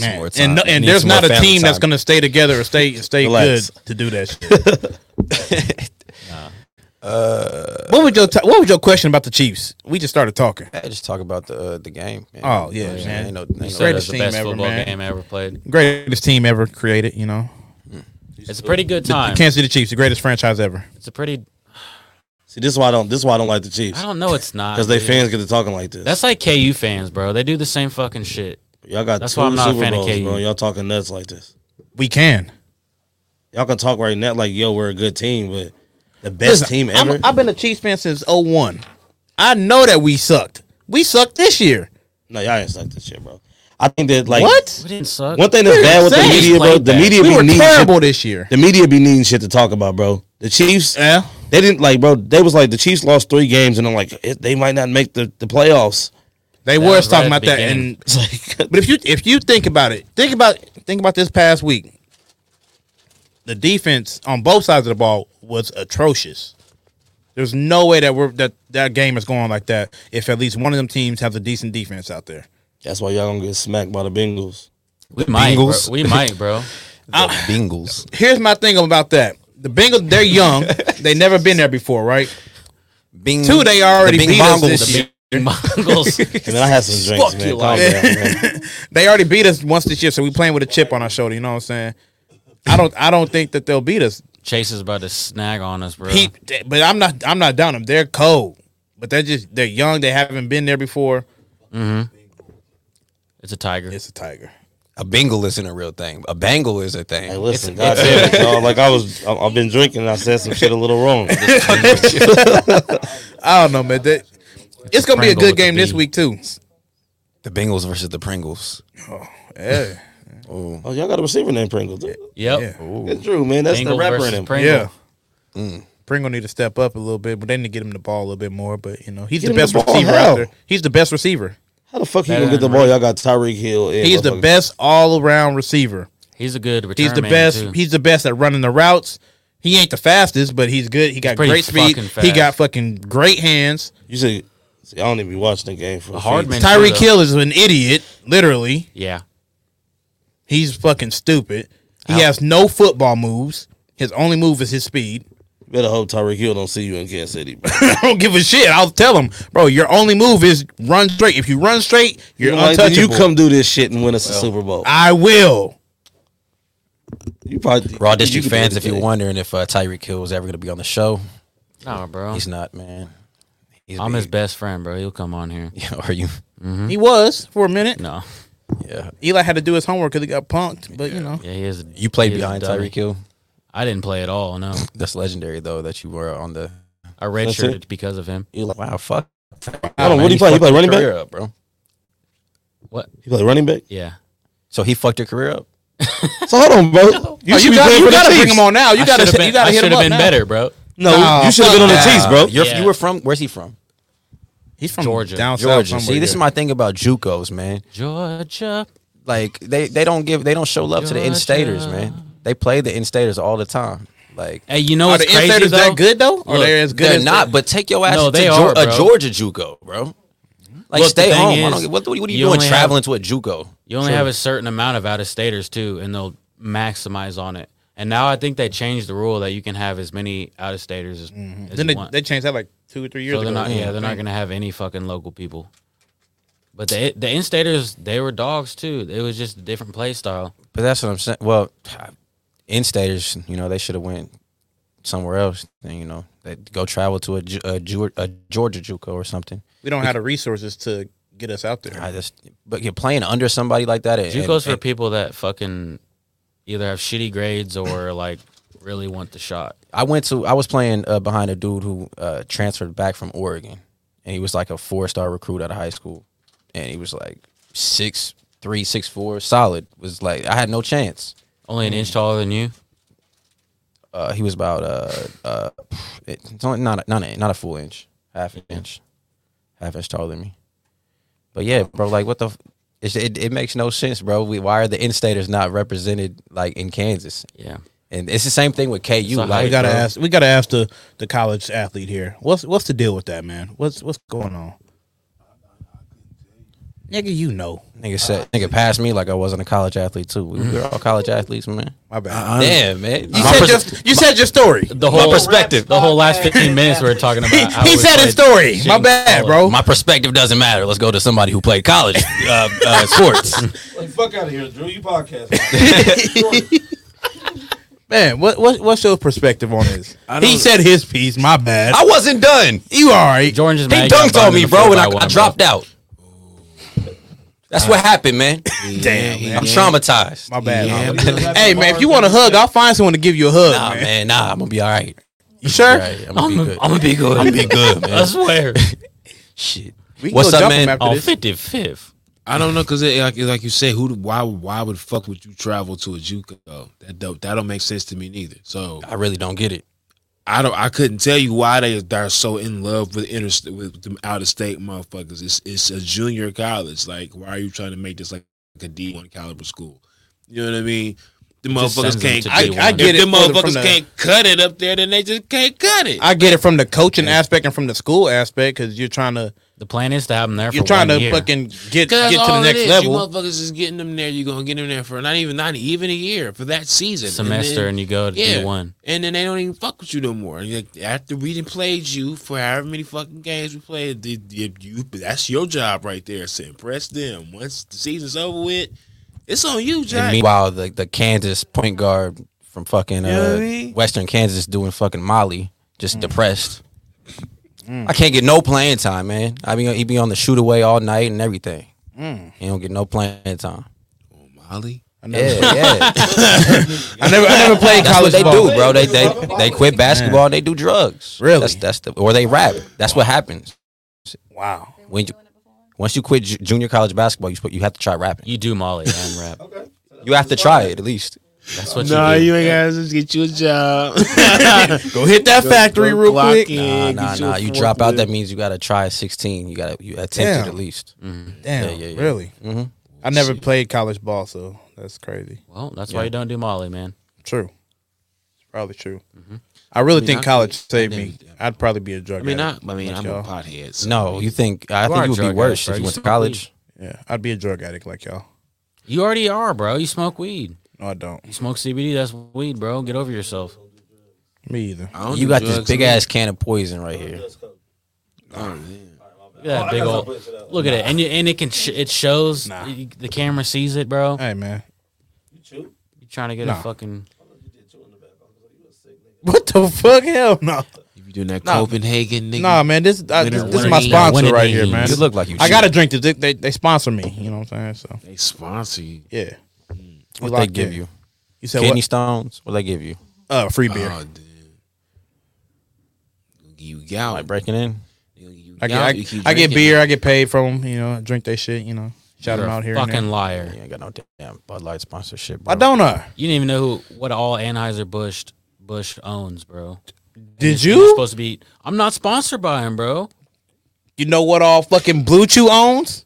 Speaker 3: Man, and no, and there's not a team that's going to stay together or stay stay
Speaker 15: Relax.
Speaker 3: good to do that shit. Uh, what was your t- what was your question about the Chiefs? We just started talking.
Speaker 2: I just talk about the uh, the game. man.
Speaker 3: Oh yeah,
Speaker 2: Ain't
Speaker 3: man.
Speaker 2: no- ain't no-
Speaker 1: the best football game ever played.
Speaker 3: Greatest team ever created. You know,
Speaker 1: It's a pretty good
Speaker 3: The-
Speaker 1: time.
Speaker 3: The Kansas City Chiefs, the greatest franchise ever.
Speaker 1: It's a pretty.
Speaker 15: See, this is why I don't. This is why I don't like the Chiefs.
Speaker 1: I don't know. It's not
Speaker 15: because they
Speaker 1: dude.
Speaker 15: fans get to talking like this.
Speaker 1: That's like KU fans, bro. They do the same fucking shit.
Speaker 15: Y'all got
Speaker 1: That's
Speaker 15: two
Speaker 1: why I'm not
Speaker 15: Super
Speaker 1: a fan
Speaker 15: Bowls,
Speaker 1: of KU.
Speaker 15: bro. Y'all talking nuts like this.
Speaker 3: We can.
Speaker 15: Y'all can talk right now like yo, we're a good team, but the best
Speaker 3: Listen,
Speaker 15: team
Speaker 3: I'm-
Speaker 15: ever.
Speaker 3: I've been a Chiefs fan since 01. I know that we sucked. We sucked this year.
Speaker 15: no, y'all ain't suck this shit, bro. I think that like
Speaker 3: What?
Speaker 1: We didn't suck.
Speaker 15: One thing that's
Speaker 3: We
Speaker 15: bad with the
Speaker 3: sucked.
Speaker 15: media, bro. The media
Speaker 3: we
Speaker 15: be
Speaker 3: were
Speaker 15: needing
Speaker 3: terrible
Speaker 15: shit-
Speaker 3: this year.
Speaker 15: The media be needing shit to talk about, bro. The Chiefs,
Speaker 3: yeah,
Speaker 15: they didn't like, bro. They was like the Chiefs lost three games, and I'm like, it, they might not make the, the playoffs.
Speaker 3: They were talking about that, and but if you if you think about it, think about think about this past week. The defense on both sides of the ball was atrocious. There's no way that we're that that game is going like that if at least one of them teams has a decent defense out there.
Speaker 15: That's why y'all gonna get smacked by the Bengals.
Speaker 1: We might, bro. We might, bro.
Speaker 2: Bengals.
Speaker 3: Here's my thing about that: the Bengals, they're young. they never been there before, right?
Speaker 2: Bing,
Speaker 3: Two, they already
Speaker 2: the Bing
Speaker 3: beat us
Speaker 2: Bongles.
Speaker 3: this
Speaker 2: The
Speaker 3: year.
Speaker 15: And then I had some drinks,
Speaker 3: Fuck
Speaker 15: man.
Speaker 3: your
Speaker 15: Calm
Speaker 3: life.
Speaker 15: down, man.
Speaker 3: they already beat us once this year, so we playing with a chip on our shoulder. You know what I'm saying? I don't. I don't think that they'll beat us.
Speaker 1: Chase is about to snag on us, bro.
Speaker 3: He, but I'm not. I'm not down them. They're cold, but they're just. They're young. They haven't been there before.
Speaker 1: hmm It's a tiger.
Speaker 3: It's a tiger.
Speaker 2: A Bengal isn't a real thing. A Bengal is a thing.
Speaker 15: Hey, listen, goddamn it, dog. Like I was, I- I've been drinking. and I said some shit a little wrong.
Speaker 3: I don't know, man. That it's gonna be
Speaker 2: Pringle
Speaker 3: a good
Speaker 2: with the
Speaker 3: game this
Speaker 2: B.
Speaker 3: week too.
Speaker 2: the Bengals versus the Pringles.
Speaker 3: Yeah.
Speaker 2: Oh,
Speaker 15: Oh, y'all got a receiver named Pringles.
Speaker 1: Yep.
Speaker 15: That's true, man. That's the rapper in him.
Speaker 3: Yeah.
Speaker 15: Mm.
Speaker 3: Pringle need to step up a little bit, but they need to get him the ball a little bit more. But you know, he's
Speaker 15: Get
Speaker 3: the
Speaker 15: him the
Speaker 3: best
Speaker 15: ball,
Speaker 3: receiver
Speaker 15: how?
Speaker 3: out there. He's the best receiver.
Speaker 15: How the fuck you
Speaker 3: Better
Speaker 15: gonna get the
Speaker 3: than
Speaker 15: ball? Y'all got Tyreek Hill. and
Speaker 3: He's the
Speaker 15: motherfucking-
Speaker 3: best all around receiver.
Speaker 1: He's a good. Return
Speaker 3: He's the
Speaker 1: man,
Speaker 3: best.
Speaker 1: too.
Speaker 3: He's the best at running the routes. He ain't the fastest, but he's good. He got
Speaker 1: pretty
Speaker 3: great speed.
Speaker 1: fucking
Speaker 3: He
Speaker 1: fast.
Speaker 3: got fucking great hands.
Speaker 15: You see, see, I don't even be watching the game for the
Speaker 1: Hardman
Speaker 15: feed.
Speaker 3: Tyreek Hill is an idiot, literally.
Speaker 1: Yeah.
Speaker 3: He's fucking stupid. He has no football moves. His only move is his speed.
Speaker 15: Better hope Tyreek Hill don't see you in Kansas City. Bro.
Speaker 3: I don't give a shit. I'll tell him, bro. Your only move is run straight. If you run straight,
Speaker 15: You're
Speaker 3: you're
Speaker 15: like, then
Speaker 3: untouchable.
Speaker 15: you come do this shit and win us a Super Bowl.
Speaker 3: I will.
Speaker 15: You probably
Speaker 2: Raw
Speaker 15: you
Speaker 2: District
Speaker 15: could do
Speaker 2: fans, if
Speaker 15: anything.
Speaker 2: you're wondering if uh, Tyreek Hill was ever going to be on the show,
Speaker 1: Nah, bro.
Speaker 2: he's not, man. He's
Speaker 1: I'm his best friend, bro. He'll come on here.
Speaker 2: Yeah, are you?
Speaker 1: Mhm.
Speaker 3: He was for a minute.
Speaker 1: No.
Speaker 2: Yeah.
Speaker 3: Eli had to do his homework because he got punked. But you know, Oh,
Speaker 1: Yeah, he is.
Speaker 2: You played
Speaker 1: he is a
Speaker 2: behind
Speaker 1: dummy.
Speaker 2: Tyreek Hill.
Speaker 1: I didn't play at all. No,
Speaker 2: That's legendary, though, that you were on the.
Speaker 1: I
Speaker 2: That's it?
Speaker 1: redshirted because of him.
Speaker 15: Eli-
Speaker 2: Wow, fuck.
Speaker 15: Hold on,
Speaker 2: man,
Speaker 15: what do you play?
Speaker 2: fucked
Speaker 15: You play
Speaker 2: your
Speaker 15: running back?
Speaker 2: career Up, bro.
Speaker 1: What?
Speaker 15: You play running back?
Speaker 1: Yeah.
Speaker 2: So he fucked your career up?
Speaker 15: So hold on, bro.
Speaker 3: Oh,
Speaker 15: should
Speaker 3: you
Speaker 15: be
Speaker 3: got-
Speaker 15: playing
Speaker 3: you
Speaker 15: for the
Speaker 3: gotta bring
Speaker 15: Chiefs.
Speaker 3: him on now. You
Speaker 1: I
Speaker 3: gotta
Speaker 1: should've
Speaker 3: hit-
Speaker 1: been-
Speaker 3: you gotta
Speaker 1: I
Speaker 3: hit him
Speaker 1: should've
Speaker 3: up
Speaker 1: been
Speaker 3: now.
Speaker 1: better, bro.
Speaker 15: No, you should have been on the Chiefs, bro.
Speaker 2: Uh, You're,
Speaker 1: Yeah.
Speaker 2: You were from, where's he from?
Speaker 3: he's from
Speaker 1: Georgia.
Speaker 3: down
Speaker 2: Georgia.
Speaker 3: south.
Speaker 2: See, this is my thing about JUCOs, man.
Speaker 1: Georgia.
Speaker 2: Like, they, they don't give, they don't show love to the in-staters, man. They play the in-staters all the time. Like,
Speaker 1: Hey, you know
Speaker 2: Are
Speaker 1: what's
Speaker 2: the
Speaker 1: crazy
Speaker 2: inserters
Speaker 1: though?
Speaker 2: that good, though? Or
Speaker 1: Look,
Speaker 2: they're as good they're as not, the- but take your ass to Geor- a Georgia JUCO, bro. Like,
Speaker 1: Look, the
Speaker 2: stay
Speaker 1: thing
Speaker 2: home. I don't
Speaker 1: is,
Speaker 2: get- what- what are you doing
Speaker 1: only have-
Speaker 2: traveling to a JUCO?
Speaker 1: You only
Speaker 2: True.
Speaker 1: have a certain amount of out of staters too, and they'll maximize on it. And now I think they changed the rule that you can have as many out of staters as, as
Speaker 3: Mm-hmm. Then
Speaker 1: you
Speaker 3: they,
Speaker 1: want.
Speaker 3: they changed that like two or three years
Speaker 1: so they're
Speaker 3: ago.
Speaker 1: not, yeah, they're not gonna have any fucking local people. But the the instaters, they were dogs too. It was just a different play style.
Speaker 2: But that's what I'm saying. Well, in-staters, you know, they should have went somewhere else. And, you know, they go travel to a, Ju- a, Ju- a Georgia JUCO or something.
Speaker 3: We don't have the resources to get us out there.
Speaker 2: I just, but you're playing under somebody like that. and-
Speaker 1: JUCOs for
Speaker 2: and-
Speaker 1: people that fucking either have shitty grades or like really want the shot.
Speaker 2: I went to I was playing uh, behind a dude who uh, transferred back from Oregon, and he was like a four star recruit out of high school, and he was like six three six four solid. Was like I had no chance.
Speaker 1: Only an inch taller than you.
Speaker 2: Uh, he was about uh uh it's only not a, not a, not a full inch, half an inch, half inch taller than me. But yeah, bro, like what the. f- It's, it, it makes no sense, bro. We, why are the in-staters not represented like in Kansas?
Speaker 1: Yeah,
Speaker 2: and it's the same thing with KU. like,
Speaker 3: we gotta
Speaker 2: bro.
Speaker 3: ask. We gotta ask the the college athlete here. What's what's the deal with that, man? What's what's going on? Nigga, you know.
Speaker 2: Nigga said, nigga passed me like I wasn't a college athlete too. We were all college athletes, man.
Speaker 3: My bad.
Speaker 2: Damn, man.
Speaker 3: You said just you said your story.
Speaker 1: The whole perspective. The whole last fifteen minutes we were talking about. how
Speaker 3: He
Speaker 1: we
Speaker 3: said his
Speaker 1: played
Speaker 3: story.
Speaker 1: shit
Speaker 3: My
Speaker 1: in
Speaker 3: bad,
Speaker 1: college.
Speaker 3: bro.
Speaker 2: My perspective doesn't matter. Let's go to somebody who played college uh, uh, sports.
Speaker 19: Like, fuck out of here, Drew. You podcast.
Speaker 3: Man, what, what what's your perspective on this?
Speaker 19: I
Speaker 3: He
Speaker 19: don't-
Speaker 3: said his piece. My bad.
Speaker 2: I wasn't done.
Speaker 3: You all right?
Speaker 1: Jordan just
Speaker 2: He dunked on me, bro, and I, I dropped out. That's what happened, man.
Speaker 3: Damn,
Speaker 2: I'm traumatized.
Speaker 3: My bad. hey man, if you want a hug, I'll find someone to give you a hug.
Speaker 2: Nah, man. nah, I'm gonna be all right.
Speaker 3: You sure?
Speaker 2: I'm gonna be good. I'm gonna be good. man.
Speaker 1: I swear.
Speaker 2: Shit.
Speaker 3: We
Speaker 2: What's up, man?
Speaker 1: On 55th.
Speaker 7: I don't know because it, like, like you say, who why why would fuck would you travel to a JUCO? That don't that don't make sense to me neither. So
Speaker 2: I really don't get it.
Speaker 7: I don't. I couldn't tell you why they they're so in love with inter with them out of state motherfuckers. It's it's a junior college. Like why are you trying to make this like a D one caliber school? You know what I mean? The
Speaker 3: It just
Speaker 7: motherfuckers
Speaker 3: sends them
Speaker 7: can't.
Speaker 3: to D1. I- I
Speaker 7: if
Speaker 3: get it
Speaker 7: The
Speaker 3: from the- from
Speaker 7: motherfuckers
Speaker 3: the-
Speaker 7: can't cut it up there. Then they just can't cut it.
Speaker 3: I get it from the coaching aspect and from the school aspect because you're trying to.
Speaker 1: The plan is to have them there.
Speaker 3: You're
Speaker 1: for
Speaker 3: trying
Speaker 1: one
Speaker 3: to
Speaker 1: year.
Speaker 3: fucking get get
Speaker 7: Because
Speaker 3: to the next
Speaker 7: You
Speaker 3: level.
Speaker 7: motherfuckers is getting them there. You're gonna get them there for not even not even a year for that season
Speaker 1: Semester, and you go to D1.
Speaker 7: and then they don't even fuck with you no more. And you're like, after we done played you for however many fucking games we played, the- the- you that's your job right there. So impress them. Once the season's over with, it's on you,
Speaker 2: And
Speaker 7: Jack.
Speaker 2: meanwhile, the, the Kansas point guard from fucking
Speaker 7: You know what I
Speaker 2: uh,
Speaker 7: mean?
Speaker 2: Western Kansas doing fucking Molly, just depressed. I can't get no playing time, man. I mean, he be on the shoot away all night and everything.
Speaker 3: Mm.
Speaker 2: He don't get no playing time.
Speaker 7: Molly.
Speaker 2: Yeah, yeah.
Speaker 3: I never, I never played
Speaker 2: That's what
Speaker 3: college
Speaker 2: they
Speaker 3: ball.
Speaker 2: do, bro. They they they quit basketball. and They do drugs. Really? That's that's the or they rap. That's what happens.
Speaker 3: Wow.
Speaker 2: When you once you quit ju- junior college basketball, you sp- you have to try rapping.
Speaker 1: You do Molly and rap.
Speaker 2: You have to try it at least. That's
Speaker 1: what
Speaker 7: Nah,
Speaker 1: you do.
Speaker 7: you ain't gotta just get you a job.
Speaker 3: Go hit that factory real
Speaker 7: clock
Speaker 3: quick.
Speaker 2: Nah,
Speaker 7: in,
Speaker 2: nah,
Speaker 7: get a
Speaker 2: nah. You drop out.
Speaker 7: forklift.
Speaker 2: That means you gotta try sixteen. You gotta you attempt
Speaker 3: Damn.
Speaker 2: it at least.
Speaker 1: Mm.
Speaker 3: Damn,
Speaker 2: Yeah, yeah, yeah.
Speaker 3: really?
Speaker 2: hmm
Speaker 3: I never played college ball, so that's crazy.
Speaker 1: Well, that's
Speaker 3: Yeah.
Speaker 1: why you don't do Molly, man.
Speaker 3: True. It's probably true. I really
Speaker 1: I mean,
Speaker 3: think
Speaker 1: I
Speaker 3: college
Speaker 1: could-
Speaker 3: saved
Speaker 1: I
Speaker 3: me. I'd probably be a drug.
Speaker 7: I mean,
Speaker 3: addict,
Speaker 7: I- I mean,
Speaker 3: like
Speaker 7: I'm a
Speaker 3: y'all.
Speaker 7: pothead, so-
Speaker 2: No, you think I
Speaker 1: You
Speaker 2: think
Speaker 1: are
Speaker 2: you would
Speaker 1: a
Speaker 2: be
Speaker 1: drug
Speaker 2: worse
Speaker 1: addict, bro.
Speaker 2: if
Speaker 1: You
Speaker 2: you went to
Speaker 1: smoke
Speaker 2: college.
Speaker 3: Yeah, I'd be a drug addict like y'all.
Speaker 1: You already are, bro. You smoke weed.
Speaker 3: No, I don't.
Speaker 1: You smoke CBD. That's weed, bro. Get over yourself.
Speaker 3: Me either.
Speaker 7: I don't
Speaker 2: You
Speaker 7: do
Speaker 2: got this
Speaker 7: drugs,
Speaker 2: big
Speaker 7: man.
Speaker 2: ass can of poison right here.
Speaker 7: Oh, man.
Speaker 1: Look at that big old. Look at it, and you, and it can sh- it shows you- the camera sees it, bro.
Speaker 3: Hey man,
Speaker 1: you trying to get
Speaker 3: Nah.
Speaker 1: a fucking
Speaker 3: What the fuck? Hell no.
Speaker 7: You doing that
Speaker 3: Nah.
Speaker 7: Copenhagen, nigga?
Speaker 3: Nah, man, this I, this, this is my
Speaker 7: Winter-
Speaker 3: sponsor
Speaker 7: Winter-
Speaker 3: right here, man.
Speaker 7: You look like you
Speaker 3: I
Speaker 7: should.
Speaker 3: gotta drink this. They, they, they sponsor me. You know what I'm saying? So
Speaker 7: They sponsor you.
Speaker 3: yeah. We
Speaker 2: What they
Speaker 3: locked
Speaker 2: give
Speaker 3: in.
Speaker 2: you?
Speaker 3: You said
Speaker 2: kidney
Speaker 3: what?
Speaker 2: stones? What they give you?
Speaker 3: Uh, free beer.
Speaker 7: Oh, You gout.
Speaker 2: Like breaking in.
Speaker 3: I get,
Speaker 7: gout,
Speaker 3: I,
Speaker 7: you keep
Speaker 3: I get
Speaker 7: drinking.
Speaker 3: beer. I get paid from 'em, You know, I drink they shit. You know, shout them out here. and there.
Speaker 1: liar.
Speaker 2: You ain't got no damn Bud Light sponsorship.
Speaker 3: I don't know.
Speaker 1: You didn't even know who, what all Anheuser Busch Busch owns, bro.
Speaker 3: Did
Speaker 1: It's-
Speaker 3: you?
Speaker 1: it's supposed to be? I'm not sponsored by him, bro.
Speaker 3: You know what all fucking Blue Chew owns?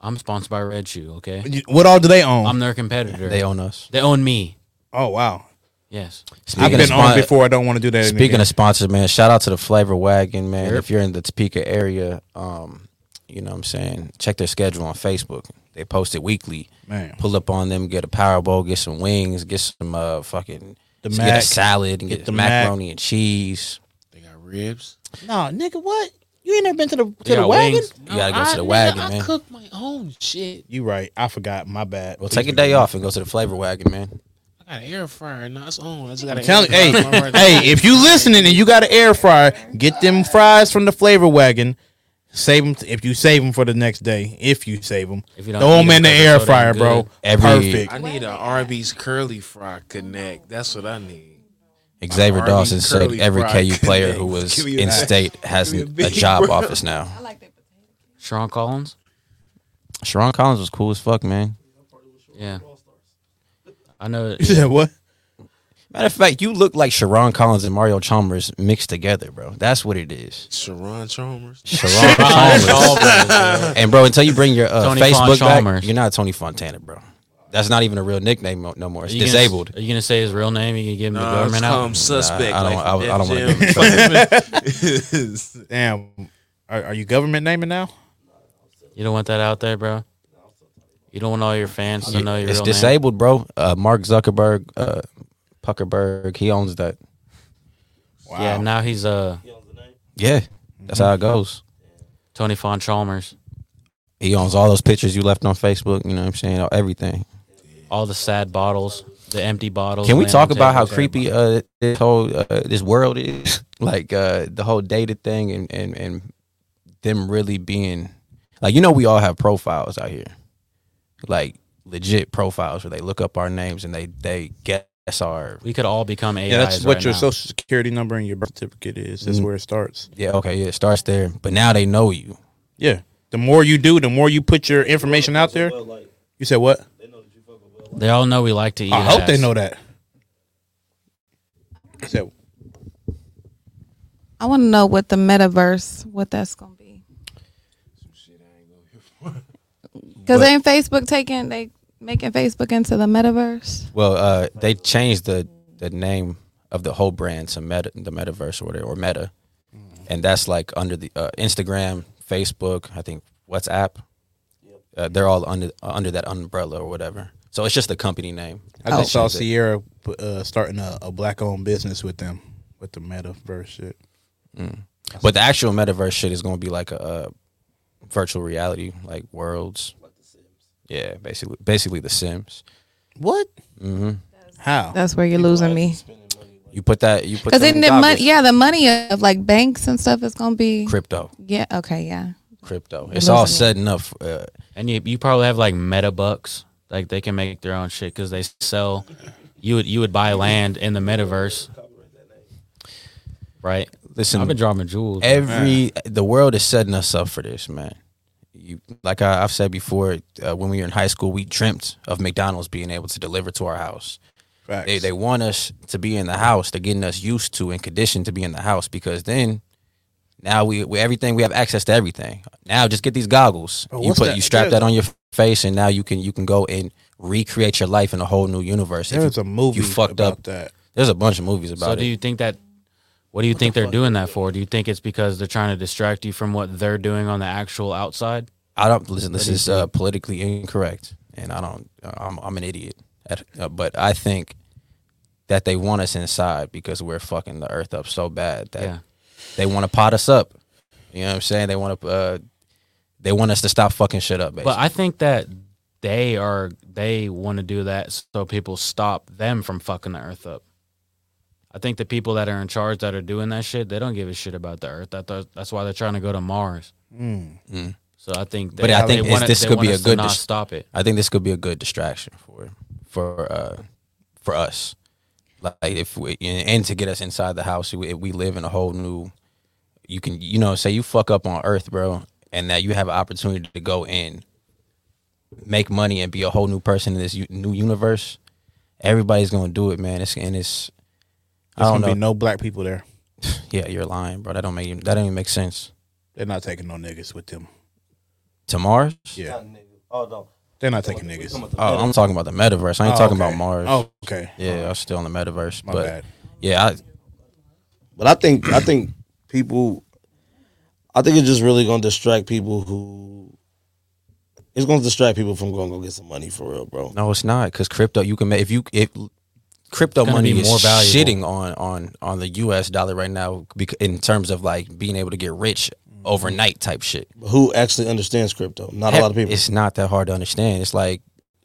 Speaker 1: I'm sponsored by Red Shoe. Okay.
Speaker 3: What all do they own?
Speaker 1: I'm their competitor.
Speaker 2: They own us.
Speaker 1: They own me.
Speaker 3: Oh wow.
Speaker 1: Yes.
Speaker 3: I've been on before. I don't wanna do that
Speaker 2: Speaking
Speaker 3: again.
Speaker 2: of sponsors, man, shout out to the Flavor Wagon, man.
Speaker 3: Yep.
Speaker 2: If you're in the Topeka area, um, you know what I'm saying, check their schedule on Facebook. They post it weekly.
Speaker 3: Man.
Speaker 2: Pull up on them, get a Powerball, get some wings, get some uh, fucking
Speaker 3: The
Speaker 2: get
Speaker 3: Mac.
Speaker 2: a salad and
Speaker 3: Get
Speaker 2: get,
Speaker 3: the
Speaker 2: the
Speaker 3: Mac.
Speaker 2: macaroni and cheese. They got ribs.
Speaker 12: No, nigga, what? You ain't never been to the to
Speaker 2: got
Speaker 12: the wagon? Uh,
Speaker 2: wings. You gotta go to the wagon, man.
Speaker 7: cook my own shit.
Speaker 3: You right. I forgot. My bad.
Speaker 2: Well, take a day off and go to the Flavor Wagon, man.
Speaker 7: I got an air fryer. No, it's on. I just got
Speaker 3: I'm
Speaker 7: an
Speaker 3: telling,
Speaker 7: air
Speaker 3: hey,
Speaker 7: fryer. I'm already-
Speaker 3: hey, if you listening and you got an air fryer, get them fries from the flavor wagon. Save them if you save them for the next day. If you save them,
Speaker 7: If you don't
Speaker 3: throw them
Speaker 7: eat
Speaker 3: in the
Speaker 7: 'em 'cause
Speaker 3: air
Speaker 7: it's so damn
Speaker 3: fryer, bro.
Speaker 7: good.
Speaker 3: Perfect.
Speaker 13: I need an Arby's curly fry connect. That's what I need.
Speaker 2: Xavier
Speaker 13: Arby's
Speaker 2: Dawson said
Speaker 13: curly
Speaker 2: every
Speaker 13: fry
Speaker 2: KU player
Speaker 13: connect.
Speaker 2: who was
Speaker 13: Give me
Speaker 2: in
Speaker 13: that.
Speaker 2: state has
Speaker 13: Give
Speaker 2: a,
Speaker 13: me a big
Speaker 2: job
Speaker 13: bro.
Speaker 2: office now.
Speaker 1: Sean Collins.
Speaker 2: Sharon Collins was cool as fuck, man.
Speaker 1: Yeah. I know. It,
Speaker 3: You said what?
Speaker 2: Matter of fact, you look like Sharon Collins and Mario Chalmers mixed together, bro. That's what it is.
Speaker 13: Sharon Chalmers.
Speaker 2: Sharon Chalmers. and bro, until you bring your uh,
Speaker 1: Tony
Speaker 2: Facebook back,
Speaker 1: Fontchalmers.
Speaker 2: you're not Tony Fontana, bro. That's not even a real nickname no, no more.
Speaker 1: Are
Speaker 2: It's
Speaker 1: you gonna-
Speaker 2: disabled.
Speaker 1: are you gonna say his real name? You can give him
Speaker 13: Nah,
Speaker 1: the government
Speaker 13: it's
Speaker 1: out.
Speaker 13: called suspect,
Speaker 2: Nah, I don't-
Speaker 13: like
Speaker 2: I- I don't wanna
Speaker 13: Def Jam.
Speaker 2: give
Speaker 3: Damn, are, are you government naming now?
Speaker 1: You don't want that out there, bro. You don't want all your fans to know your
Speaker 2: it's
Speaker 1: real name.
Speaker 2: disabled, bro. Uh, Mark Zuckerberg, uh, Puckerberg, he owns that.
Speaker 1: Yeah, now he's uh
Speaker 2: Yeah, that's how it goes.
Speaker 1: Tony Fon Chalmers.
Speaker 2: He owns all those pictures you left on Facebook. You know what I'm saying? Everything.
Speaker 1: All the sad bottles, the empty bottles.
Speaker 2: Can we
Speaker 1: laying
Speaker 2: talk
Speaker 1: on
Speaker 2: about how
Speaker 1: tables.
Speaker 2: creepy uh, this whole uh, this world is? like uh, the whole dated thing and, and and them really being like you know we all have profiles out here, like legit profiles where they look up our names and they they guess our.
Speaker 1: We could all become AIs.
Speaker 3: yeah, that's what
Speaker 1: right
Speaker 3: your
Speaker 1: now.
Speaker 3: social security number and your birth certificate is. That's
Speaker 2: Mm.
Speaker 3: where it starts.
Speaker 2: Yeah, okay, yeah, it starts there. But now they know you.
Speaker 3: Yeah, the more you do, the more you put your information out there. You said what?
Speaker 1: They all know we like to eat.
Speaker 3: I hope
Speaker 1: ass.
Speaker 3: they know that. You said
Speaker 5: I want to know what the metaverse, what that's gonna be. Because
Speaker 2: What?
Speaker 5: ain't Facebook taking they making Facebook into the metaverse?
Speaker 2: Well, uh, they changed the the name of the whole brand to Meta, the Metaverse or whatever, or Meta,
Speaker 3: Mm.
Speaker 2: and that's like under the uh, Instagram, Facebook, I think WhatsApp. Uh, they're all under under that umbrella or whatever. So it's just the company name.
Speaker 3: I just saw
Speaker 2: They-
Speaker 3: Sierra uh, starting a, a black owned business with them with the metaverse shit.
Speaker 2: Mm. But the actual metaverse shit is going to be like a, uh virtual reality, like worlds. Yeah, basically, basically the Sims.
Speaker 3: What?
Speaker 2: hmm
Speaker 3: Mm-hmm. How?
Speaker 5: That's where you're losing me.
Speaker 2: You put that. You put
Speaker 5: Because
Speaker 2: that
Speaker 5: isn't
Speaker 2: in
Speaker 5: it
Speaker 2: goggles.
Speaker 5: money? Yeah, the money of like banks and stuff is gonna be
Speaker 2: Crypto.
Speaker 5: Yeah. Okay. Yeah.
Speaker 2: Crypto.
Speaker 1: You're
Speaker 2: It's all
Speaker 1: losing
Speaker 2: setting up. Uh,
Speaker 1: And you, you probably have like meta bucks. Like they can make their own shit because they sell. You would you would buy land in the metaverse, right?
Speaker 2: Listen,
Speaker 1: I've been dropping jewels. bro.
Speaker 2: Every the world is setting us up for this, man. You like I, I've said before, uh, when we were in high school, we dreamt of McDonald's being able to deliver to our house.
Speaker 3: Facts.
Speaker 2: They they want us to be in the house. They're getting us used to and conditioned to be in the house because then. Now we, we everything we have access to everything. Now just get these goggles.
Speaker 3: Bro,
Speaker 2: you
Speaker 3: what's
Speaker 2: put
Speaker 3: that-
Speaker 2: you strap
Speaker 3: there's-
Speaker 2: that on your face, and now you can you can go and recreate your life in a whole new universe. If
Speaker 3: There's
Speaker 2: you,
Speaker 3: a movie
Speaker 2: you fucked
Speaker 3: about
Speaker 2: up.
Speaker 3: that.
Speaker 2: There's a bunch of movies about
Speaker 1: so
Speaker 2: it.
Speaker 1: do you think that? What do you think they're doing that for? Do you think it's because they're trying to distract you from what they're doing on the actual outside?
Speaker 2: I don't listen.
Speaker 1: What
Speaker 2: This
Speaker 1: do you
Speaker 2: is uh, politically incorrect, and I don't. I'm, I'm an idiot, at, uh, but I think that they want us inside because we're fucking the earth up so bad that
Speaker 1: Yeah.
Speaker 2: they want to pot us up. You know what I'm saying? They want to. Uh, they want us to stop fucking shit up. Basically.
Speaker 1: But I think that they are they want to do that so people stop them from fucking the earth up. I think the people that are in charge that are doing that shit, they don't give a shit about the earth. That that's why they're trying to go to Mars.
Speaker 3: Mm.
Speaker 2: Mm.
Speaker 1: So I think, they,
Speaker 2: but I think
Speaker 1: they
Speaker 2: it's-
Speaker 1: want it-
Speaker 2: this
Speaker 1: they
Speaker 2: could
Speaker 1: want
Speaker 2: be a
Speaker 1: us to
Speaker 2: good.
Speaker 1: not
Speaker 2: dis-
Speaker 1: stop it.
Speaker 2: I think this could be a good distraction for for uh, for us, like if we and and to get us inside the house. We, we live in a whole new. You can you know say you fuck up on Earth, bro, and now you have an opportunity to go in, make money, and be a whole new person in this u- new universe. Everybody's gonna do it, man. It's and it's. I
Speaker 3: There's
Speaker 2: don't
Speaker 3: gonna
Speaker 2: know.
Speaker 3: be no black people there.
Speaker 2: yeah, you're lying, bro. That don't make you, that don't even make sense.
Speaker 3: They're not taking no niggas with them.
Speaker 2: To Mars?
Speaker 3: Yeah.
Speaker 15: Oh no.
Speaker 20: They're not taking niggas.
Speaker 2: Oh, I'm talking about the metaverse. I ain't
Speaker 20: Oh,
Speaker 2: talking
Speaker 20: okay.
Speaker 2: about Mars.
Speaker 20: Oh, okay.
Speaker 2: Yeah, I'm still on the metaverse.
Speaker 20: My
Speaker 2: but
Speaker 20: bad.
Speaker 2: yeah, I,
Speaker 15: But I think I think people I think it's just really gonna distract people who it's gonna distract people from going to go get some money for real, bro.
Speaker 2: no, it's not because crypto. You can make if you if crypto
Speaker 15: It's gonna
Speaker 2: money
Speaker 15: be
Speaker 2: is
Speaker 15: more valuable.
Speaker 2: shitting on on on the U.S. dollar right now bec- in terms of like being able to get rich
Speaker 15: Mm-hmm.
Speaker 2: overnight type shit.
Speaker 15: But who actually understands crypto? Not a
Speaker 2: Heck,
Speaker 15: lot of people.
Speaker 2: It's not that hard to understand. It's like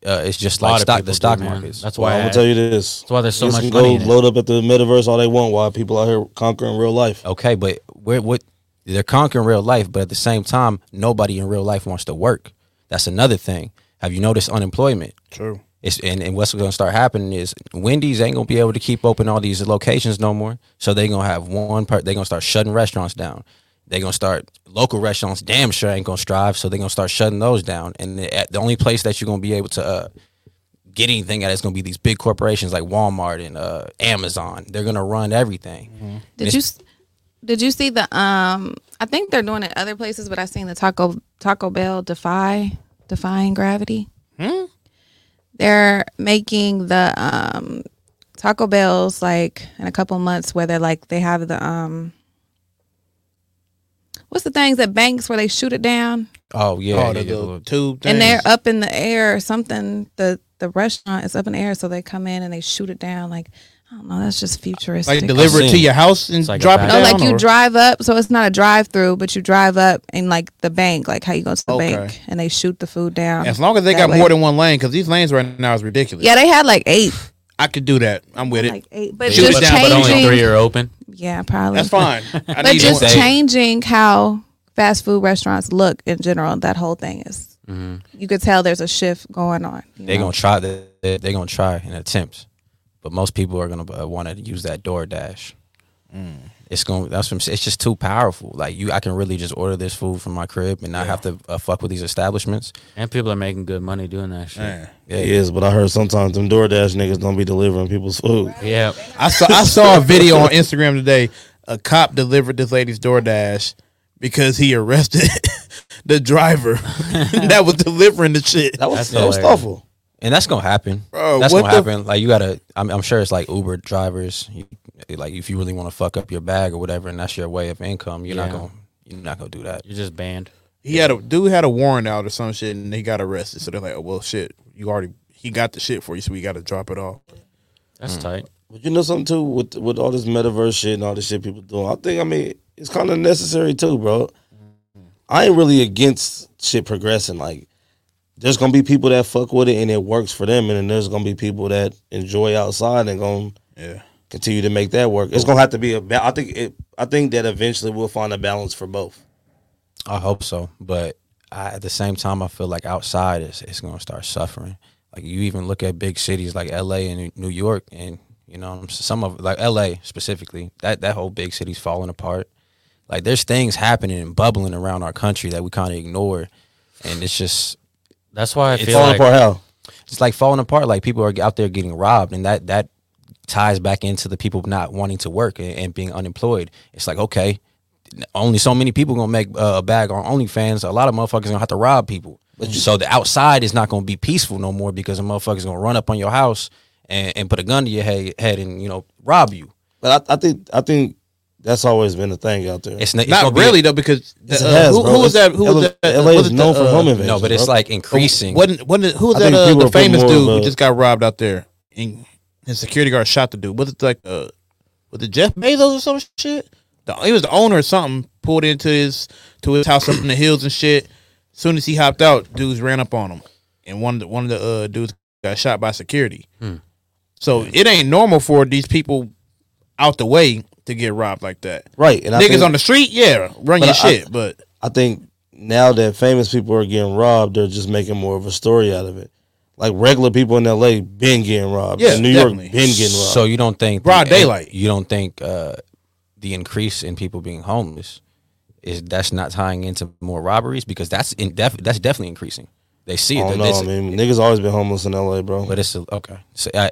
Speaker 2: uh, it's just like
Speaker 15: lot of
Speaker 2: stock
Speaker 15: people
Speaker 2: the stock
Speaker 15: do, man.
Speaker 2: markets.
Speaker 1: That's
Speaker 15: Well, I'm gonna tell you this.
Speaker 1: That's why there's so
Speaker 15: Niggas
Speaker 1: much
Speaker 15: can
Speaker 1: money in
Speaker 15: Go
Speaker 1: it.
Speaker 15: load up at the metaverse all they want while people out here conquering real life.
Speaker 2: Okay, but where what they're conquering real life, but at the same time, nobody in real life wants to work. That's another thing. Have you noticed unemployment?
Speaker 20: True.
Speaker 2: It's and, and what's gonna start happening is Wendy's ain't gonna be able to keep open all these locations no more. So they gonna have one part they're gonna start shutting restaurants down. They're gonna start local restaurants damn sure ain't gonna strive, so they're gonna start shutting those down. And the, at- the only place that you're gonna be able to uh, get anything at is gonna be these big corporations like Walmart and uh, Amazon. They're gonna run everything. And
Speaker 5: Did
Speaker 2: it's-
Speaker 5: you s- did you see the um? I think they're doing it other places, but I seen the Taco Taco Bell defy defying gravity.
Speaker 21: Hmm?
Speaker 5: They're making the um Taco Bells like in a couple months where they're like they have the um. What's the things at banks where they shoot it down
Speaker 2: Oh yeah,
Speaker 3: Oh,
Speaker 2: yeah,
Speaker 3: the
Speaker 2: yeah,
Speaker 3: little
Speaker 2: look.
Speaker 3: tube
Speaker 5: and they're
Speaker 3: things.
Speaker 5: up in the air or something? The the restaurant is up in the air, so they come in and they shoot it down. Like I don't know, that's just futuristic.
Speaker 3: Like deliver it to your house and
Speaker 2: like a
Speaker 3: drop it
Speaker 5: No,
Speaker 3: down.
Speaker 5: Oh, like you
Speaker 3: or-
Speaker 5: drive up, so it's not a drive through, but you drive up and like the bank, like how you go to the
Speaker 3: Okay.
Speaker 5: bank and they shoot the food down.
Speaker 3: As long as they
Speaker 5: that
Speaker 3: got
Speaker 5: way.
Speaker 3: more than one lane, because these lanes right now is ridiculous.
Speaker 5: Yeah, they had like eight.
Speaker 3: I could do that. I'm with it.
Speaker 5: Like eight, but just
Speaker 1: But only
Speaker 5: changing-
Speaker 1: three are open.
Speaker 5: Yeah, probably.
Speaker 3: That's fine. I
Speaker 5: but
Speaker 3: need
Speaker 5: just
Speaker 3: one.
Speaker 5: changing how fast food restaurants look in general, that whole thing is.
Speaker 2: Mhm.
Speaker 3: Mm-hmm.
Speaker 5: You could tell there's a shift going on. you
Speaker 2: They're
Speaker 5: know?
Speaker 2: gonna try that. They're gonna try and attempt, but most people are gonna uh, want to use that DoorDash.
Speaker 3: Mm.
Speaker 2: It's going. to That's what I'm saying. It's just too powerful. Like you, I can really just order this food from my crib and not have to uh, fuck with these establishments.
Speaker 1: And people are making good money doing that shit.
Speaker 15: It is, but I heard sometimes them DoorDash niggas don't be delivering people's food.
Speaker 1: Yeah.
Speaker 3: I saw I saw a video on Instagram today. A cop delivered this lady's DoorDash because he arrested the driver that was delivering the shit.
Speaker 15: That
Speaker 2: That's hilarious. And that's gonna happen.
Speaker 3: Bro,
Speaker 2: that's
Speaker 3: what
Speaker 2: gonna
Speaker 3: the-
Speaker 2: happen. Like you gotta. I'm, I'm sure it's like Uber drivers. You, like if you really want to fuck up your bag or whatever, and that's your way of income, you're not
Speaker 1: Yeah.
Speaker 2: gonna. You're not gonna do that.
Speaker 1: You're just banned.
Speaker 3: He had a dude had a warrant out or some shit, and he got arrested. So they're like, oh, "Well, shit, you already he got the shit for you, so we got to drop it off."
Speaker 1: That's
Speaker 2: Hmm.
Speaker 1: tight.
Speaker 15: But you know something too with with all this metaverse shit and all this shit people doing. I think I mean it's kind of necessary too, bro. I ain't really against shit progressing. Like there's gonna be people that fuck with it and it works for them, and then there's gonna be people that enjoy outside and gonna
Speaker 3: yeah.
Speaker 15: continue to make that work. It's gonna have to be a. Ba- I think it. I think that eventually we'll find a balance for both.
Speaker 2: I hope so, but I, at the same time, I feel like outside is it's going to start suffering. Like you even look at big cities like L.A. and New York, and you know I'm s- some of like L.A. specifically that that whole big city's falling apart. Like there's things happening and bubbling around our country that we kind of ignore, and it's just
Speaker 1: that's why I
Speaker 2: it's
Speaker 1: feel Falling like- apart
Speaker 15: how?
Speaker 2: It's like falling apart. Like people are out there getting robbed, and that that ties back into the people not wanting to work and, and being unemployed. It's like okay, only so many people gonna make uh, a bag on OnlyFans. A lot of motherfuckers gonna have to rob people. so the outside is not gonna be peaceful no more because a motherfucker's gonna run up on your house and, and put a gun to your head, head and you know rob you.
Speaker 15: But I, I think I think that's always been a thing out there.
Speaker 2: It's, n- it's
Speaker 3: Not
Speaker 2: gonna be-
Speaker 3: really though, because
Speaker 2: Yes,
Speaker 3: the,
Speaker 2: it
Speaker 3: uh,
Speaker 2: has,
Speaker 3: who,
Speaker 2: bro.
Speaker 3: who was
Speaker 2: It's-
Speaker 3: that? Who
Speaker 2: LA
Speaker 3: was that? uh,
Speaker 2: LA
Speaker 3: was
Speaker 2: is known for home
Speaker 3: invasion.
Speaker 2: invasions, No, but it's, bro. like, increasing.
Speaker 3: Wasn't, wasn't who was
Speaker 2: I
Speaker 3: that?
Speaker 2: think
Speaker 3: Uh,
Speaker 2: people
Speaker 3: the
Speaker 2: are putting
Speaker 3: famous
Speaker 2: more
Speaker 3: dude
Speaker 2: of
Speaker 3: who
Speaker 2: a-
Speaker 3: just got robbed out there, and his security guard shot the dude. Was it like uh, was it Jeff Bezos or some shit? The, he was the owner or something. Pulled into his to his house up in the hills and shit. Soon as he hopped out, dudes ran up on him, and one of the, one of the uh, dudes got shot by security.
Speaker 1: Hmm.
Speaker 3: So it ain't normal for these people out the way to get robbed like that.
Speaker 15: Right, and I
Speaker 3: niggas
Speaker 15: think-
Speaker 3: on the street, yeah, run
Speaker 15: But
Speaker 3: your
Speaker 15: I-
Speaker 3: shit, but
Speaker 15: I think now that famous people are getting robbed, they're just making more of a story out of it. Like regular people in LA been getting robbed.
Speaker 3: Yeah,
Speaker 15: New York
Speaker 3: definitely.
Speaker 15: been getting robbed.
Speaker 2: So you don't think
Speaker 3: Broad
Speaker 2: the-
Speaker 3: daylight.
Speaker 2: You don't think uh, the increase in people being homeless is that's not tying into more robberies because that's in def- that's definitely increasing. They see it.
Speaker 15: I
Speaker 2: They-
Speaker 15: don't know.
Speaker 2: they
Speaker 15: I
Speaker 2: see-
Speaker 15: mean, niggas always been homeless in LA, bro.
Speaker 2: But it's a, okay. So, uh, I,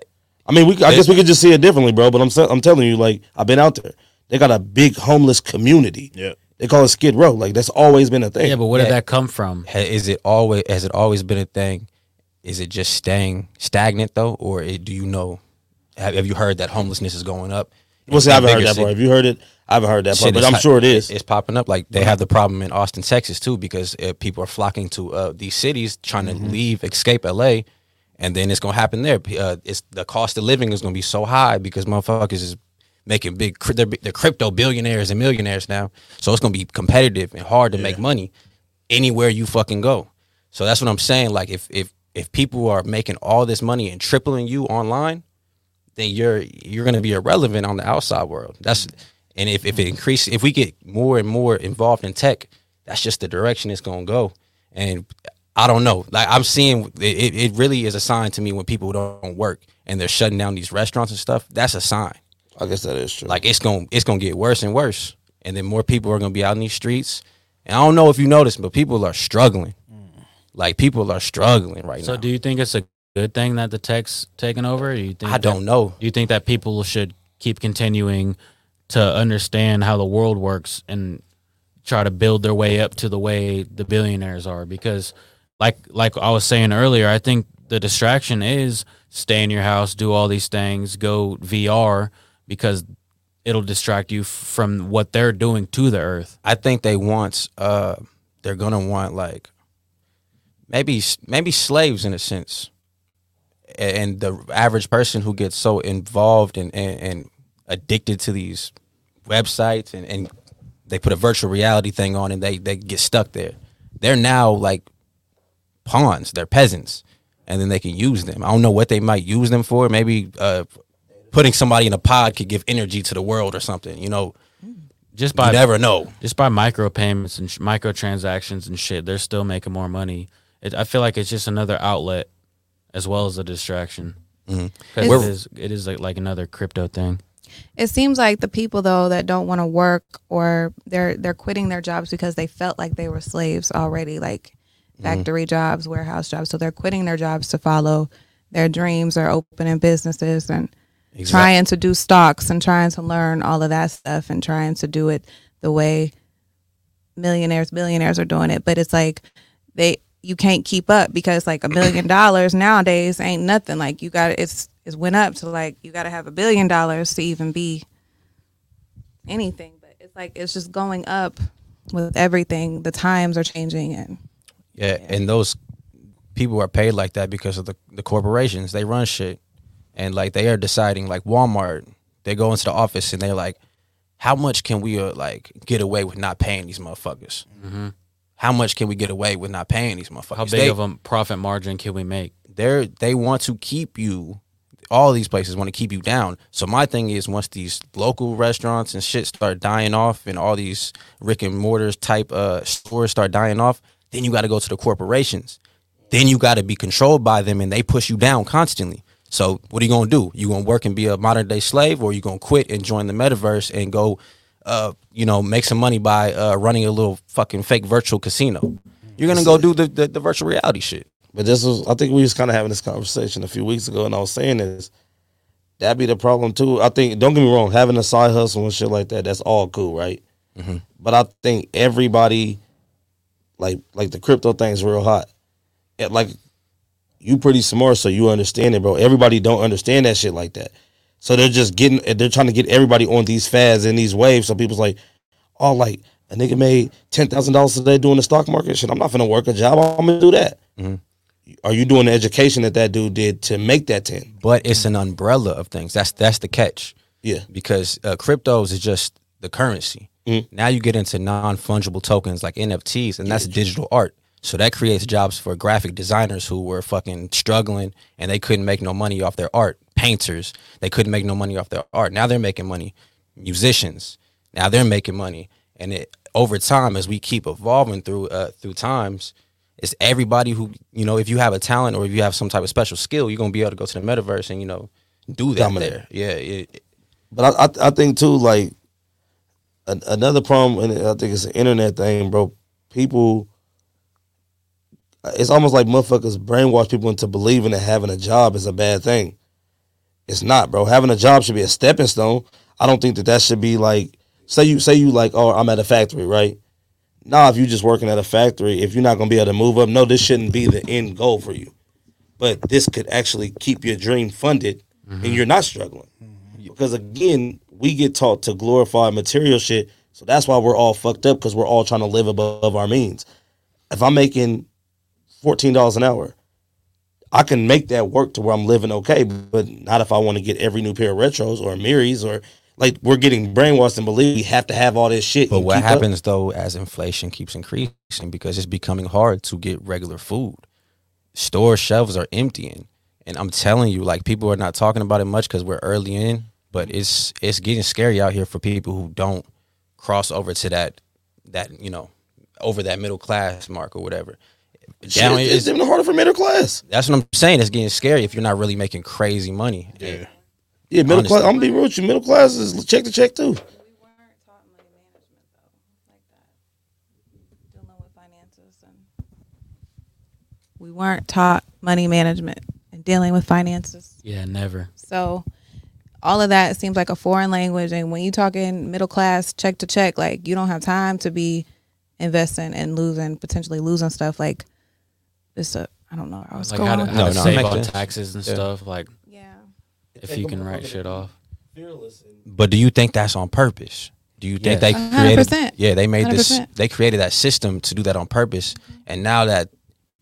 Speaker 15: I mean, we. I
Speaker 2: They-
Speaker 15: guess we could just see it differently, bro. But I'm sa- I'm telling you, like I've been out there. They got a big homeless community.
Speaker 3: Yeah.
Speaker 15: They call it Skid Row. Like that's always been a thing.
Speaker 2: Ha- Is it always has it always been a thing? is it just staying stagnant though, or it, do you know? Have, have you heard that homelessness is going up?
Speaker 15: Well, see, I haven't heard
Speaker 2: Bigger
Speaker 15: that part.
Speaker 2: city-
Speaker 15: Have you heard it? I haven't heard that part,
Speaker 2: Shit,
Speaker 15: but
Speaker 2: it's
Speaker 15: I'm
Speaker 2: hot-
Speaker 15: sure it is.
Speaker 2: It's popping up. Like they have the problem in Austin, Texas, too, because uh, people are flocking to uh, these cities trying to
Speaker 15: Mm-hmm.
Speaker 2: leave, escape LA, and then it's gonna happen there. Uh, it's the cost of living is gonna be so high because motherfuckers is making big. cr- They're, bi- they're crypto billionaires and millionaires now, so it's gonna be competitive and hard to make money anywhere you fucking go. So that's what I'm saying. Like if if if people are making all this money and tripling you online, then you're you're gonna be irrelevant on the outside world. That's and if, if it increases if we get more and more involved in tech, that's just the direction it's gonna go. And I don't know. Like I'm seeing it, it it really is a sign to me when people don't work and they're shutting down these restaurants and stuff. That's a sign.
Speaker 15: I guess that is true.
Speaker 2: Like it's gonna it's gonna get worse and worse. And then more people are gonna be out in these streets. And I don't know if you noticed, but people are struggling. Like people are struggling right
Speaker 1: Mm. so
Speaker 2: now.
Speaker 1: do you think it's a good thing that the tech's taken over? Or you think
Speaker 2: I don't know.
Speaker 1: Do you think that people should keep continuing to understand how the world works and try to build their way up to the way the billionaires are? Because like like I was saying earlier, I think the distraction is stay in your house, do all these things, go VR because it'll distract you f- from what they're doing to the earth.
Speaker 2: I think they want uh they're gonna want like maybe maybe slaves in a sense, A- and the average person who gets so involved and and, and addicted to these websites and, and they put a virtual reality thing on and they they get stuck there. They're now like pawns. They're peasants, and then they can use them. I don't know what they might use them for. Maybe uh, putting somebody in a pod could give energy to the world or something. You know,
Speaker 1: just by
Speaker 2: you never know.
Speaker 1: Just by micropayments and sh- microtransactions and shit, they're still making more money. It, I feel like it's just another outlet as well as a distraction.
Speaker 5: Mm-hmm.
Speaker 2: Mhm.
Speaker 1: 'Cause
Speaker 5: It's-
Speaker 1: it is, it is like, like another crypto thing.
Speaker 5: It seems like the people though that don't want to work or they're they're quitting their jobs because they felt like they were slaves already, like factory jobs, warehouse jobs. So they're quitting their jobs to follow their dreams or opening businesses and
Speaker 2: Exact-
Speaker 5: trying to do stocks and trying to learn all of that stuff and trying to do it the way millionaires, billionaires are doing it. But it's like they you can't keep up because like a million dollars nowadays ain't nothing. Like you got it's it's went up to like you got to have a billion dollars to even be anything. But it's like it's just going up with everything. The times are changing and
Speaker 2: Yeah, and those people are paid like that because of the, the corporations. They run shit. And like they are deciding like Walmart, they go into the office and they're like, how much can we uh, like get away with not paying these motherfuckers?
Speaker 1: Mhm.
Speaker 2: How much can we get away with not paying these motherfuckers?
Speaker 1: How big
Speaker 2: They-
Speaker 1: of a profit margin can we make?
Speaker 2: they're they want to keep you all these places want to keep you down so my thing is once these local restaurants and shit start dying off and all these rick and mortars type uh stores start dying off then you got to go to the corporations then you got to be controlled by them and they push you down constantly so what are you gonna do you gonna work and be a modern day slave or you gonna quit and join the metaverse and go uh you know make some money by uh running a little fucking fake virtual casino you're gonna go do the, the, the virtual reality shit
Speaker 15: But this was, I think we was kind of having this conversation a few weeks ago, and I was saying this. That'd be the problem too. I think, don't get me wrong, having a side hustle and shit like that, that's all cool, right?
Speaker 2: Mhm.
Speaker 15: But I think everybody, like, like the crypto thing's real hot. It, like, you pretty smart, so you understand it, bro. Everybody don't understand that shit like that. So they're just getting, they're trying to get everybody on these fads and these waves. So people's like, oh, like a nigga made ten thousand dollars today doing the stock market. Shit, I'm not gonna work a job. I'm gonna do that are you doing the education that that dude did to make that 10
Speaker 2: but it's an umbrella of things. That's that's the catch.
Speaker 15: Yeah. Mm.
Speaker 2: Because uh, cryptos is just the currency. Now you get into non fungible tokens like NFTs, and that's digital art. So that creates jobs for graphic designers who were fucking struggling and they couldn't make no money off their art. Painters, they couldn't make no money off their art. Now they're making money. Musicians, now they're making money. And it over time, as we keep evolving through uh, through times, it's everybody who you know if you have a talent or if you have some type of special skill you're gonna be able to go to the metaverse and you know do that
Speaker 15: Dominate.
Speaker 2: there yeah it,
Speaker 15: but i i, I think too like an, another problem and i think it's an internet thing bro people it's almost like motherfuckers brainwash people into believing that having a job is a bad thing it's not bro having a job should be a stepping stone i don't think that that should be like say you say you like oh i'm at a factory right nah if you just working at a factory if you're not gonna be able to move up no this shouldn't be the end goal for you But this could actually keep your dream funded
Speaker 2: Mm-hmm.
Speaker 15: and you're not struggling. Because again, we get taught to glorify material shit. So that's why we're all fucked up because we're all trying to live above our means. If I'm making $14 an hour, I can make that work to where I'm living okay, but not if I want to get every new pair of retros or Miris or like we're getting brainwashed and believe we have to have all this shit.
Speaker 2: But
Speaker 15: and
Speaker 2: what
Speaker 15: keep up.
Speaker 2: happens though as inflation keeps increasing because it's becoming hard to get regular food. Store shelves are emptying. And I'm telling you, like people are not talking about it much because we're early in, but it's it's getting scary out here for people who don't cross over to that that, you know, over that middle class mark or whatever.
Speaker 15: Shit, it's even harder for middle class.
Speaker 2: That's what I'm saying. It's getting scary if you're not really making crazy money. Yeah.
Speaker 15: Yeah, middle class. I'm gonna be real with you. Middle class is check to check too.
Speaker 5: We weren't taught money management and dealing with finances.
Speaker 1: Yeah, never.
Speaker 5: So all of that seems like a foreign language. And when you talking middle class, check to check, like you don't have time to be investing and losing, potentially losing stuff. Like it's a, I don't know. I was
Speaker 1: Like
Speaker 5: going
Speaker 1: how to,
Speaker 5: with
Speaker 1: how
Speaker 5: that.
Speaker 1: to save on taxes and
Speaker 2: Yeah.
Speaker 1: stuff. Like,
Speaker 5: yeah,
Speaker 1: if you can write shit off.
Speaker 2: But do you think that's on purpose? Do you think they
Speaker 5: Yes. A hundred
Speaker 2: created?
Speaker 5: percent.
Speaker 2: Yeah, they made this.
Speaker 5: 100%.
Speaker 2: They created that system to do that on purpose. And now that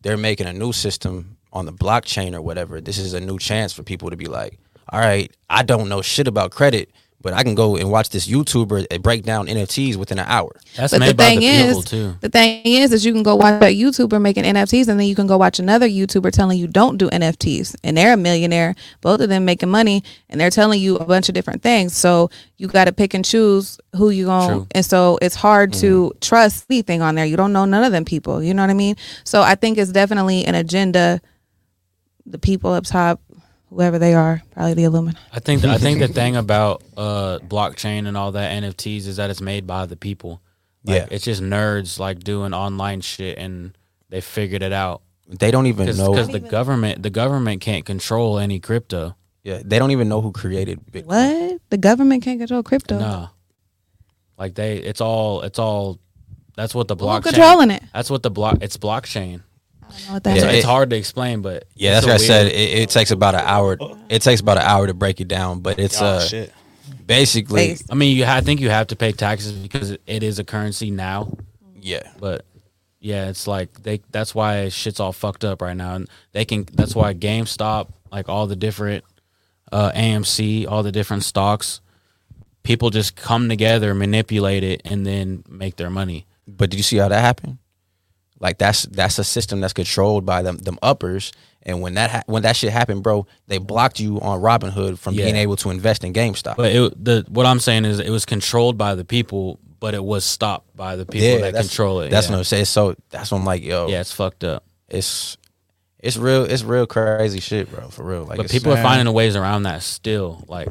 Speaker 2: they're making a new system on the blockchain or whatever, this is a new chance for people to be like, "All right, I don't know shit about credit, but I can go and watch this YouTuber and break down NFTs within an hour."
Speaker 1: That's
Speaker 5: But the thing is, the thing is, is you can go watch that YouTuber making NFTs, and then you can go watch another YouTuber telling you don't do NFTs, and they're a millionaire. Both of them making money, and they're telling you a bunch of different things. So you got to pick and choose who you
Speaker 22: True.
Speaker 5: going, and so it's hard to
Speaker 1: Mm-hmm.
Speaker 5: trust anything on there. You don't know none of them people. You know what I mean? So I think it's definitely an agenda. The people up top, whoever they are, probably the Illuminati.
Speaker 1: I think I think the thing about uh, blockchain and all that NFTs is that it's made by the people. Like,
Speaker 2: Yeah.
Speaker 1: it's just nerds like doing online shit and they figured it out.
Speaker 2: They don't even know-
Speaker 1: because the government the government can't control any crypto.
Speaker 2: Yeah, they don't even know who created Bitcoin.
Speaker 5: What? The government can't control crypto.
Speaker 1: No. Like they, it's all, it's all. That's what the blockchain.
Speaker 5: controlling it?
Speaker 1: That's what the block. It's blockchain.
Speaker 5: know what that
Speaker 1: It's-
Speaker 2: is.
Speaker 1: it's hard to explain, but
Speaker 2: Yeah, that's
Speaker 1: it's a
Speaker 2: what I said.
Speaker 1: weird-
Speaker 2: It, it takes about an hour. It takes about an hour to break it down, but it's
Speaker 1: Oh,
Speaker 2: uh,
Speaker 1: shit.
Speaker 2: basically
Speaker 1: I mean, you. ha- I think you have to pay taxes because it- it is a currency now.
Speaker 2: Yeah,
Speaker 1: but yeah, it's like they. That's why shit's all fucked up right now, and they can. That's why GameStop, like all the different uh, AMC, all the different stocks, people just come together, manipulate it, and then make their money.
Speaker 2: But did you see how that happened? Like that's that's a system that's controlled by them them uppers. And when that ha- when that shit happened, bro, they blocked you on Robinhood from being
Speaker 1: Yeah.
Speaker 2: able to invest in GameStop.
Speaker 1: But it, the what I'm saying is, it was controlled by the people, but it was stopped by the people that
Speaker 2: that's-
Speaker 1: control it.
Speaker 2: That's
Speaker 1: yeah.
Speaker 2: what I'm saying. So that's what I'm like, yo.
Speaker 1: Yeah, it's fucked up.
Speaker 2: It's it's real. It's real crazy shit, bro. For real. Like,
Speaker 1: but
Speaker 2: it's-
Speaker 1: people are finding ways around that still. Like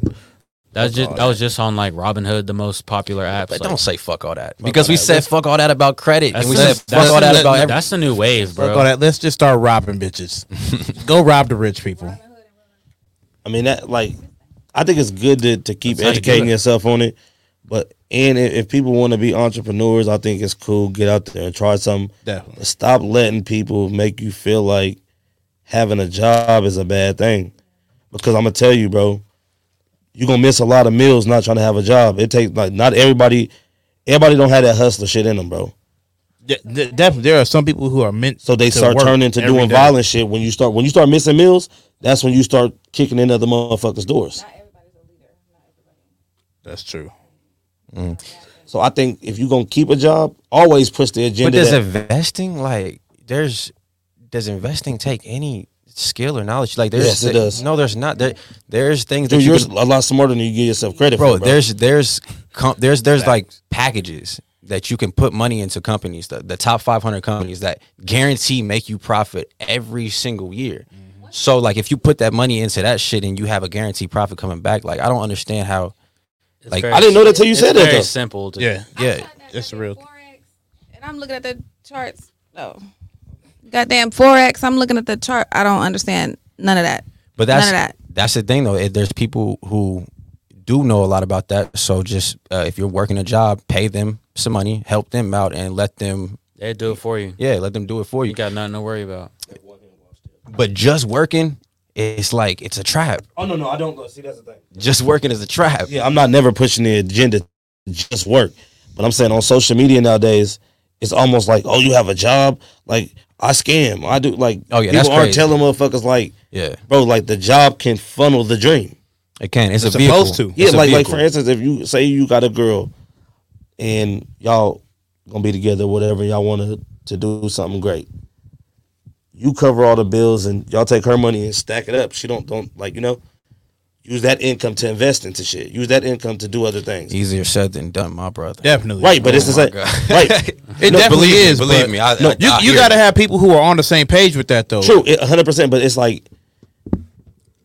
Speaker 1: that's just that was just on like Robinhood, the most popular app.
Speaker 2: But don't say fuck all that because we said fuck all that about credit,
Speaker 1: That's
Speaker 2: and we
Speaker 1: the-
Speaker 2: said
Speaker 1: that's
Speaker 2: fuck all that
Speaker 1: the-
Speaker 2: about. every-
Speaker 1: that's the new wave, bro.
Speaker 12: Fuck all that. Let's just start robbing bitches. Go rob the rich people.
Speaker 15: I mean that like I think it's good to, to keep
Speaker 12: That's how you do
Speaker 15: educating
Speaker 12: it.
Speaker 15: yourself on it. But and if, if people want to be entrepreneurs, I think it's cool. Get out there and try something.
Speaker 12: Definitely.
Speaker 15: Stop letting people make you feel like having a job is a bad thing. Because I'm gonna tell you, bro, you're gonna miss a lot of meals not trying to have a job. It takes like not everybody everybody don't have that hustler shit in them, bro.
Speaker 12: De- de- definitely, there are some people who are meant.
Speaker 15: So they
Speaker 12: to
Speaker 15: start
Speaker 12: work
Speaker 15: turning to
Speaker 12: every
Speaker 15: doing
Speaker 12: day.
Speaker 15: violent shit when you start when you start missing meals, that's when you start kicking in other motherfuckers' doors.
Speaker 12: That's true.
Speaker 15: So I think if you're gonna keep a job, always push the agenda.
Speaker 2: But does
Speaker 15: that-
Speaker 2: investing like there's does investing take any skill or knowledge? Like there's
Speaker 15: Yes, it does.
Speaker 2: No, there's not. There there's things
Speaker 15: Dude,
Speaker 2: that you
Speaker 15: you're
Speaker 2: can-
Speaker 15: a lot smarter than you give yourself credit
Speaker 2: bro,
Speaker 15: for, bro.
Speaker 2: There's there's com- there's there's like packages that you can put money into companies the, the top 500 companies that guarantee make you profit every single year.
Speaker 15: Mm-hmm.
Speaker 2: So like if you put that money into that shit and you have a guaranteed profit coming back, like I don't understand how. like
Speaker 1: very- I didn't know that till you it's said that, very though. simple to-
Speaker 2: yeah, yeah,
Speaker 12: it's real.
Speaker 5: And I'm looking at the charts. No. Goddamn Forex. I'm looking at the chart. I don't understand none of that.
Speaker 2: But that's
Speaker 5: none of that.
Speaker 2: that's the thing though. It- There's people who do know a lot about that. So just uh, if you're working a job, pay them some money, help them out, and let them
Speaker 1: They do it for you.
Speaker 2: yeah, let them do it for you.
Speaker 1: You got nothing to worry about.
Speaker 2: But just working, it's like it's a trap.
Speaker 15: Oh no, no, I don't go. See, that's the thing.
Speaker 2: Just working is a trap.
Speaker 15: Yeah, I'm not never pushing the agenda to just work. But I'm saying on social media nowadays, it's almost like, oh, you have a job? Like, I scam. I do like
Speaker 2: Oh, yeah,
Speaker 15: people
Speaker 2: that's
Speaker 15: aren't
Speaker 2: crazy.
Speaker 15: telling motherfuckers like,
Speaker 2: Yeah.
Speaker 15: bro, like the job can funnel the dream.
Speaker 2: It can. It's a
Speaker 15: It's
Speaker 2: vehicle.
Speaker 15: supposed to. Yeah,
Speaker 2: It's a
Speaker 15: like like
Speaker 2: vehicle.
Speaker 15: for instance, if you say you got a girl and y'all gonna be together, whatever, y'all wanna to do something great. You cover all the bills and y'all take her money and stack it up. She don't don't like, you know, use that income to invest into shit. Use that income to do other things.
Speaker 2: Easier said than done, my brother.
Speaker 12: Definitely.
Speaker 15: Right, but it's
Speaker 2: Oh
Speaker 15: the
Speaker 2: my
Speaker 15: same.
Speaker 2: God.
Speaker 15: Right.
Speaker 12: It
Speaker 15: No,
Speaker 12: definitely
Speaker 15: believe me,
Speaker 12: is.
Speaker 15: believe
Speaker 12: but-
Speaker 15: me, I-
Speaker 12: no,
Speaker 15: I-
Speaker 12: you
Speaker 15: I
Speaker 12: you
Speaker 15: hear
Speaker 12: got to
Speaker 15: you.
Speaker 12: have people who are on the same page with that though.
Speaker 15: True, it- 100%, but it's like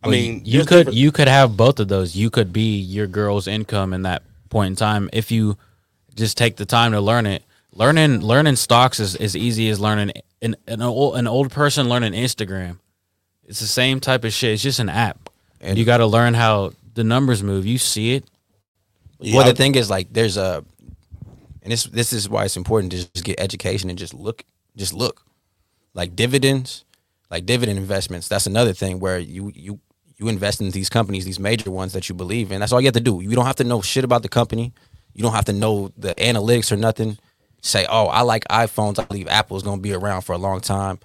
Speaker 15: I
Speaker 1: Well,
Speaker 15: mean,
Speaker 1: you
Speaker 15: there's
Speaker 1: could
Speaker 15: different-
Speaker 1: you could have both of those. You could be your girl's income in that point in time if you just take the time to learn it. Learning learning stocks is as easy as learning an an old, an old person learning Instagram. It's the same type of shit. It's just an app. And you got to learn how the numbers move. You see it.
Speaker 2: well, the thing is, like, there's a, and this this is why it's important to just get education and just look, just look, like dividends, like dividend investments. That's another thing where you you you invest in these companies, these major ones that you believe in. That's all you have to do. You don't have to know shit about the company. You don't have to know the analytics or nothing. Say, oh, I like iPhones. I believe Apple's gonna be around for a long time,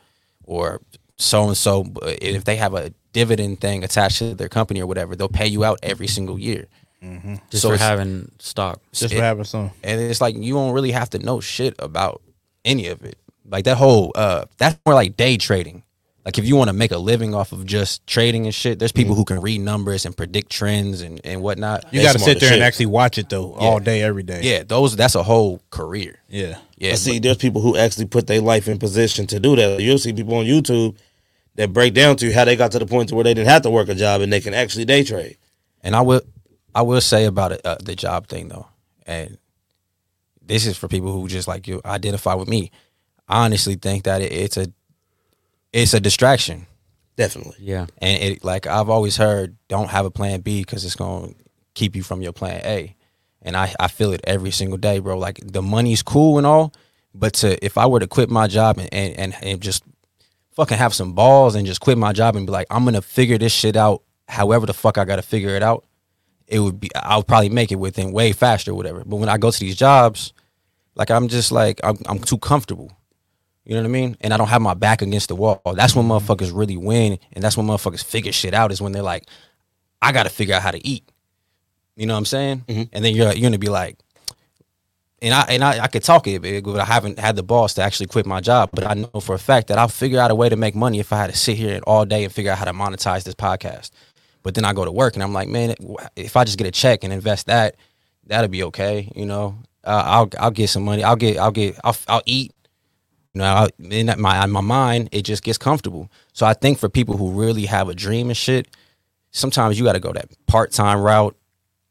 Speaker 2: or so and so. If they have a dividend thing attached to their company or whatever, they'll pay you out every single year.
Speaker 1: Mm-hmm. Just
Speaker 2: So
Speaker 1: for
Speaker 2: it's-
Speaker 1: having stock.
Speaker 12: Just for having some.
Speaker 2: and it's like you don't really have to know shit about any of it. Like that whole uh that's more like day trading. Like if you want to make a living off of just trading and shit, there's
Speaker 15: Mm-hmm.
Speaker 2: people who can read numbers and predict trends and, and whatnot.
Speaker 12: You got to sit there and actually watch it though, all day, every day.
Speaker 2: Yeah, those that's a whole career.
Speaker 12: Yeah.
Speaker 2: Yeah.
Speaker 15: But see, there's people who actually put their life in position to do that. You'll see people on YouTube that break down to you how they got to the point to where they didn't have to work a job and they can actually day trade.
Speaker 2: And I will, I will say about it, uh, the job thing though, and this is for people who just like you identify with me. I honestly think that it, it's a, it's a distraction.
Speaker 15: Definitely.
Speaker 1: Yeah.
Speaker 2: And it like I've always heard, don't have a plan B because it's gonna keep you from your plan A. And I I feel it every single day, bro. Like the money's cool and all, but to if I were to quit my job and and and, and just fucking have some balls and just quit my job and be like, I'm gonna figure this shit out however the fuck I gotta figure it out, it would be I'll probably make it within way faster or whatever. But when I go to these jobs, like I'm just like I'm I'm too comfortable. You know what I mean? And I don't have my back against the wall. That's when motherfuckers really win and that's when motherfuckers figure shit out is when they're like, I gotta figure out how to eat. You know what I'm saying? And then you're you're gonna be like, and I and I, I could talk it, big, but I haven't had the balls to actually quit my job. But I know for a fact that I'll figure out a way to make money if I had to sit here all day and figure out how to monetize this podcast. But then I go to work and I'm like, man, if I just get a check and invest that, that'll be okay. You know, uh, I'll I'll get some money. I'll get I'll get I'll I'll eat. You know, I, in that- my in my mind, it just gets comfortable. So I think for people who really have a dream and shit, sometimes you got to go that part time route.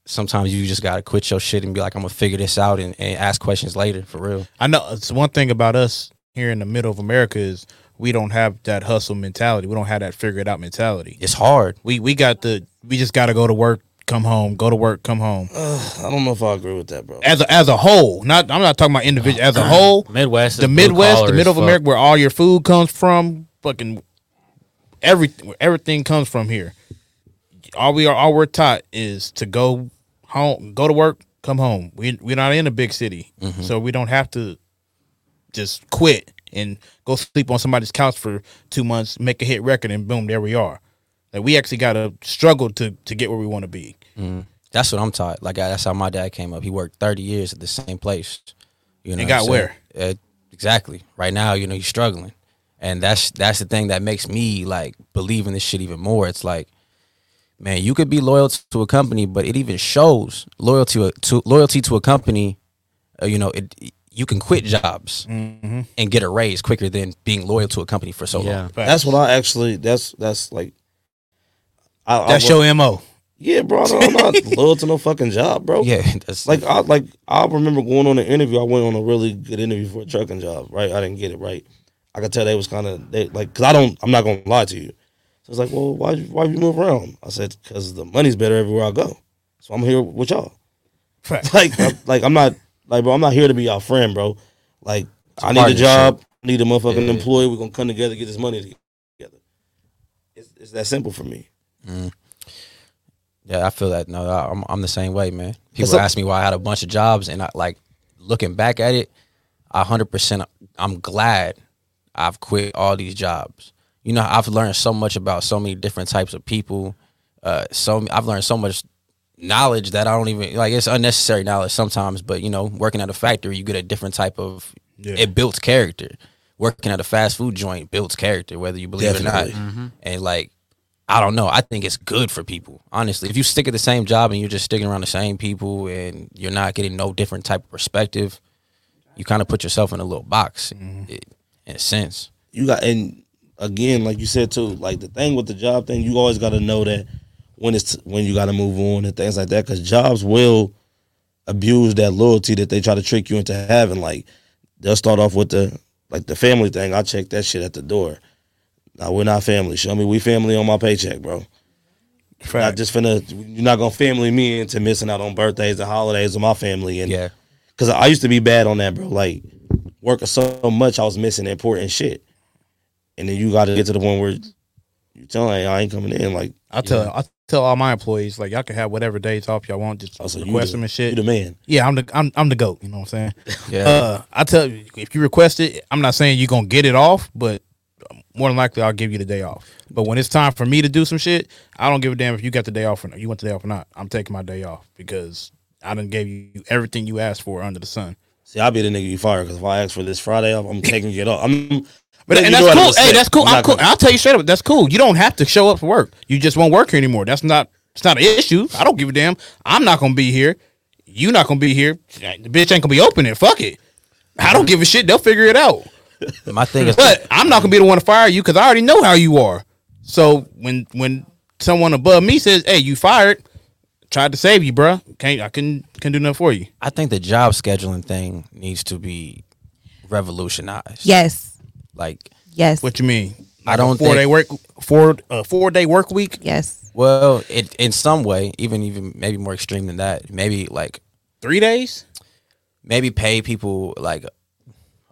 Speaker 2: Sometimes you just got to quit your shit and be like, I'm gonna figure this out and, and ask questions later for real.
Speaker 12: I know it's one thing about us here in the middle of America is we don't have that hustle mentality. We don't have that figure it out mentality.
Speaker 2: It's hard.
Speaker 12: We we got the we just got to go to work, come home, go to work, come home.
Speaker 15: I don't know if I agree with that, bro.
Speaker 12: As a, as a whole, not I'm not talking about individual. As a
Speaker 15: Uh,
Speaker 12: whole,
Speaker 1: Midwest,
Speaker 12: the
Speaker 1: is blue
Speaker 12: Midwest,
Speaker 1: collar
Speaker 12: the
Speaker 1: as
Speaker 12: middle of
Speaker 1: fuck.
Speaker 12: America, where all your food comes from, fucking everything, where everything comes from here. All we are, all we're taught is to go home, go to work, come home. We we're not in a big city,
Speaker 15: Mm-hmm.
Speaker 2: Mhm.
Speaker 12: so we don't have to just quit and go sleep on somebody's couch for two months, make a hit record, and boom, there we are. Like we actually got to struggle to to get where we want to be.
Speaker 2: Mm. That's what I'm taught. Like I, that's how my dad came up. He worked 30 years at the same place. You
Speaker 12: And
Speaker 2: know, what
Speaker 12: got
Speaker 2: I'm saying?
Speaker 12: where?
Speaker 2: Uh, exactly. Right now, you know, he's struggling, and that's that's the thing that makes me like believe in this shit even more. It's like, man, you could be loyal to a company, but it even shows loyalty uh, to loyalty to a company. Uh, you know, it you can quit jobs
Speaker 12: Mhm.
Speaker 2: and get a raise quicker than being loyal to a company for so long.
Speaker 15: That's what I actually. That's that's like. I, I
Speaker 12: That's
Speaker 15: work-
Speaker 12: your mo.
Speaker 15: Yeah, bro. I don't- I'm not loyal to no fucking job, bro.
Speaker 2: Yeah, that's
Speaker 15: like I like I remember going on an interview. I went on a really good interview for a trucking job. Right, I didn't get it right. I could tell they was kind of they like because I don't. I'm not gonna lie to you. So it's like, well, why you- why you move around? I said because the money's better everywhere I go. So I'm here with y'all. Like I'm, like I'm not like bro. I'm not here to be y'all friend, bro. Like
Speaker 2: a
Speaker 15: I need a
Speaker 2: partnership.
Speaker 15: job. I need a motherfucking
Speaker 2: Yeah.
Speaker 15: employee. We're gonna come together get this money together. it's that simple for me.
Speaker 2: Mm. Yeah, I feel that. No, I- I'm I'm the same way, man. People
Speaker 15: It's a-
Speaker 2: ask me why I had a bunch of jobs, and I like looking back at it. I hundred percent. I'm glad I've quit all these jobs. You know, I've learned so much about so many different types of people. Uh, so I've learned so much knowledge that I don't even like. It's unnecessary knowledge sometimes, but you know, working at a factory, you get a different type of.
Speaker 23: Yeah.
Speaker 2: It builds character. Working at a fast food joint builds character, whether you believe
Speaker 23: Definitely.
Speaker 2: it or not.
Speaker 23: Mhm.
Speaker 2: And like, I don't know. I think it's good for people, honestly. If you stick at the same job and you're just sticking around the same people and you're not getting no different type of perspective, you kind of put yourself in a little box, i- in a sense.
Speaker 15: You got and again, like you said too, like the thing with the job thing, you always got to know that when it's when you got to move on and things like that, because jobs will abuse that loyalty that they try to trick you into having. Like they'll start off with the like the family thing. I check that shit at the door. Now we're not family. Show me we family on my paycheck, bro. Not just finna. You're not gonna family me into missing out on birthdays and holidays with my family. And yeah, because I used to be bad on that, bro. Like working so much, I was missing important shit. And then you got to get to the point where you tell hey, I ain't coming in. Like
Speaker 3: I tell I tell all my employees like y'all can have whatever days off y'all want. Just
Speaker 15: you
Speaker 3: request
Speaker 15: the-
Speaker 3: them and shit.
Speaker 15: you the man.
Speaker 3: Yeah, I'm the I'm I'm the goat. You know what I'm saying?
Speaker 15: Yeah.
Speaker 3: Uh, I tell you if you request it, I'm not saying you're gonna get it off, but more than likely I'll give you the day off. But when it's time for me to do some shit, I don't give a damn if you got the day off or not. You want the day off or not? I'm taking my day off because I done gave you everything you asked for under the sun.
Speaker 15: See, I'll be the nigga you fire because if I ask for this Friday off, I'm taking it off. I'm,
Speaker 3: But and
Speaker 15: you know
Speaker 3: that's
Speaker 15: out of
Speaker 3: cool. Hey,
Speaker 15: respect.
Speaker 3: that's cool.
Speaker 15: not
Speaker 3: I'm cool.
Speaker 15: gonna-
Speaker 3: I'll tell you straight up, that's cool. You don't have to show up for work. You just won't work here anymore. That's not. It's not an issue. I don't give a damn. I'm not gonna be here. You not gonna be here. The bitch ain't gonna be open it. Fuck it. I don't give a shit. They'll figure it out.
Speaker 2: My thing is,
Speaker 3: But I'm not gonna be the one to fire you because I already know how you are. So when when someone above me says, "Hey, you fired," tried to save you, bruh. Can't I couldn't can do nothing for you.
Speaker 2: I think the job scheduling thing needs to be revolutionized.
Speaker 5: Yes.
Speaker 2: Like,
Speaker 5: Yes.
Speaker 3: What you mean?
Speaker 2: I don't
Speaker 3: four
Speaker 2: think-
Speaker 3: day work four uh, four day work week.
Speaker 5: Yes.
Speaker 2: Well, it in some way, even even maybe more extreme than that. Maybe like
Speaker 3: three days.
Speaker 2: Maybe pay people like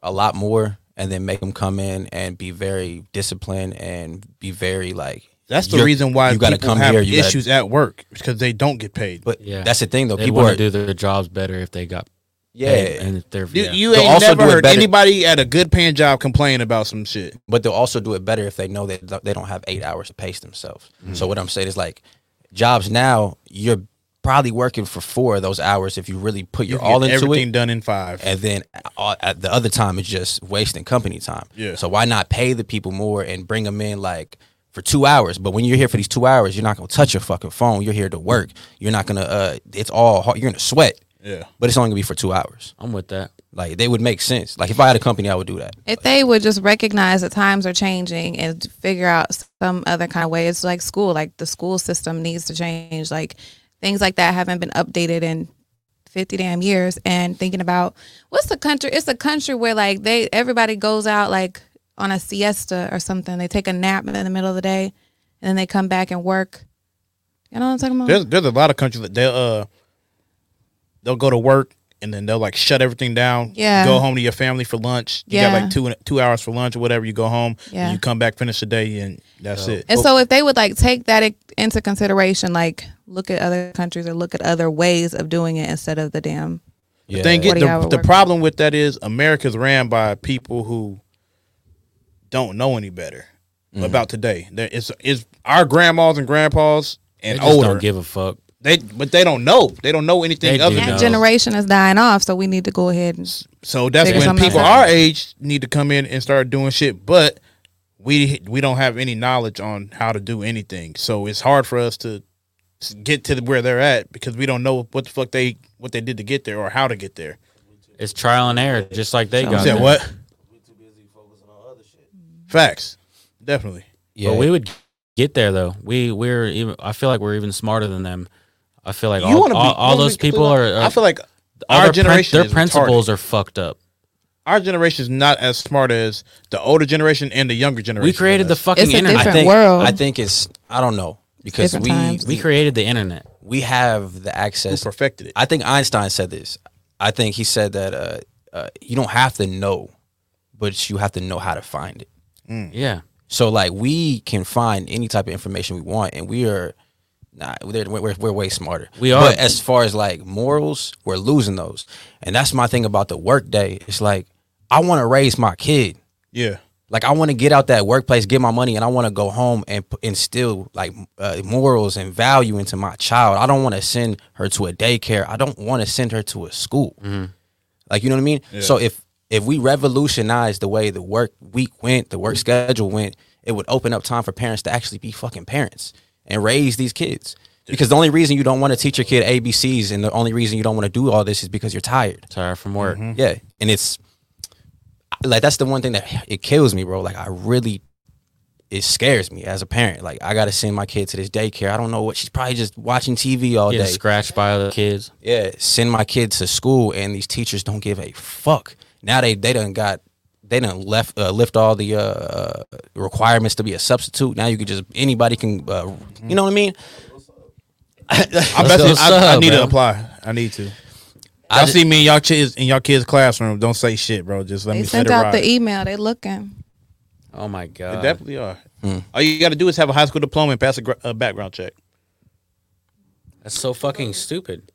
Speaker 2: a lot more, and then make them come in and be very disciplined and be very like.
Speaker 3: That's the
Speaker 2: you're-
Speaker 3: reason why
Speaker 2: you got to
Speaker 3: people
Speaker 2: come
Speaker 3: have
Speaker 2: here. You gotta-
Speaker 3: issues at work because they don't get paid.
Speaker 2: But that's the thing though. people
Speaker 1: want
Speaker 2: are
Speaker 1: to do their jobs better if they got
Speaker 2: Yeah.
Speaker 1: paid and if they're
Speaker 3: You,
Speaker 1: yeah.
Speaker 3: you
Speaker 2: They'll
Speaker 3: ain't
Speaker 2: also
Speaker 3: never
Speaker 2: do it
Speaker 3: heard
Speaker 2: better.
Speaker 3: anybody at a good paying job complain about some shit.
Speaker 2: but they'll also do it better if they know that th- they don't have eight hours to pace themselves.
Speaker 3: Mm-hmm.
Speaker 2: So what I'm saying is like jobs now, you're probably working for four of those hours if you really put
Speaker 3: You
Speaker 2: your
Speaker 3: can
Speaker 2: all
Speaker 3: get
Speaker 2: into
Speaker 3: everything
Speaker 2: it.
Speaker 3: done in five,
Speaker 2: and then all, at the other time it's just wasting company time.
Speaker 3: Yeah.
Speaker 2: So why not pay the people more and bring them in like for two hours? But when you're here for these two hours, you're not gonna touch your fucking phone. You're here to work. You're not gonna. Uh, it's all hard. you're gonna sweat.
Speaker 3: Yeah.
Speaker 2: But it's only gonna be for two hours.
Speaker 1: I'm with that.
Speaker 2: Like they would make sense. Like if I had a company, I would do that.
Speaker 5: If they would just recognize that times are changing and figure out some other kind of way, it's like school, like the school system needs to change. Like things like that haven't been updated in 50 damn years. And thinking about what's the country? It's a country where like they, everybody goes out like on a siesta or something. They take a nap in the middle of the day and then they come back and work. You know what I'm talking about?
Speaker 3: There's there's a lot of countries that they'll uh they'll go to work and then they'll like shut everything down.
Speaker 5: Yeah.
Speaker 3: Go home to your family for lunch. You
Speaker 5: Yeah.
Speaker 3: got like two two hours for lunch or whatever. You go home.
Speaker 5: Yeah.
Speaker 3: And you come back, finish the day, and that's it.
Speaker 5: And so, if they would like take that i- into consideration, like look at other countries or look at other ways of doing it instead of the damn.
Speaker 3: The thing is,
Speaker 5: 40 hour
Speaker 3: the, the
Speaker 5: work-
Speaker 3: problem with that is America's ran by people who don't know any better
Speaker 1: Mhm.
Speaker 3: about today. There- It's it's our grandmas and grandpas and
Speaker 1: They just
Speaker 3: older.
Speaker 1: don't give a fuck.
Speaker 3: They but they don't know. They don't know anything
Speaker 1: They
Speaker 3: other
Speaker 1: do
Speaker 3: than
Speaker 5: that generation is dying off, so we need to go ahead and
Speaker 3: So that's
Speaker 5: figure
Speaker 3: when
Speaker 5: something
Speaker 3: people
Speaker 5: else
Speaker 3: our
Speaker 5: out.
Speaker 3: age need to come in and start doing shit, but we we don't have any knowledge on how to do anything. So it's hard for us to s- get to the, where they're at because we don't know what the fuck they what they did to get there or how to get there.
Speaker 1: It's trial and error, just like they got.
Speaker 3: Said
Speaker 1: there.
Speaker 3: what? Facts, definitely.
Speaker 1: But we would get there though. We we're even. I feel like we're even smarter than them. I feel like
Speaker 3: You
Speaker 1: all, all,
Speaker 3: wanna be- you
Speaker 1: all
Speaker 3: wanna
Speaker 1: those
Speaker 3: be
Speaker 1: people
Speaker 3: completely-
Speaker 1: are, are-
Speaker 3: I feel like
Speaker 1: all
Speaker 3: our
Speaker 1: their prin-
Speaker 3: generation
Speaker 1: Their
Speaker 3: is
Speaker 1: principles are fucked up.
Speaker 3: Our generation is not as smart as the older generation and the younger generation. than
Speaker 1: created the
Speaker 3: us.
Speaker 1: fucking It's a internet.
Speaker 2: I
Speaker 1: different
Speaker 2: think,
Speaker 1: world.
Speaker 2: I think it's I don't know because
Speaker 1: Different
Speaker 2: we
Speaker 1: times. We created the internet.
Speaker 2: We have the access.
Speaker 3: Who perfected it?
Speaker 2: I think Einstein said this. I think he said that uh,
Speaker 1: Mm.
Speaker 2: uh, you don't have to know, but you have to know how to find it.
Speaker 1: Yeah.
Speaker 2: So like we can find any type of information we want, and we are nah, we're we're, we're way smarter.
Speaker 1: We are.
Speaker 2: But as far as like morals, we're losing those, and that's my thing about the workday. It's like I want to raise my kid.
Speaker 24: Yeah.
Speaker 2: Like I want to get out that workplace, get my money, and I want to go home and p- instill like uh, morals and value into my child. I don't want to send her to a daycare. I don't want to send her to a school. Like you know what I mean?
Speaker 1: Yeah.
Speaker 2: So if if we revolutionized the way the work week went, the work schedule went, it would open up time for parents to actually be fucking parents and raise these kids. Because the only reason you don't want to teach your kid ABCs and the only reason you don't want to do all this is because you're tired.
Speaker 1: Tired from work.
Speaker 2: Yeah. And it's like that's the one thing that it kills me, bro. Like I really it scares me as a parent. Like I gotta send my kid to this daycare. I don't know what she's probably just watching TV all
Speaker 1: Getting
Speaker 2: day.
Speaker 1: scratched by other kids.
Speaker 2: Yeah, send my kids to school, and these teachers don't give a fuck. Now they they done got they done left uh, lift all the uh, uh, requirements to be a substitute. Now you can just anybody can uh, you know what I mean.
Speaker 3: I, bet you- I, I need to apply.
Speaker 24: I need to.
Speaker 3: I
Speaker 2: I
Speaker 3: all
Speaker 2: ju-
Speaker 3: see me in y'all kids in y'all kids' classroom. Don't say shit, bro. Just let
Speaker 5: They
Speaker 3: me set
Speaker 5: sent
Speaker 3: it
Speaker 5: out
Speaker 3: right.
Speaker 5: the e- email. They looking.
Speaker 1: Oh my god.
Speaker 3: They definitely are.
Speaker 1: hmm.
Speaker 3: All you got to do is have a high school diploma and pass a, gra- a background check.
Speaker 1: That's so fucking stupid.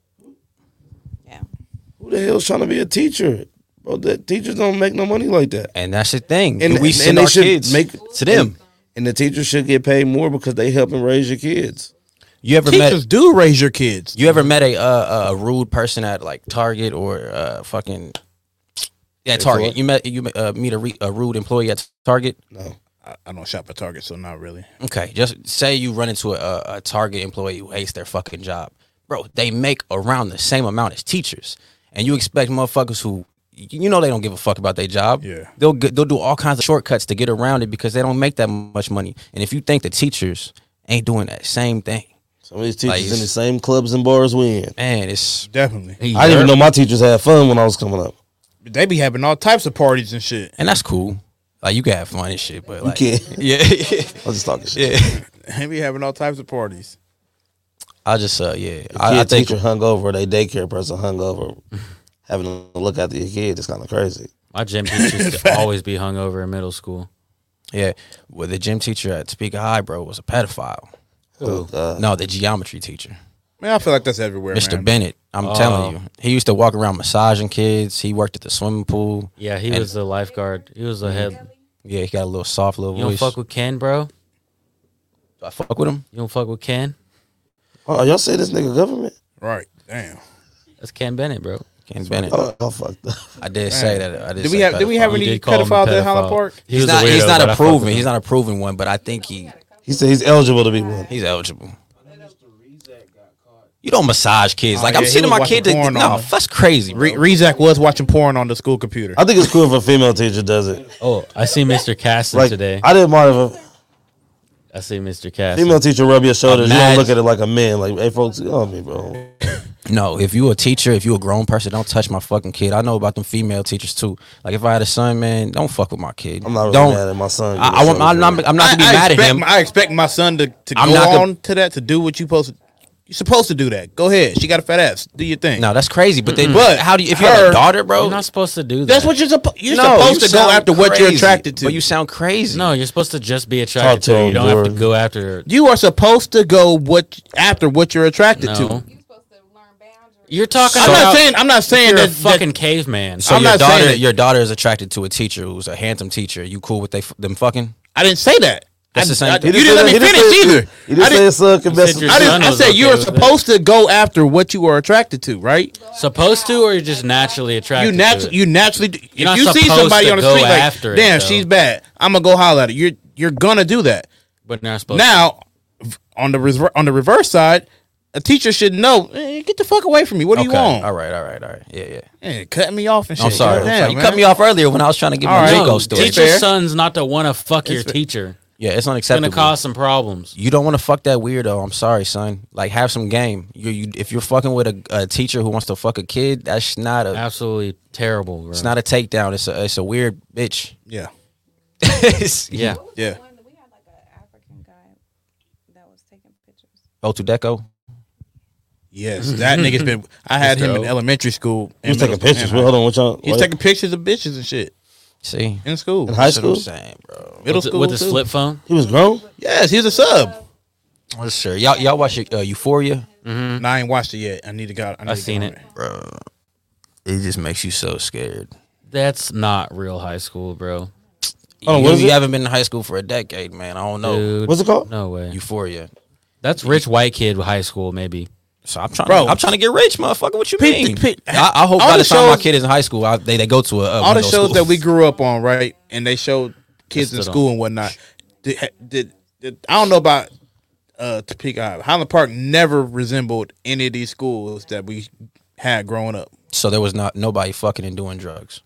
Speaker 15: Who the hell's trying to be a teacher? Bro, that teachers don't make no money like that.
Speaker 2: And that's the thing.
Speaker 15: And
Speaker 2: we
Speaker 15: and-
Speaker 2: send
Speaker 15: and they
Speaker 2: our
Speaker 15: should
Speaker 2: kids
Speaker 15: make
Speaker 2: to them.
Speaker 15: And, and the teachers should get paid more because they helping raise your kids.
Speaker 2: You ever
Speaker 15: Teachers
Speaker 2: met, do raise your kids. You ever met a uh, a rude person at like Target or uh, fucking yeah
Speaker 3: Say
Speaker 2: Target?
Speaker 3: what?
Speaker 2: You met you uh, meet a, re, a rude employee at Target?
Speaker 15: No,
Speaker 3: I, I don't shop at Target, so not really.
Speaker 2: Okay, just say you run into a, a Target employee who hates their fucking job, bro. They make around the same amount as teachers, and you expect motherfuckers who you know they don't give a fuck about their job. Yeah, they'll get, they'll do all kinds of shortcuts to get around it because they don't make that much money. And if you think the teachers ain't doing that same thing,
Speaker 15: some of these
Speaker 2: Like,
Speaker 15: teachers in
Speaker 2: it's-
Speaker 15: the same clubs and bars we in.
Speaker 2: man, it's
Speaker 3: definitely.
Speaker 15: I didn't even know my teachers had fun when I was coming up.
Speaker 3: They be having all types of parties and shit.
Speaker 2: and that's cool. Like you can have fun and shit, but
Speaker 3: You
Speaker 2: like
Speaker 3: can.
Speaker 2: yeah, I
Speaker 15: was just talking
Speaker 2: shit. Yeah.
Speaker 3: They be having all types of parties.
Speaker 2: I just uh yeah,
Speaker 15: I,
Speaker 2: I, I think
Speaker 15: teacher hung over, they daycare person hung over, having to look after your kid is kind of crazy.
Speaker 1: My gym teacher used to always be hungover in middle school.
Speaker 2: Yeah, well, the gym teacher at Topeka High, bro, was a pedophile.
Speaker 1: Oh,
Speaker 15: uh,
Speaker 2: no, the geometry teacher,
Speaker 3: Man, I feel like that's everywhere.
Speaker 2: Mr.
Speaker 3: man.
Speaker 2: Bennett. I'm
Speaker 3: Oh.
Speaker 2: telling you, he used to walk around massaging kids. He worked at the swimming pool.
Speaker 1: Yeah, he
Speaker 2: And-
Speaker 1: was the lifeguard. He was the head.
Speaker 2: Yeah, he got a little soft little
Speaker 1: You don't
Speaker 2: voice.
Speaker 1: fuck with Ken, bro.
Speaker 2: I fuck with him.
Speaker 1: You don't fuck with Ken.
Speaker 15: Oh, y'all say this nigga government?
Speaker 3: Right. Damn.
Speaker 1: That's Ken Bennett, bro.
Speaker 2: Ken Bennett.
Speaker 15: Oh, I fucked up.
Speaker 2: I did say that. I did.
Speaker 3: Did we
Speaker 2: say
Speaker 3: have- did we have
Speaker 2: pedophile.
Speaker 3: any You did call him a pedophiles at Holland pedophile. Park? He
Speaker 2: He's
Speaker 3: was a
Speaker 2: not. he's not
Speaker 3: weirdo, but I
Speaker 2: a
Speaker 3: fuck with
Speaker 2: proven.
Speaker 3: him.
Speaker 2: He's not a proven one, but I think he.
Speaker 15: He said he's eligible to be one.
Speaker 2: He's eligible. You don't massage kids.
Speaker 3: Oh,
Speaker 2: like
Speaker 3: yeah,
Speaker 2: I'm
Speaker 3: he
Speaker 2: sending
Speaker 3: was
Speaker 2: my kid to.
Speaker 3: watching porn
Speaker 2: No,
Speaker 3: on-
Speaker 2: that's crazy. Bro.
Speaker 3: Re- Rezak was watching porn on the school computer.
Speaker 15: I think it's cool if a female teacher does it.
Speaker 1: Oh, I see Mr. Caston
Speaker 15: Like
Speaker 1: today.
Speaker 15: I didn't mind if
Speaker 1: I see Mr.
Speaker 15: a
Speaker 1: Caston.
Speaker 15: female teacher rub your shoulders. You
Speaker 2: Imagine-
Speaker 15: don't look at it like a man. Like, hey, folks, you know me, bro.
Speaker 2: No, if you a teacher, if you a grown person, don't touch my fucking kid. I know about them female teachers too. Like if I had a son, man, don't fuck with my kid. I'm
Speaker 15: not really
Speaker 2: don't,
Speaker 15: mad at my son.
Speaker 2: I, I want. I'm not. I'm not gonna be
Speaker 3: I
Speaker 2: mad at
Speaker 3: expect
Speaker 2: him.
Speaker 3: my- I expect my son to, to
Speaker 2: I'm
Speaker 3: go
Speaker 2: not gonna-
Speaker 3: on to that to do what you supposed to. You're supposed to do that. Go ahead. She got a fat ass. Do your thing.
Speaker 2: No, that's crazy. But then,
Speaker 3: But
Speaker 2: how do you? If you have
Speaker 3: her-
Speaker 2: a daughter, bro,
Speaker 1: You're not supposed to do that.
Speaker 3: That's what you're supposed. You're supposed to go
Speaker 2: sound
Speaker 3: after what you're
Speaker 2: crazy,
Speaker 3: attracted to.
Speaker 2: But you sound crazy.
Speaker 1: No, you're supposed to just be attracted to. her. You don't have to go after her.
Speaker 3: You are supposed to go what after what you're attracted
Speaker 1: No.
Speaker 3: to.
Speaker 1: You're talking.
Speaker 3: I'm
Speaker 1: about
Speaker 3: not saying. I'm not saying
Speaker 1: you're
Speaker 3: that
Speaker 1: a fucking caveman.
Speaker 2: So
Speaker 3: I'm
Speaker 2: your
Speaker 3: not saying
Speaker 2: daughter,
Speaker 3: that-
Speaker 2: your daughter is attracted to a teacher who's a handsome teacher. You cool with they f- them fucking?
Speaker 3: I didn't say that.
Speaker 2: That's
Speaker 3: I-
Speaker 2: the same.
Speaker 3: I-
Speaker 2: thing.
Speaker 3: you didn't let me finish either.
Speaker 15: You didn't
Speaker 3: I
Speaker 15: say
Speaker 3: didn't-
Speaker 15: his son can
Speaker 3: I
Speaker 15: mess
Speaker 3: didn't-
Speaker 15: with
Speaker 3: I said you
Speaker 1: okay
Speaker 3: are
Speaker 1: with
Speaker 3: supposed to go after what you are attracted to, right?
Speaker 1: supposed to, or you're just naturally attracted.
Speaker 3: you
Speaker 1: to
Speaker 3: natu-
Speaker 1: it?
Speaker 3: you naturally do.
Speaker 1: You're not
Speaker 3: if you see
Speaker 1: supposed
Speaker 3: somebody
Speaker 1: to
Speaker 3: on the
Speaker 1: go
Speaker 3: street like,
Speaker 1: after it,
Speaker 3: damn,
Speaker 1: though."
Speaker 3: she's bad. I'm gonna go holler at her. You're you're gonna do that.
Speaker 1: but not supposed.
Speaker 3: Now, v- on the rever- on the reverse side, a teacher should know. eh, get the fuck away from me. What do you
Speaker 2: Okay,
Speaker 3: want?
Speaker 2: All right, all right, all right. Yeah, yeah.
Speaker 3: Eh, cut me off and shit.
Speaker 2: I'm sorry.
Speaker 3: Goddamn,
Speaker 2: you
Speaker 3: man.
Speaker 2: cut me off earlier when I was trying to give
Speaker 3: All
Speaker 2: my
Speaker 3: right.
Speaker 2: Rico
Speaker 3: No,
Speaker 2: story.
Speaker 1: Teach your sons not to want to fuck your
Speaker 2: fair.
Speaker 1: teacher.
Speaker 2: Yeah, it's
Speaker 1: It's gonna
Speaker 2: unacceptable.
Speaker 1: cause some problems.
Speaker 2: you don't want to fuck that weirdo. I'm sorry, son. Like, have some game. You, you if you're fucking with a, a teacher who wants to fuck a kid, that's not a.
Speaker 1: Absolutely terrible. Bro.
Speaker 2: It's not a takedown. It's a. It's a weird bitch.
Speaker 3: Yeah.
Speaker 1: Yeah.
Speaker 3: Yeah.
Speaker 2: Otu Deco.
Speaker 3: Yes, that nigga's been. I had him in elementary school.
Speaker 15: He was
Speaker 3: and
Speaker 15: taking
Speaker 3: middle school
Speaker 15: pictures.
Speaker 3: and high
Speaker 15: Hold on, what y'all?
Speaker 3: He's
Speaker 15: what?
Speaker 3: taking pictures of bitches and shit.
Speaker 2: See,
Speaker 12: in school,
Speaker 2: In high
Speaker 12: That's what I'm
Speaker 2: school?
Speaker 12: saying, bro.
Speaker 2: With
Speaker 12: Middle
Speaker 2: the-
Speaker 12: school
Speaker 2: with his
Speaker 12: too.
Speaker 2: flip phone?
Speaker 15: He was grown.
Speaker 12: Yes, he was a sub.
Speaker 2: Well, sure. Y'all, y'all watch uh, Euphoria?
Speaker 3: Mm-hmm. I ain't watched it yet. I need to go. I, need to
Speaker 2: Mm. seen
Speaker 3: go
Speaker 2: it, bro. It just makes you so scared.
Speaker 1: That's not real high school, bro.
Speaker 2: Oh, you, you haven't been in high school for a decade, man. I don't know.
Speaker 1: Dude, No way.
Speaker 2: Euphoria.
Speaker 1: That's rich white kid with high school, maybe.
Speaker 2: So I'm trying. I'm trying to get rich, motherfucker. What you mean? I, I hope
Speaker 3: all
Speaker 2: by
Speaker 3: the
Speaker 2: the time my
Speaker 3: shows-
Speaker 2: kid is in high school, I, they they go to a uh,
Speaker 3: all the
Speaker 2: window
Speaker 3: shows
Speaker 2: school.
Speaker 3: that we grew up on, right? And they showed kids in
Speaker 2: still
Speaker 3: school
Speaker 2: don't.
Speaker 3: and whatnot. Did, ha- did, did I don't know about uh Topeka Highland Park never resembled any of these schools that we had growing up.
Speaker 2: So there was not nobody fucking and doing drugs,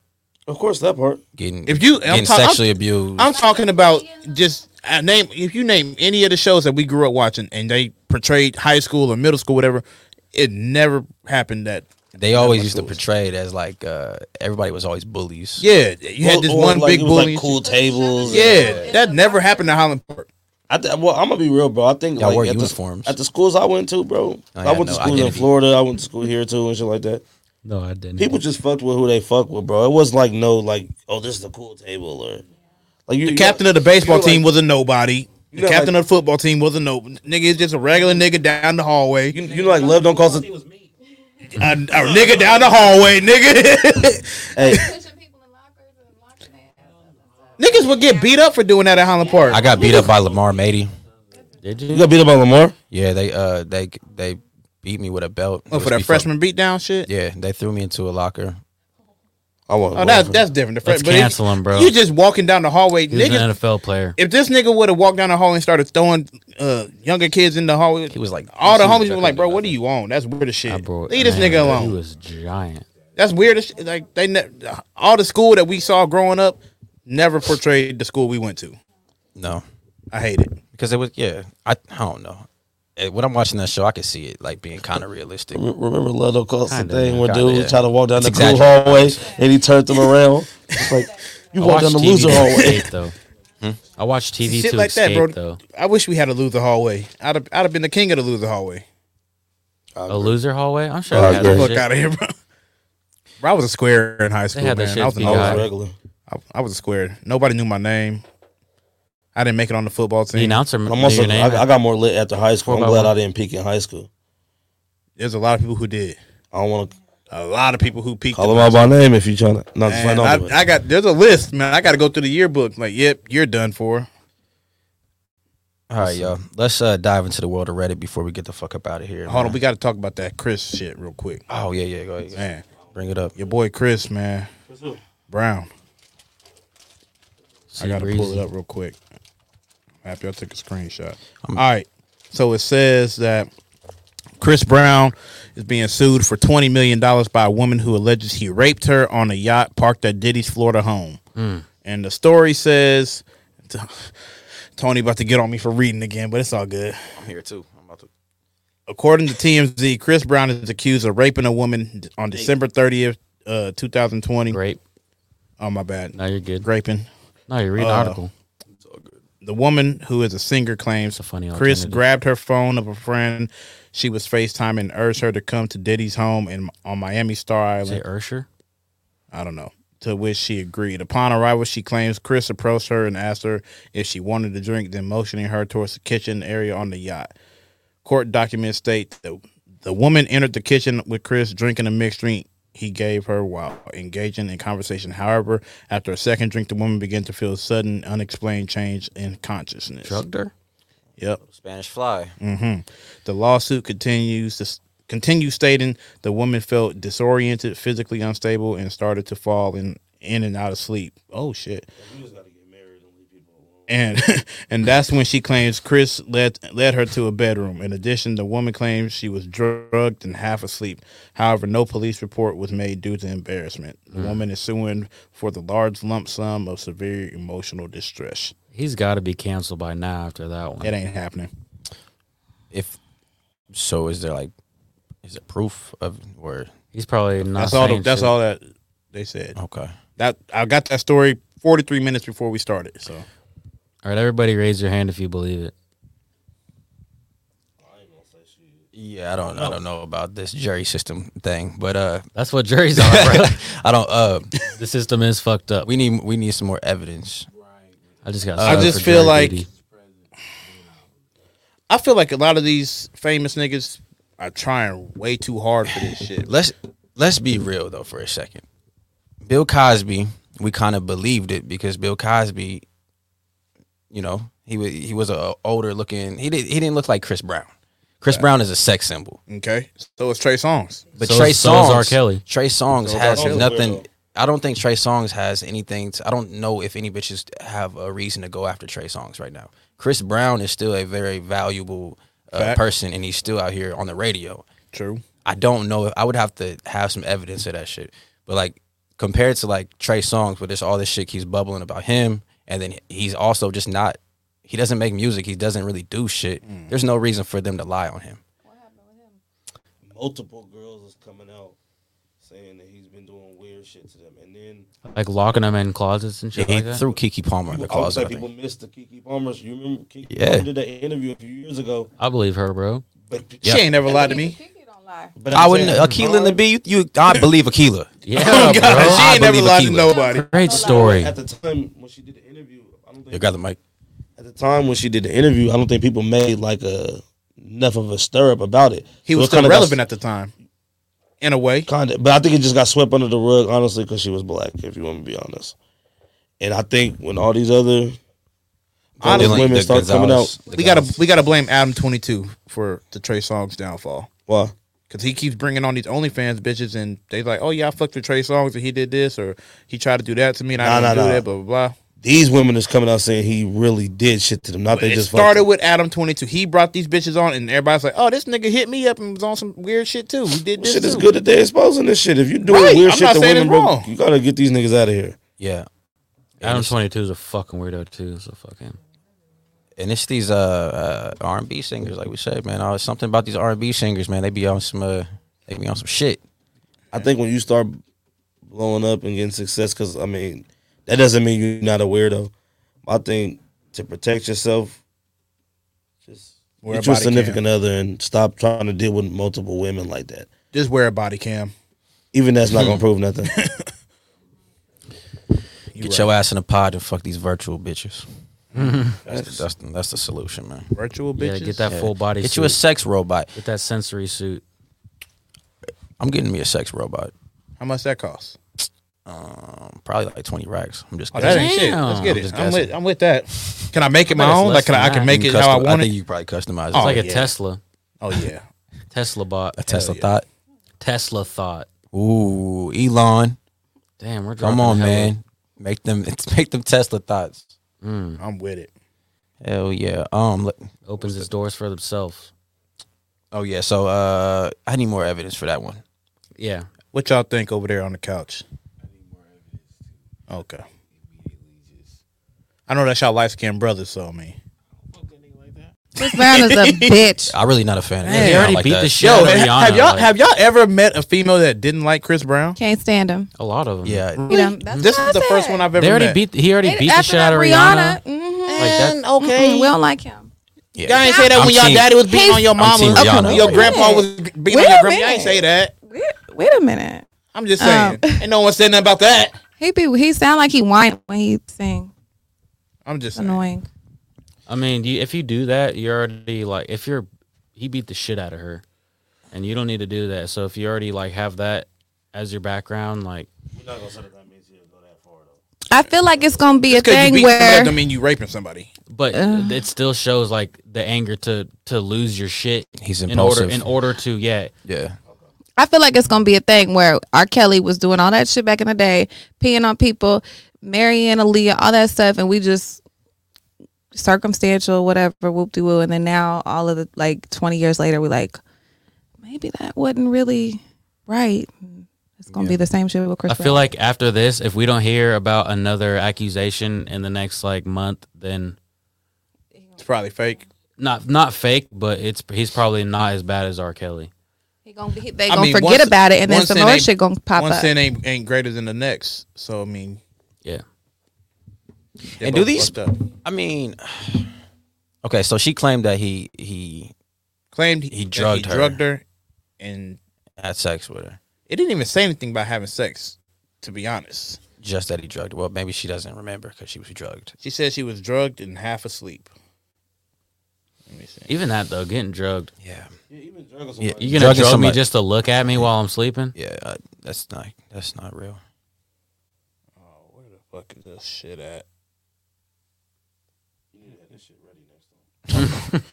Speaker 15: Of course, that part.
Speaker 2: getting
Speaker 3: If you
Speaker 2: getting
Speaker 3: ta-
Speaker 2: sexually abused.
Speaker 3: I'm talking about just uh, name if you name any of the shows that we grew up watching and they portrayed high school or middle school, whatever, it never happened that
Speaker 2: they always used to portray it as like uh, everybody was always bullies.
Speaker 3: Yeah, you had this
Speaker 15: Or- or
Speaker 3: one
Speaker 15: like
Speaker 3: big
Speaker 15: it was
Speaker 3: bully.
Speaker 15: Like cool tables.
Speaker 3: Yeah, that never happened to Highland Park.
Speaker 15: I th- well, I'm gonna be real, bro. I think
Speaker 2: Y'all
Speaker 15: like
Speaker 2: wear
Speaker 15: at
Speaker 2: uniforms.
Speaker 15: The, at the schools I went to, bro.
Speaker 2: Oh,
Speaker 15: I
Speaker 2: yeah,
Speaker 15: went to
Speaker 2: no
Speaker 15: school in
Speaker 2: identity.
Speaker 15: Florida. I went to school here too and shit like that.
Speaker 1: No, I didn't.
Speaker 15: People just fucked with who they fucked with, bro. It wasn't like no, like oh, this is the cool table or like you,
Speaker 3: The
Speaker 15: you-
Speaker 3: captain of the baseball
Speaker 15: you know, like-
Speaker 3: team was a nobody.
Speaker 15: You
Speaker 3: The
Speaker 15: know,
Speaker 3: captain of the football team was a no nigga. It's just a regular nigga down the hallway. You,
Speaker 15: you know, like love don't cost a,
Speaker 3: a nigga down the hallway, nigga.
Speaker 15: hey,
Speaker 3: niggas would get beat up for doing that at Highland Park.
Speaker 2: I got beat up by Lamar Mady.
Speaker 1: Did
Speaker 15: you got beat up by Lamar?
Speaker 2: Yeah, they uh they they beat me with a belt.
Speaker 3: Oh,
Speaker 2: It was
Speaker 3: for that
Speaker 2: before-
Speaker 3: freshman beatdown shit.
Speaker 2: Yeah, they threw me into a locker.
Speaker 15: I want.
Speaker 3: Oh, that's that's different. The fre-
Speaker 1: Let's
Speaker 3: but if-
Speaker 1: cancel him, bro.
Speaker 3: You just walking down the hallway,
Speaker 1: He was an
Speaker 3: niggas.
Speaker 1: NFL player.
Speaker 3: If this nigga would have walked down the hallway and started throwing uh, younger kids in the hallway, he
Speaker 2: was like,
Speaker 3: all the
Speaker 2: he was
Speaker 3: homies were
Speaker 2: back uh,
Speaker 3: like, "Bro, what are you on? That's weird as shit.
Speaker 1: Bro,
Speaker 3: Leave this
Speaker 1: man,
Speaker 3: nigga
Speaker 1: He
Speaker 3: alone.
Speaker 1: was giant.
Speaker 3: That's weird as shit. Like they, ne- all the school that we saw growing up, never portrayed the school we went to.
Speaker 2: No,
Speaker 3: I hate it
Speaker 2: because it was yeah. I I don't know. Eh, When I'm watching that show, I can see it like being kind of realistic.
Speaker 15: Rem- Remember Love Don't Cost a
Speaker 2: Kinda,
Speaker 15: Thing
Speaker 2: yeah.
Speaker 15: where dude
Speaker 2: Kinda,
Speaker 15: was
Speaker 2: yeah.
Speaker 15: trying to walk down
Speaker 2: It's
Speaker 15: the cool
Speaker 2: exaggerated.
Speaker 15: hallway and he turned them around. It's like you
Speaker 1: I
Speaker 15: walk
Speaker 1: watched
Speaker 15: down the
Speaker 1: TV
Speaker 15: loser
Speaker 1: to
Speaker 15: hallway.
Speaker 1: escape, though. I watched TV
Speaker 3: Hmm? shit
Speaker 1: to
Speaker 3: like that,
Speaker 1: escape,
Speaker 3: bro.
Speaker 1: though.
Speaker 3: I wish we had a loser hallway. I'd have, I'd have been the king of the loser hallway.
Speaker 1: A loser hallway? I'm sure
Speaker 3: Get
Speaker 1: they had
Speaker 3: the
Speaker 1: that
Speaker 3: fuck
Speaker 1: shit.
Speaker 3: out of here, bro. Bro, I was a square in high school,
Speaker 1: had that
Speaker 3: man.
Speaker 1: shit
Speaker 3: I was, an
Speaker 1: beat
Speaker 3: old-
Speaker 1: high.
Speaker 15: Regular.
Speaker 3: I, I was a square. Nobody knew my name. I didn't make it on the football team.
Speaker 1: The announcer knew
Speaker 15: I'm also,
Speaker 1: your name.
Speaker 15: I, I got more lit after high school.
Speaker 1: Four
Speaker 15: I'm
Speaker 1: by
Speaker 15: glad
Speaker 1: one.
Speaker 15: I didn't peak in high school.
Speaker 3: There's a lot of people who did.
Speaker 15: I don't want to
Speaker 3: A lot of people who peaked.
Speaker 15: call
Speaker 3: in
Speaker 15: them
Speaker 3: high
Speaker 15: out by
Speaker 3: school.
Speaker 15: name if you trying to. No, just
Speaker 3: Man,
Speaker 15: right
Speaker 3: I, I got there's a list, man. I got to go through the yearbook. Like, yep, you're done for.
Speaker 2: All right, y'all. Let's uh, dive into the world of Reddit before we get the fuck up out of here.
Speaker 3: Hold
Speaker 2: man.
Speaker 3: on, we got to talk about that Chris shit real quick.
Speaker 2: Oh yeah, yeah. Go ahead.
Speaker 3: Man,
Speaker 2: bring it up.
Speaker 3: Your boy Chris, man, Brown. I
Speaker 1: See,
Speaker 3: got to
Speaker 1: Breezy.
Speaker 3: pull it up real quick. Happy I took a screenshot. All right. So it says that Chris Brown is being sued for $20 million by a woman who alleges he raped her on a yacht parked at Diddy's Florida home.
Speaker 2: Hmm.
Speaker 1: Mm.
Speaker 3: And the story says Tony about to get on me for reading again, but it's all good.
Speaker 2: I'm here too. I'm about to.
Speaker 3: According to TMZ, Chris Brown is accused of raping a woman on December 30th, uh, 2020.
Speaker 1: Rape.
Speaker 3: Oh, my bad.
Speaker 1: No, you're good.
Speaker 3: Raping.
Speaker 1: No, you're reading
Speaker 3: Uh,
Speaker 1: an article.
Speaker 3: The woman who is a singer claims
Speaker 1: funny
Speaker 3: Chris
Speaker 1: alternative.
Speaker 3: grabbed her phone of a friend she was FaceTime and urged her to come to Diddy's home in on Miami Star
Speaker 1: Is
Speaker 3: Island.
Speaker 1: it Ursher?
Speaker 3: I don't know. To which she agreed. Upon arrival, she claims Chris approached her and asked her if she wanted a drink, then motioning her towards the kitchen area on the yacht. Court documents state that the woman entered the kitchen with Chris drinking a mixed drink he gave her while engaging in conversation. However, after a second drink, the woman began to feel a sudden, unexplained change in consciousness.
Speaker 2: Drugged her?
Speaker 3: Yep.
Speaker 2: Spanish Fly.
Speaker 3: hmm The lawsuit continues to continues stating the woman felt disoriented, physically unstable, and started to fall in in and out of sleep. Oh shit! And and that's when she claims Chris led led her to a bedroom. In addition, the woman claims she was drugged and half asleep. However, no police report was made due to embarrassment. The
Speaker 1: Mm.
Speaker 3: woman is suing for the large lump sum of severe emotional distress.
Speaker 1: He's got to be canceled by now after that one.
Speaker 3: It ain't happening.
Speaker 2: If so, is there like is there proof of where
Speaker 1: He's probably not.
Speaker 3: That's all. The,
Speaker 1: saying
Speaker 3: that's
Speaker 1: shit. Oh,
Speaker 3: all that they said.
Speaker 2: Okay.
Speaker 3: That I got that story 43 minutes before we started. So
Speaker 1: All right, everybody, raise your hand if you believe it.
Speaker 2: Yeah, I don't, I don't know about this jury system thing, but uh,
Speaker 1: that's what juries are, bro.
Speaker 2: I don't. Uh,
Speaker 1: the system is fucked up.
Speaker 2: We need, we need some more evidence.
Speaker 1: I just got.
Speaker 12: I
Speaker 1: sued
Speaker 12: just
Speaker 1: for
Speaker 12: feel
Speaker 1: jury
Speaker 12: like
Speaker 1: duty.
Speaker 12: I feel like a lot of these famous niggas are trying way too hard for this shit.
Speaker 2: Let's let's be real though for a second. Bill Cosby, we kind of believed it because Bill Cosby, you know, he was he was a older looking. He did he didn't look like Chris Brown. Chris Brown is a sex symbol.
Speaker 3: Okay, so it's Trey Songz.
Speaker 2: But
Speaker 3: So
Speaker 2: Trey
Speaker 3: is- so is
Speaker 2: Songs,
Speaker 3: R. Kelly.
Speaker 2: Trey Songs
Speaker 3: So is
Speaker 2: has
Speaker 3: R. Kelly.
Speaker 2: nothing. I don't think Trey Songs has anything. To, I don't know if any bitches have a reason to go after Trey Songs right now. Chris Brown is still a very valuable uh,
Speaker 3: Fact.
Speaker 2: person, and he's still out here on the radio.
Speaker 3: True.
Speaker 2: I don't know. if I would have to have some evidence of that shit. But like compared to like Trey Songs, but it's all this shit he's bubbling about him, and then he's also just not. He doesn't make music. He doesn't really do shit.
Speaker 3: Mm.
Speaker 2: There's no reason for them to lie on him.
Speaker 15: Multiple girls is coming out saying that he's been doing weird shit to them, and then
Speaker 1: like locking them in closets and shit.
Speaker 2: Yeah, he
Speaker 1: like that?
Speaker 2: threw Kiki Palmer in the
Speaker 15: I was
Speaker 2: closet.
Speaker 15: like,
Speaker 2: I
Speaker 15: people
Speaker 2: think.
Speaker 15: missed the Kiki Palmer's. You remember Kiki
Speaker 2: Yeah.
Speaker 15: Palmer did that interview a few years ago,
Speaker 1: I believe her,
Speaker 2: Oh
Speaker 1: bro.
Speaker 15: but
Speaker 2: Yeah. She ain't never lied to
Speaker 15: me.
Speaker 2: But I wouldn't. Akilah and the B, you, you I believe Akilah.
Speaker 1: Yeah,
Speaker 3: Oh, God, bro. she ain't never lied to nobody.
Speaker 1: Great story.
Speaker 15: At the time when she did the interview, I don't think
Speaker 2: You got the mic.
Speaker 15: at the time when she did the interview, I don't think people made like a enough of a stir up about it.
Speaker 3: He
Speaker 15: So
Speaker 3: was
Speaker 15: it kinda
Speaker 3: still
Speaker 15: got-
Speaker 3: relevant at the time, in a way.
Speaker 15: Kinda, but I think it just got swept under the rug, honestly, because she was black. If you want to be honest, and I think when all these other honest
Speaker 3: Dylan-
Speaker 15: women
Speaker 3: the
Speaker 15: start coming out,
Speaker 3: Gonzalez- We gotta we gotta blame Adam Twenty Two for the Trey Songz downfall.
Speaker 15: Why?
Speaker 3: Because he keeps bringing on these OnlyFans bitches, and they like, oh yeah, I fucked with Trey Songz, and he did this, or he tried to do that to me, and I
Speaker 15: Nah,
Speaker 3: didn't
Speaker 15: nah,
Speaker 3: do
Speaker 15: nah.
Speaker 3: that, blah blah blah.
Speaker 15: These women is coming out saying he really did shit to them. Not they
Speaker 3: it
Speaker 15: just fucked
Speaker 3: started with Adam Twenty Two. He brought these bitches on, and everybody's like, oh, this nigga hit me up and was on some weird shit too. We did this.
Speaker 15: shit is
Speaker 3: too."
Speaker 15: good that they're exposing this shit. If you're doing
Speaker 3: Right,
Speaker 15: weird
Speaker 3: I'm
Speaker 15: shit
Speaker 3: not
Speaker 15: to
Speaker 3: saying
Speaker 15: women,
Speaker 3: it's
Speaker 15: bro,
Speaker 3: wrong.
Speaker 15: you gotta get these niggas out of here.
Speaker 2: Yeah.
Speaker 1: Adam twenty two is a fucking weirdo too. So fucking.
Speaker 2: And it's these uh, uh R and B singers, like we said, man. Oh, it's something about these R and B singers, man. They be on some, uh, they be on some shit.
Speaker 15: I think when you start blowing up and getting success, because I mean, that doesn't mean you're not a weirdo. I think to protect yourself, just
Speaker 3: Wear
Speaker 15: get
Speaker 3: a
Speaker 15: your
Speaker 3: body
Speaker 15: significant other and stop trying to deal with multiple women like that.
Speaker 3: Just wear a body cam.
Speaker 15: Even that's not gonna prove nothing.
Speaker 2: Get your ass in a pod and fuck these virtual bitches.
Speaker 3: Mm-hmm.
Speaker 1: Mhm.
Speaker 2: that's, that's that's the solution, man.
Speaker 3: Virtual
Speaker 1: Yeah, get that
Speaker 2: Yeah.
Speaker 1: full body.
Speaker 2: Get
Speaker 1: suit.
Speaker 2: you a sex robot.
Speaker 1: Get that sensory suit.
Speaker 2: I'm getting me a sex robot.
Speaker 3: How much that cost?
Speaker 2: Um, probably like twenty racks. I'm just.
Speaker 3: Oh, that ain't
Speaker 2: guessing.
Speaker 3: shit. Let's get
Speaker 2: I'm
Speaker 3: it.
Speaker 2: just
Speaker 3: I'm with,
Speaker 2: guessing.
Speaker 3: I'm with that. Can I make
Speaker 1: I
Speaker 3: it my
Speaker 1: bet it's
Speaker 3: own?
Speaker 1: less
Speaker 3: Like, can
Speaker 1: than
Speaker 3: I, I can
Speaker 1: that.
Speaker 3: make
Speaker 2: You
Speaker 3: it
Speaker 2: can
Speaker 3: how I
Speaker 2: custom-
Speaker 3: want
Speaker 2: I think
Speaker 3: it? Oh,
Speaker 2: you probably customize.
Speaker 1: It's
Speaker 2: it.
Speaker 1: like a
Speaker 3: yeah.
Speaker 1: Tesla.
Speaker 3: Oh yeah.
Speaker 1: Tesla bot.
Speaker 2: A Tesla thought.
Speaker 1: Tesla thought.
Speaker 2: Ooh, Elon.
Speaker 1: Damn, we're dropping
Speaker 2: Come on,
Speaker 1: hella-
Speaker 2: man. Make them make them Tesla thoughts.
Speaker 1: Mm.
Speaker 3: I'm with it.
Speaker 2: Hell yeah. Um. let-
Speaker 1: Opens his doors for themselves.
Speaker 2: Oh yeah. So uh, I need more evidence for that one.
Speaker 1: Yeah.
Speaker 3: What y'all think over there on the couch? Okay. I know that's y'all light skinned brothers, so I mean.
Speaker 5: Chris Brown is a bitch.
Speaker 2: I'm really not a fan of
Speaker 5: Man,
Speaker 2: that.
Speaker 5: he already
Speaker 2: like
Speaker 1: beat
Speaker 2: that.
Speaker 1: the shit out of
Speaker 3: have,
Speaker 1: Rihanna,
Speaker 3: have y'all
Speaker 1: like-
Speaker 3: have y'all ever met a female that didn't like Chris Brown?
Speaker 5: Can't stand him.
Speaker 1: A lot of them.
Speaker 2: Yeah.
Speaker 5: You know, that's
Speaker 3: This
Speaker 5: what
Speaker 3: is
Speaker 5: I
Speaker 3: the first one I've ever
Speaker 1: They already
Speaker 3: met.
Speaker 1: beat. He already
Speaker 5: said.
Speaker 1: beat the
Speaker 5: After
Speaker 1: shit out
Speaker 5: that
Speaker 1: of Rihanna.
Speaker 5: mhm.
Speaker 1: And,
Speaker 5: Mm-hmm. okay, we don't like him.
Speaker 2: Yeah.
Speaker 3: Y'all ain't say that
Speaker 2: I'm
Speaker 3: when y'all
Speaker 2: team-
Speaker 3: daddy was beating
Speaker 5: He's-
Speaker 3: on your
Speaker 2: I'm
Speaker 3: mama.
Speaker 2: team Rihanna.
Speaker 3: Your
Speaker 2: Okay.
Speaker 3: grandpa was beating
Speaker 5: Wait
Speaker 3: on
Speaker 5: a
Speaker 3: your grandma. Y'all ain't
Speaker 5: minute.
Speaker 3: say that.
Speaker 5: Wait a minute.
Speaker 3: I'm just saying. ain't no one said nothing about that.
Speaker 5: He be he sound like he whine when he sing.
Speaker 3: I'm just saying.
Speaker 5: Annoying.
Speaker 1: I mean, you, if you do that, you're already like if you're he beat the shit out of her, and you don't need to do that. So if you already like have that as your background, like
Speaker 5: I feel like it's gonna be a
Speaker 3: Just 'cause you
Speaker 5: thing
Speaker 3: beat somebody
Speaker 5: where
Speaker 3: don't mean you raping somebody.
Speaker 1: but
Speaker 2: Uh.
Speaker 1: it still shows like the anger to to lose your shit.
Speaker 2: He's
Speaker 1: in order
Speaker 2: impulsive.
Speaker 1: in order to yeah
Speaker 2: yeah.
Speaker 5: I feel like it's gonna be a thing where R. Kelly was doing all that shit back in the day, peeing on people, marrying Aaliyah, all that stuff, and we just circumstantial, whatever, whoop de woo, and then now all of the like twenty years later, we like maybe that wasn't really right. It's gonna be the same shit with Chris.
Speaker 1: I feel like after this, if we don't hear about another accusation in the next like month, then
Speaker 3: it's probably fake.
Speaker 1: Not not fake, but it's he's probably not as bad as R. Kelly.
Speaker 5: He gonna be, they
Speaker 3: I
Speaker 5: gonna
Speaker 3: mean,
Speaker 5: forget
Speaker 3: once-
Speaker 5: about it, and then
Speaker 3: one
Speaker 5: some
Speaker 3: sin
Speaker 5: more
Speaker 3: ain't-
Speaker 5: shit gonna pop
Speaker 3: One
Speaker 5: up.
Speaker 3: sin ain't, ain't greater than the next. So I mean,
Speaker 1: Yeah.
Speaker 3: they
Speaker 2: and do
Speaker 3: both
Speaker 2: these?
Speaker 3: fucked up.
Speaker 2: I mean, okay. So she claimed that he he
Speaker 3: claimed he,
Speaker 2: He
Speaker 3: that
Speaker 2: drugged her.
Speaker 3: drugged her, and
Speaker 2: had sex with her.
Speaker 3: It didn't even say anything about having sex. To be honest,
Speaker 2: Just that he drugged her. Well, maybe she doesn't remember because she was drugged.
Speaker 3: she said she was drugged and half asleep.
Speaker 1: Even that though, getting drugged.
Speaker 2: Yeah.
Speaker 1: Yeah,
Speaker 2: somebody.
Speaker 1: you
Speaker 2: Drugging
Speaker 1: gonna drug me
Speaker 2: somebody.
Speaker 1: just to look at me while I'm sleeping?
Speaker 2: Yeah, uh, that's not that's not real.
Speaker 3: Oh, Fuck is this shit at?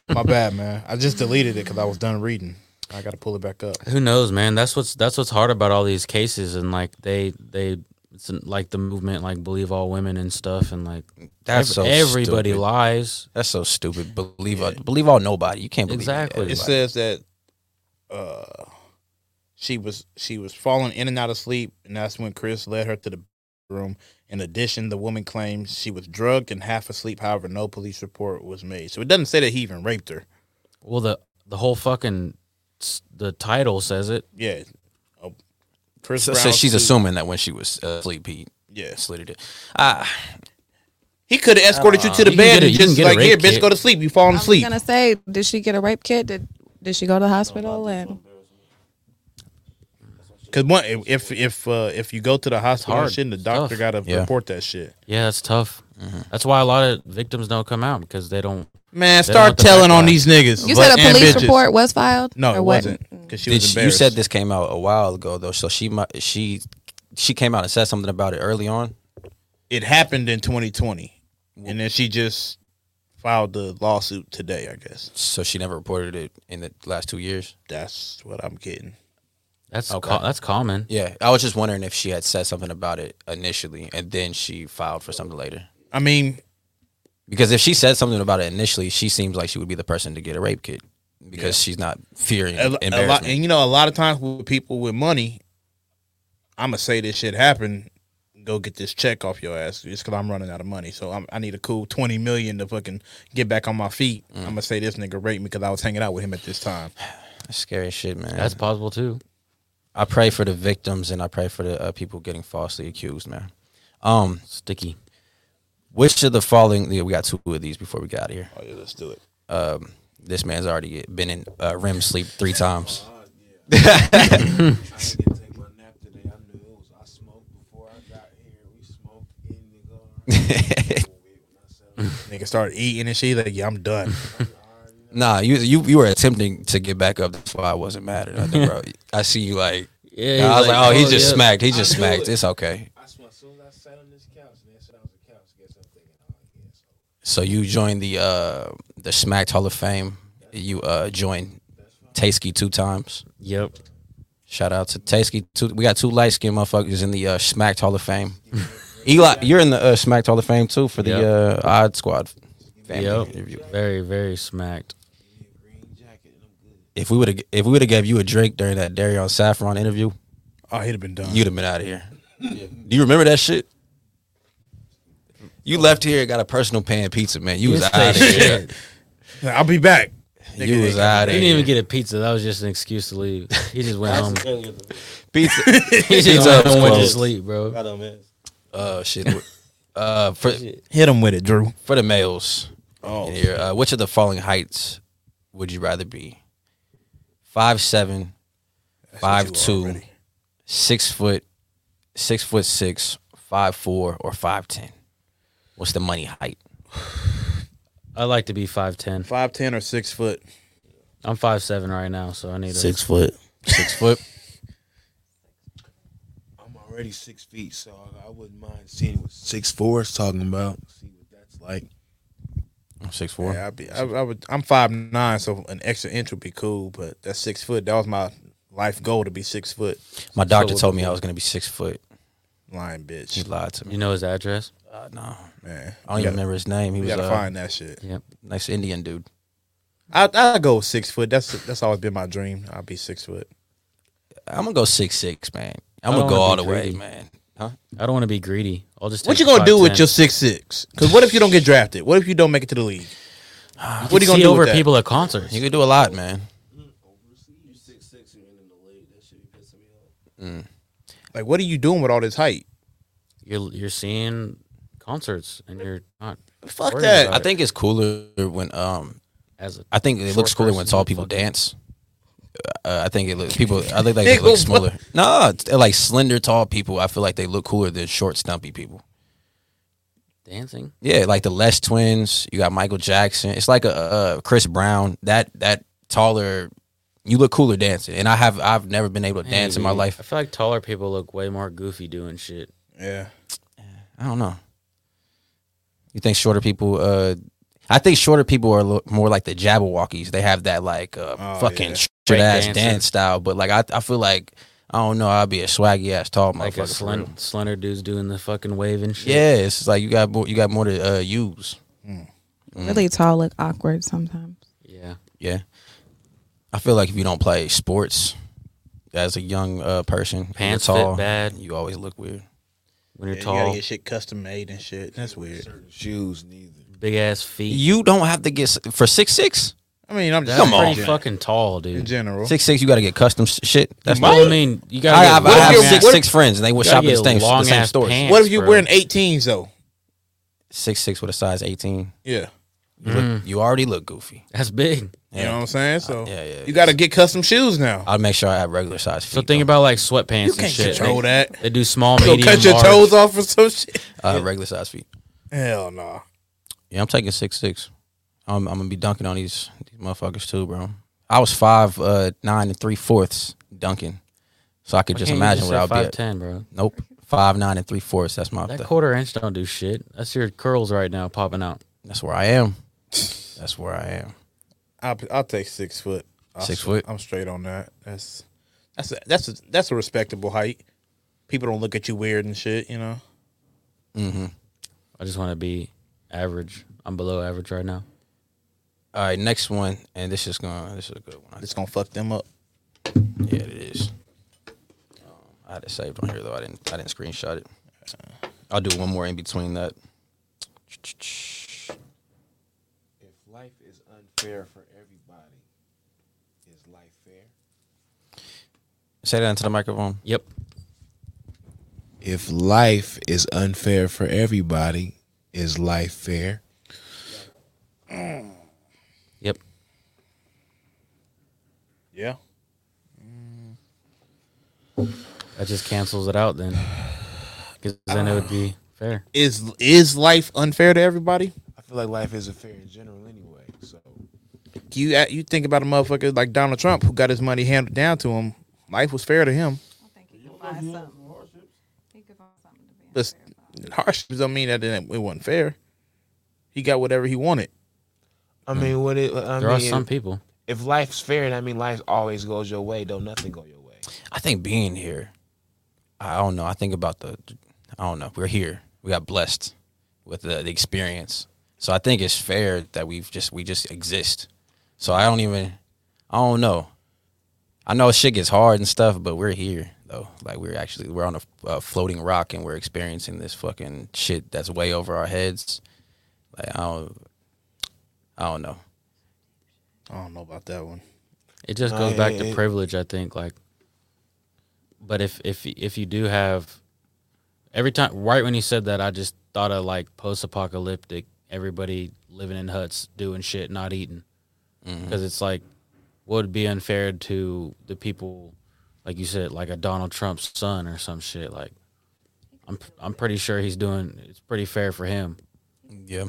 Speaker 25: My bad, man. I just deleted it because I was done reading. I got to pull it back up.
Speaker 1: Who knows, man? That's what's that's what's hard about all these cases and like they they it's like the movement like believe all women and stuff and like
Speaker 2: That's so
Speaker 1: ev- everybody
Speaker 2: stupid.
Speaker 1: lies.
Speaker 2: That's so stupid. Believe uh, believe all nobody. You can't believe
Speaker 1: Exactly.
Speaker 2: everybody.
Speaker 3: It says that uh, she was she was falling in and out of sleep, and that's when Chris led her to the room. In addition, the woman claims she was drugged and half asleep. However, no police report was made. So it doesn't say that he even raped her.
Speaker 1: Well, the the whole fucking s- the title says it.
Speaker 3: Yeah. Oh, Chris
Speaker 2: So,
Speaker 3: Brown.
Speaker 2: so she's
Speaker 3: sued-
Speaker 2: assuming that when she was uh, asleep, he
Speaker 3: Yeah.
Speaker 2: slid her. Ah,
Speaker 3: He could have escorted you
Speaker 2: Uh,
Speaker 3: to the
Speaker 2: you can
Speaker 3: bed
Speaker 2: get a-
Speaker 3: and
Speaker 2: you can
Speaker 3: just
Speaker 2: get a
Speaker 3: like,
Speaker 2: rape
Speaker 3: here, bitch,
Speaker 2: kit."
Speaker 3: go to sleep. You falling
Speaker 5: I was
Speaker 3: asleep.
Speaker 5: gonna say, did she get a rape kit? Did did she go to the hospital? And
Speaker 3: Because one, if if uh, if you go to the hospital, and
Speaker 1: hard.
Speaker 3: shit, the
Speaker 1: It's
Speaker 3: doctor
Speaker 1: tough.
Speaker 3: got to
Speaker 1: Yeah.
Speaker 3: report that shit.
Speaker 1: Yeah, that's tough.
Speaker 2: Mm-hmm.
Speaker 1: That's why a lot of victims don't come out because they don't.
Speaker 3: Man,
Speaker 1: they don't
Speaker 3: start
Speaker 1: want the
Speaker 3: telling on
Speaker 1: backlash.
Speaker 3: these niggas.
Speaker 5: You said a police report was filed.
Speaker 3: No,
Speaker 5: Or
Speaker 3: it
Speaker 5: what?
Speaker 3: wasn't. Because she was
Speaker 2: Did she- you
Speaker 3: embarrassed.
Speaker 2: said this came out a while ago though, so she might she she came out and said something about it early on.
Speaker 3: it happened in 2020, and then she just filed the lawsuit today. I guess
Speaker 2: So she never reported it in the last two years.
Speaker 3: that's what I'm getting.
Speaker 1: That's
Speaker 2: Okay.
Speaker 1: co- that's common.
Speaker 2: Yeah, I was just wondering if she had said something about it initially, and then she filed for something later.
Speaker 3: I mean,
Speaker 2: Because if she said something about it initially, she seems like she would be the person to get a rape kit because she's not fearing
Speaker 3: a, a lot,
Speaker 2: embarrassment.
Speaker 3: and you know, a lot of times with people with money, I'm gonna say this shit happened. Go get this check off your ass. It's because I'm running out of money, so I'm, I need a cool 20 million to fucking get back on my feet.
Speaker 2: Mm.
Speaker 3: I'm gonna say this nigga raped me because I was hanging out with him at this time.
Speaker 2: That's scary as shit, man.
Speaker 1: That's possible too.
Speaker 2: I pray for the victims and I pray for the uh, people getting falsely accused, man. Um,
Speaker 1: Sticky.
Speaker 2: Which of the following? Yeah, we got two of these before we got out of here.
Speaker 3: Oh yeah, let's do it.
Speaker 2: Um, this man's already been in uh, REM sleep three times.
Speaker 3: Nigga started eating and shit. Like, yeah, I'm done.
Speaker 2: Nah, you you you were attempting to get back up. That's why I wasn't mad at nothing, bro. I see you like.
Speaker 1: Yeah,
Speaker 2: I was
Speaker 1: he was
Speaker 2: like,
Speaker 1: like,
Speaker 2: oh, he
Speaker 1: oh,
Speaker 2: just
Speaker 1: yeah.
Speaker 2: smacked. He just
Speaker 1: I knew
Speaker 2: smacked.
Speaker 1: it.
Speaker 2: It's okay. So you joined the uh the Smacked Hall of Fame. You uh joined Tasky two times.
Speaker 1: Yep.
Speaker 2: Shout out to Tasky. Two, we got two light skinned motherfuckers in the uh, Smacked Hall of Fame. Eli, you're in the uh, Smacked Hall of Fame too for the
Speaker 1: Yep.
Speaker 2: uh, Odd Squad. Family
Speaker 1: Yep.
Speaker 2: interview.
Speaker 1: Very very smacked.
Speaker 2: If we would have if we would have gave you a drink during that Darion Saffron interview,
Speaker 3: Oh, he'd have been done.
Speaker 2: you'd have been out of here. Do you remember that shit? You left here and got a personal pan pizza, man. You was
Speaker 1: This
Speaker 2: out of
Speaker 1: tastes
Speaker 2: here.
Speaker 3: Like, I'll be back. Nigga,
Speaker 2: You was
Speaker 3: nigga.
Speaker 2: out
Speaker 1: He
Speaker 2: of
Speaker 1: didn't even
Speaker 2: here.
Speaker 1: get a pizza. That was just an excuse to leave. He just went home.
Speaker 2: Pizza.
Speaker 1: He just
Speaker 2: Pizza
Speaker 1: went
Speaker 2: was
Speaker 1: home and went to
Speaker 2: closed.
Speaker 1: sleep, bro.
Speaker 2: Uh, shit. Uh, for
Speaker 3: Hit him with it, Drew.
Speaker 2: for the males. Oh, here, uh, which of the following heights would you rather be? Five seven, five two, six foot, six foot six, five four, or five ten. What's the money height?
Speaker 1: I like to be five ten.
Speaker 3: Five ten or six foot.
Speaker 1: I'm five seven right now, so I need a,
Speaker 26: Six foot.
Speaker 2: Six foot.
Speaker 27: I'm already six feet, so I, I wouldn't mind seeing what six four is talking about. See what that's like.
Speaker 2: I'm six four.
Speaker 3: Yeah, I'd be, I, I would. I'm five nine, so an extra inch would be cool. But that's six foot. That was my life goal to be six foot.
Speaker 2: My doctor
Speaker 3: So-
Speaker 2: told me I was gonna be six foot.
Speaker 3: lying bitch.
Speaker 2: He lied to me.
Speaker 1: You know his address?
Speaker 2: Uh, no, I don't
Speaker 3: Man, You
Speaker 2: even
Speaker 3: gotta-
Speaker 2: remember his name. He
Speaker 3: you
Speaker 2: was
Speaker 3: gotta
Speaker 2: uh,
Speaker 3: find that shit.
Speaker 1: Yep.
Speaker 2: nice Indian dude.
Speaker 3: I I go with six foot. That's that's always been my dream. I'll be six foot.
Speaker 2: I'm gonna go six six, man. I'm
Speaker 1: I
Speaker 2: gonna
Speaker 1: don't
Speaker 2: go
Speaker 1: wanna
Speaker 2: all
Speaker 1: be
Speaker 2: the way,
Speaker 1: greedy.
Speaker 2: man. Huh?
Speaker 1: I don't want to be greedy. I'll just.
Speaker 3: What
Speaker 1: take
Speaker 3: you gonna do with
Speaker 1: 5'10".
Speaker 3: your six six? Because what if you don't get drafted? What if you don't make it to the league?
Speaker 1: You
Speaker 3: What are
Speaker 1: can
Speaker 3: you gonna
Speaker 1: see
Speaker 3: do
Speaker 1: over
Speaker 3: with that?
Speaker 1: people at concerts?
Speaker 2: You could do a lot, man.
Speaker 3: Like, what are you doing with all this height?
Speaker 1: You're you're seeing concerts and you're not.
Speaker 3: Fuck
Speaker 1: worried
Speaker 3: that.
Speaker 1: about
Speaker 2: I
Speaker 1: it.
Speaker 2: think it's cooler when um
Speaker 1: As a
Speaker 2: I think it
Speaker 1: short
Speaker 2: looks cooler when
Speaker 1: person,
Speaker 2: tall
Speaker 1: what the
Speaker 2: people
Speaker 1: fuck?
Speaker 2: dance. Uh, I think it looks people. I think like they
Speaker 1: Big
Speaker 2: look
Speaker 1: old
Speaker 2: smaller. No, it's- they're like slender, tall people. I feel like they look cooler than short, stumpy people.
Speaker 1: Dancing.
Speaker 2: Yeah, like the Les Twins. You got Michael Jackson. It's like a, uh Chris Brown. That that taller. You look cooler dancing, and I have I've never been able to dance in my
Speaker 1: Maybe.
Speaker 2: life.
Speaker 1: I feel like taller people look way more goofy doing shit.
Speaker 3: Yeah.
Speaker 2: I don't know. You think shorter people? uh I think shorter people are lo- more like the Jabberwockies. They have that like uh, fucking
Speaker 1: Oh, yeah.
Speaker 2: short ass
Speaker 1: Breakdancing.
Speaker 2: dance style. But like I, I feel like I don't know. I'd be a swaggy ass tall
Speaker 1: Like a
Speaker 2: motherfucker. for real.
Speaker 1: slender, slender dude's doing the fucking wave and shit.
Speaker 2: Yeah, it's just like you got more, you got more to uh, use. Mm.
Speaker 5: Really tall look awkward sometimes.
Speaker 1: Yeah.
Speaker 2: Yeah. I feel like if you don't play sports as a young uh, person, if
Speaker 1: Pants
Speaker 2: you're
Speaker 1: fit
Speaker 2: tall,
Speaker 1: bad.
Speaker 2: You always look weird.
Speaker 1: When you're
Speaker 3: Yeah, You
Speaker 1: tall,
Speaker 3: gotta get shit custom made and shit. That's weird.
Speaker 13: shoes neither.
Speaker 1: big ass feet.
Speaker 2: You don't have to get s- for six six.
Speaker 1: I mean, I'm
Speaker 2: just-
Speaker 1: That's
Speaker 2: Come on.
Speaker 1: pretty fucking tall, dude.
Speaker 3: In general.
Speaker 2: Six six, you got to get custom s- shit. That's
Speaker 1: might. I mean, you gotta
Speaker 2: I,
Speaker 1: get
Speaker 2: I've- I
Speaker 1: long
Speaker 2: have
Speaker 1: ass-
Speaker 2: six
Speaker 1: what-
Speaker 2: six friends, and they
Speaker 1: you
Speaker 2: went
Speaker 1: gotta
Speaker 2: shopping
Speaker 1: get
Speaker 2: the same, the
Speaker 1: long
Speaker 2: same
Speaker 1: ass
Speaker 2: stores.
Speaker 1: pants,
Speaker 12: What if you're wearing 18s though?
Speaker 2: six six with a size eighteen?
Speaker 12: Yeah.
Speaker 2: you, look, you already look goofy.
Speaker 1: That's big.
Speaker 12: You know what I'm saying? So
Speaker 2: yeah, yeah.
Speaker 12: you got to get custom shoes now.
Speaker 2: I'll make sure I have regular size feet.
Speaker 1: So think about like sweatpants
Speaker 12: You
Speaker 1: and
Speaker 12: can't
Speaker 1: shit.
Speaker 12: control
Speaker 1: they,
Speaker 12: that.
Speaker 1: They do small,
Speaker 12: Go
Speaker 1: medium,
Speaker 12: cut your
Speaker 1: large.
Speaker 12: toes off or some shit.
Speaker 2: I have regular size feet.
Speaker 12: Hell no.
Speaker 2: Yeah, I'm taking six six. I'm, I'm gonna be dunking on these these motherfuckers too, bro. I was five uh, nine and three fourths dunking, so I could
Speaker 1: Why
Speaker 2: just
Speaker 1: can't you
Speaker 2: imagine
Speaker 1: just
Speaker 2: what
Speaker 1: say
Speaker 2: I'll be. At.
Speaker 1: 5'10", bro?
Speaker 2: Nope, five nine and three fourths. That's my.
Speaker 1: That quarter inch don't do shit. That's your curls right now popping out.
Speaker 2: That's where I am. That's where I am.
Speaker 3: I'll, I'll take six foot. I'll
Speaker 2: Six
Speaker 3: s-
Speaker 2: foot?
Speaker 3: I'm straight on that. That's that's a, that's a, that's a respectable height. People don't look at you weird and shit. You know.
Speaker 2: Mm-hmm.
Speaker 1: I just want to be average. I'm below average right now.
Speaker 2: All right, next one, and this is gonna this is a good one.
Speaker 3: It's gonna fuck them up.
Speaker 2: Yeah, it is. Um, I had it saved on here though. I didn't I didn't screenshot it. I'll do one more in between that.
Speaker 4: If life is unfair for everybody, is life fair?
Speaker 2: Say that into the microphone.
Speaker 1: Yep.
Speaker 7: If life is unfair for everybody, is life fair?
Speaker 1: Yep.
Speaker 3: Yeah.
Speaker 1: That just cancels it out then. Because then it would be fair.
Speaker 12: Is is life unfair to everybody?
Speaker 7: I feel like life isn't fair in general anyway. So
Speaker 12: You at- you think about a motherfucker like Donald Trump who got his money handed down to him. Life was fair to him. But s- hardships don't mean that it, ain't- it wasn't fair. He got whatever he wanted.
Speaker 7: I mean, what it? I
Speaker 1: There are
Speaker 7: mean,
Speaker 1: some people.
Speaker 7: If life's fair, and I mean life always goes your way, though nothing go your way.
Speaker 2: I think being here, I don't know. I think about the, I don't know. We're here. We got blessed with the, the experience. So I think it's fair that we've just we just exist. So I don't even, I don't know. I know shit gets hard and stuff, but we're here though. Like we're actually we're on a, a floating rock and we're experiencing this fucking shit that's way over our heads. Like I don't, I don't know.
Speaker 3: I don't know about that one.
Speaker 1: It just
Speaker 3: Nah,
Speaker 1: goes back
Speaker 3: it-
Speaker 1: to
Speaker 3: it-
Speaker 1: privilege, I think. Like, but if if if you do have every time, right when you said that, I just thought of like post-apocalyptic, everybody living in huts, doing shit, not eating,
Speaker 3: Mm-hmm.
Speaker 1: because it's like would be unfair to the people, like you said, like a Donald Trump's son or some shit. Like, I'm I'm pretty sure he's doing. It's pretty fair for him.
Speaker 2: Yeah.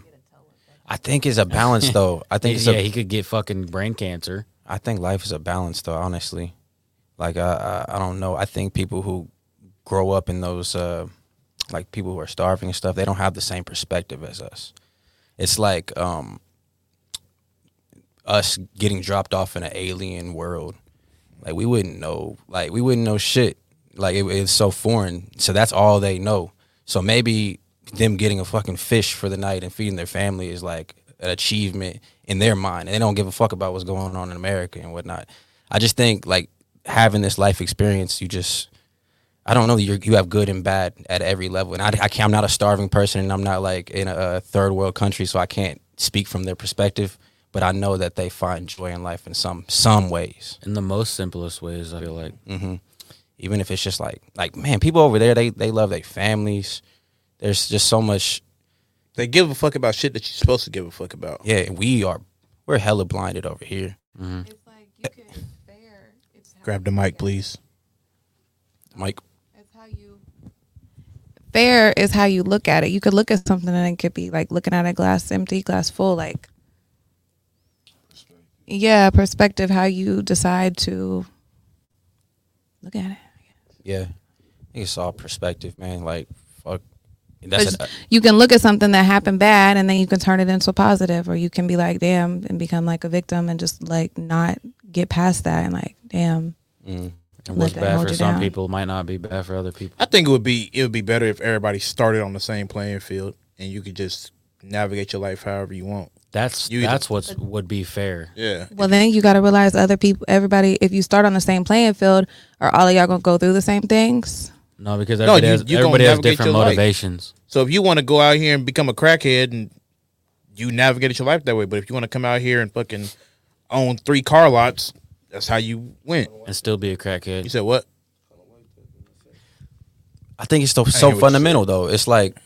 Speaker 2: I think it's a balance though. I think it's
Speaker 1: yeah,
Speaker 2: a,
Speaker 1: he could get fucking brain cancer.
Speaker 2: I think life is a balance, though. Honestly, like I, I, I don't know. I think people who grow up in those, uh, like people who are starving and stuff, they don't have the same perspective as us. It's like um, us getting dropped off in an alien world. Like we wouldn't know. Like we wouldn't know shit. Like it, it's so foreign. So that's all they know. So maybe them getting a fucking fish for the night and feeding their family is like an achievement in their mind. And they don't give a fuck about what's going on in America and whatnot. I just think like having this life experience, you just I don't know. You you have good and bad at every level, and I, I can't, I'm not a starving person, and I'm not like in a, uh third world country, so I can't speak from their perspective. But I know that they find joy in life in some some ways,
Speaker 1: in the most simplest ways. I feel like,
Speaker 2: hmm even if it's just like like man, people over there they they love their families. There's just so much
Speaker 12: They give a fuck about shit that you're supposed to give a fuck about.
Speaker 2: Yeah, we are We're hella blinded over here.
Speaker 3: Grab the mic, please.
Speaker 2: Mike.
Speaker 5: fair is how you look at it. You could look at something and it could be like looking at a glass empty, glass full, like yeah, perspective. How you decide to look at it.
Speaker 2: Yeah, I think it's all perspective, man. Like fuck, that's
Speaker 5: That's
Speaker 2: an,
Speaker 5: you can look at something that happened bad and then you can turn it into a positive, or you can be like, damn, and become like a victim and just like not get past that and like, damn.
Speaker 2: Mm.
Speaker 5: let
Speaker 1: And what's
Speaker 5: that
Speaker 1: bad
Speaker 5: hold
Speaker 1: for
Speaker 5: you
Speaker 1: some
Speaker 5: down.
Speaker 1: people might not be bad for other people.
Speaker 3: I think it would be it would be better if everybody started on the same playing field and you could just navigate your life however you want.
Speaker 1: That's
Speaker 3: You either-
Speaker 1: that's what's would be fair.
Speaker 3: Yeah.
Speaker 5: Well, then you got to realize other people, everybody. If you start on the same playing field, are all of y'all gonna go through the same things?
Speaker 1: No, because
Speaker 12: No,
Speaker 1: everybody
Speaker 12: you-
Speaker 1: has,
Speaker 12: you gonna
Speaker 1: everybody has
Speaker 12: navigate
Speaker 1: different
Speaker 12: your life.
Speaker 1: motivations.
Speaker 12: So if you want to go out here and become a crackhead
Speaker 3: and you navigate your life that way. But if you want to come out here and fucking own three car lots, that's how you went.
Speaker 1: And still be a crackhead.
Speaker 3: You said what?
Speaker 2: I think it's so,
Speaker 3: hear what
Speaker 2: so
Speaker 3: you
Speaker 2: fundamental though. It's like